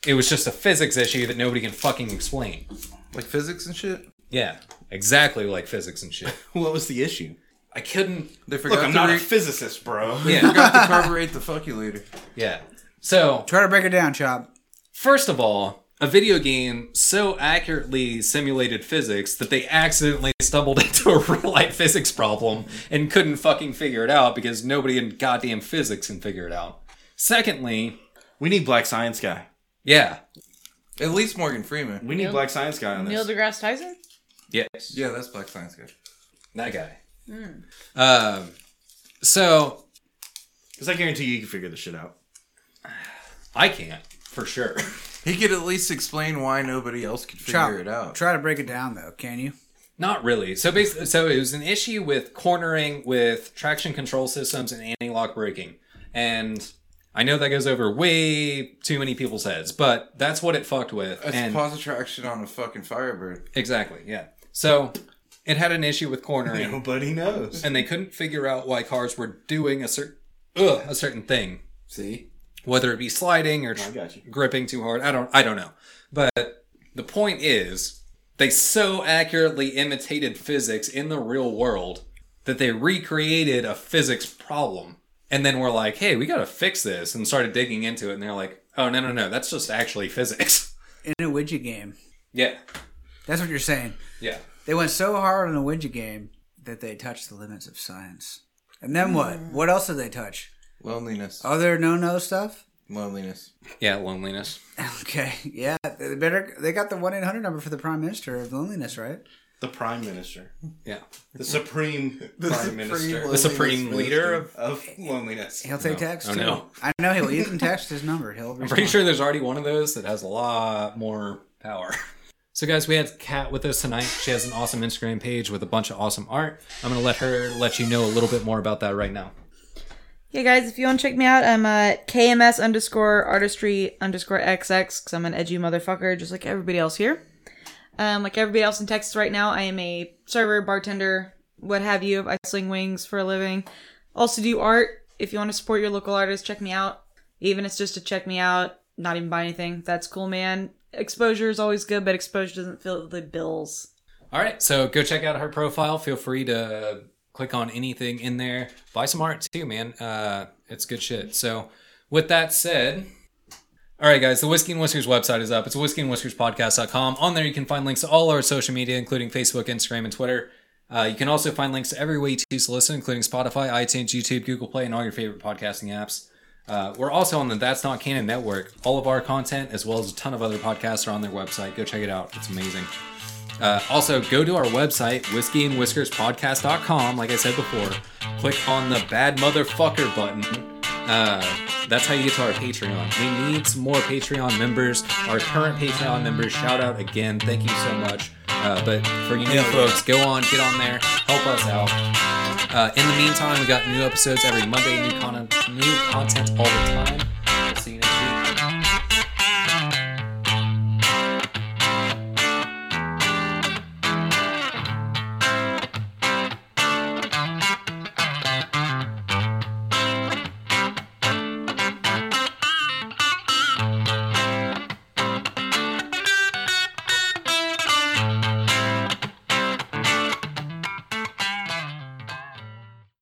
S1: it was just a physics issue that nobody can fucking explain.
S2: Like physics and shit.
S1: Yeah, exactly like physics and shit.
S3: What was the issue?
S1: I couldn't.
S2: They forgot
S3: Look, I'm
S2: to
S3: not
S2: re-
S3: a physicist, bro.
S1: Yeah,
S2: forgot to carburate the fuckulator.
S1: yeah. So,
S5: Try to break it down, Chop.
S1: first of all, a video game so accurately simulated physics that they accidentally stumbled into a real life physics problem and couldn't fucking figure it out because nobody in goddamn physics can figure it out. Secondly,
S3: We need Black Science Guy.
S1: yeah.
S2: At least Morgan Freeman.
S3: We need Black Science Guy on
S4: Neil
S3: this.
S4: deGrasse Tyson?
S1: Yes.
S2: Yeah, that's Black Science Guy.
S1: That guy. Um, so,
S3: Because I guarantee you, you can figure this shit out.
S1: I can't, for sure.
S2: He could at least explain why nobody else could figure
S5: Chop.
S2: it out.
S5: Try to break it down though, can you?
S1: Not really. So basically, so it was an issue with cornering, with traction control systems, and anti-lock braking. And I know that goes over way too many people's heads, but that's what it fucked with.
S2: That's
S1: and
S2: positive traction on a fucking Firebird.
S1: exactly, yeah. So it had an issue with cornering,
S3: Nobody knows.
S1: and they couldn't figure out why cars were doing a certain ugh, a certain thing,
S2: See,
S1: whether it be sliding or
S3: I got you.
S1: gripping too hard. I don't I don't know. But the point is they so accurately imitated physics in the real world that they recreated a physics problem and then were like, "Hey, we got to fix this." and started digging into it and they're like, "Oh, no, no, no. That's just actually physics."
S5: In a widget game.
S1: yeah.
S5: That's what you're saying.
S1: Yeah.
S5: They went so hard on a widget game that they touched the limits of science. And then what? What else did they touch?
S2: loneliness.
S3: Uh,
S5: Other no no stuff?
S2: Loneliness.
S1: Yeah, loneliness.
S5: Okay. Yeah. They better they got the one eight hundred number for the Prime Minister of Loneliness, right?
S3: The Prime Minister.
S1: Yeah.
S3: The Supreme Prime Minister
S1: The supreme leader of
S3: of Loneliness.
S5: He'll
S1: No.
S5: take text.
S1: Oh,
S5: too.
S1: no.
S5: I know he'll even text his number. He'll
S1: I'm pretty sure there's already one of those that has a lot more power. So, guys, we had Kat with us tonight. She has an awesome Instagram page with a bunch of awesome art. I'm going to let her let you know a little bit more about that right now.
S4: Yeah, guys, if you want to check me out, I'm uh, KMS underscore artistry underscore XX because I'm an edgy motherfucker just like everybody else here. Um, like everybody else in Texas right now, I am a server, bartender, what have you. I sling wings for a living. Also do art. If you want to support your local artists, check me out. Even if it's just to check me out, not even buy anything. That's cool, man. Exposure is always good, but exposure doesn't fill the bills.
S1: All right, so go check out her profile. Feel free to click on anything in there. Buy some art too, man. Uh, it's good shit. So, with that said, all right, guys, the Whiskey and Whiskers website is up. It's whiskeyandwhiskerspodcast.com. On there, you can find links to all our social media, including Facebook, Instagram, and Twitter. Uh, you can also find links to every way you choose to listen, including Spotify, iTunes, YouTube, Google Play, and all your favorite podcasting apps. Uh, we're also on the That's Not Canon Network. All of our content, as well as a ton of other podcasts, are on their website. Go check it out. It's amazing. Uh, also, go to our website, whiskeyandwhiskerspodcast.com, like I said before. Click on the bad motherfucker button. Uh, that's how you get to our Patreon. We need some more Patreon members. Our current Patreon members, shout out again. Thank you so much. Uh, but for you new folks, go on, get on there, help us out. Uh, in the meantime, we got new episodes every Monday, new content, new content all the time.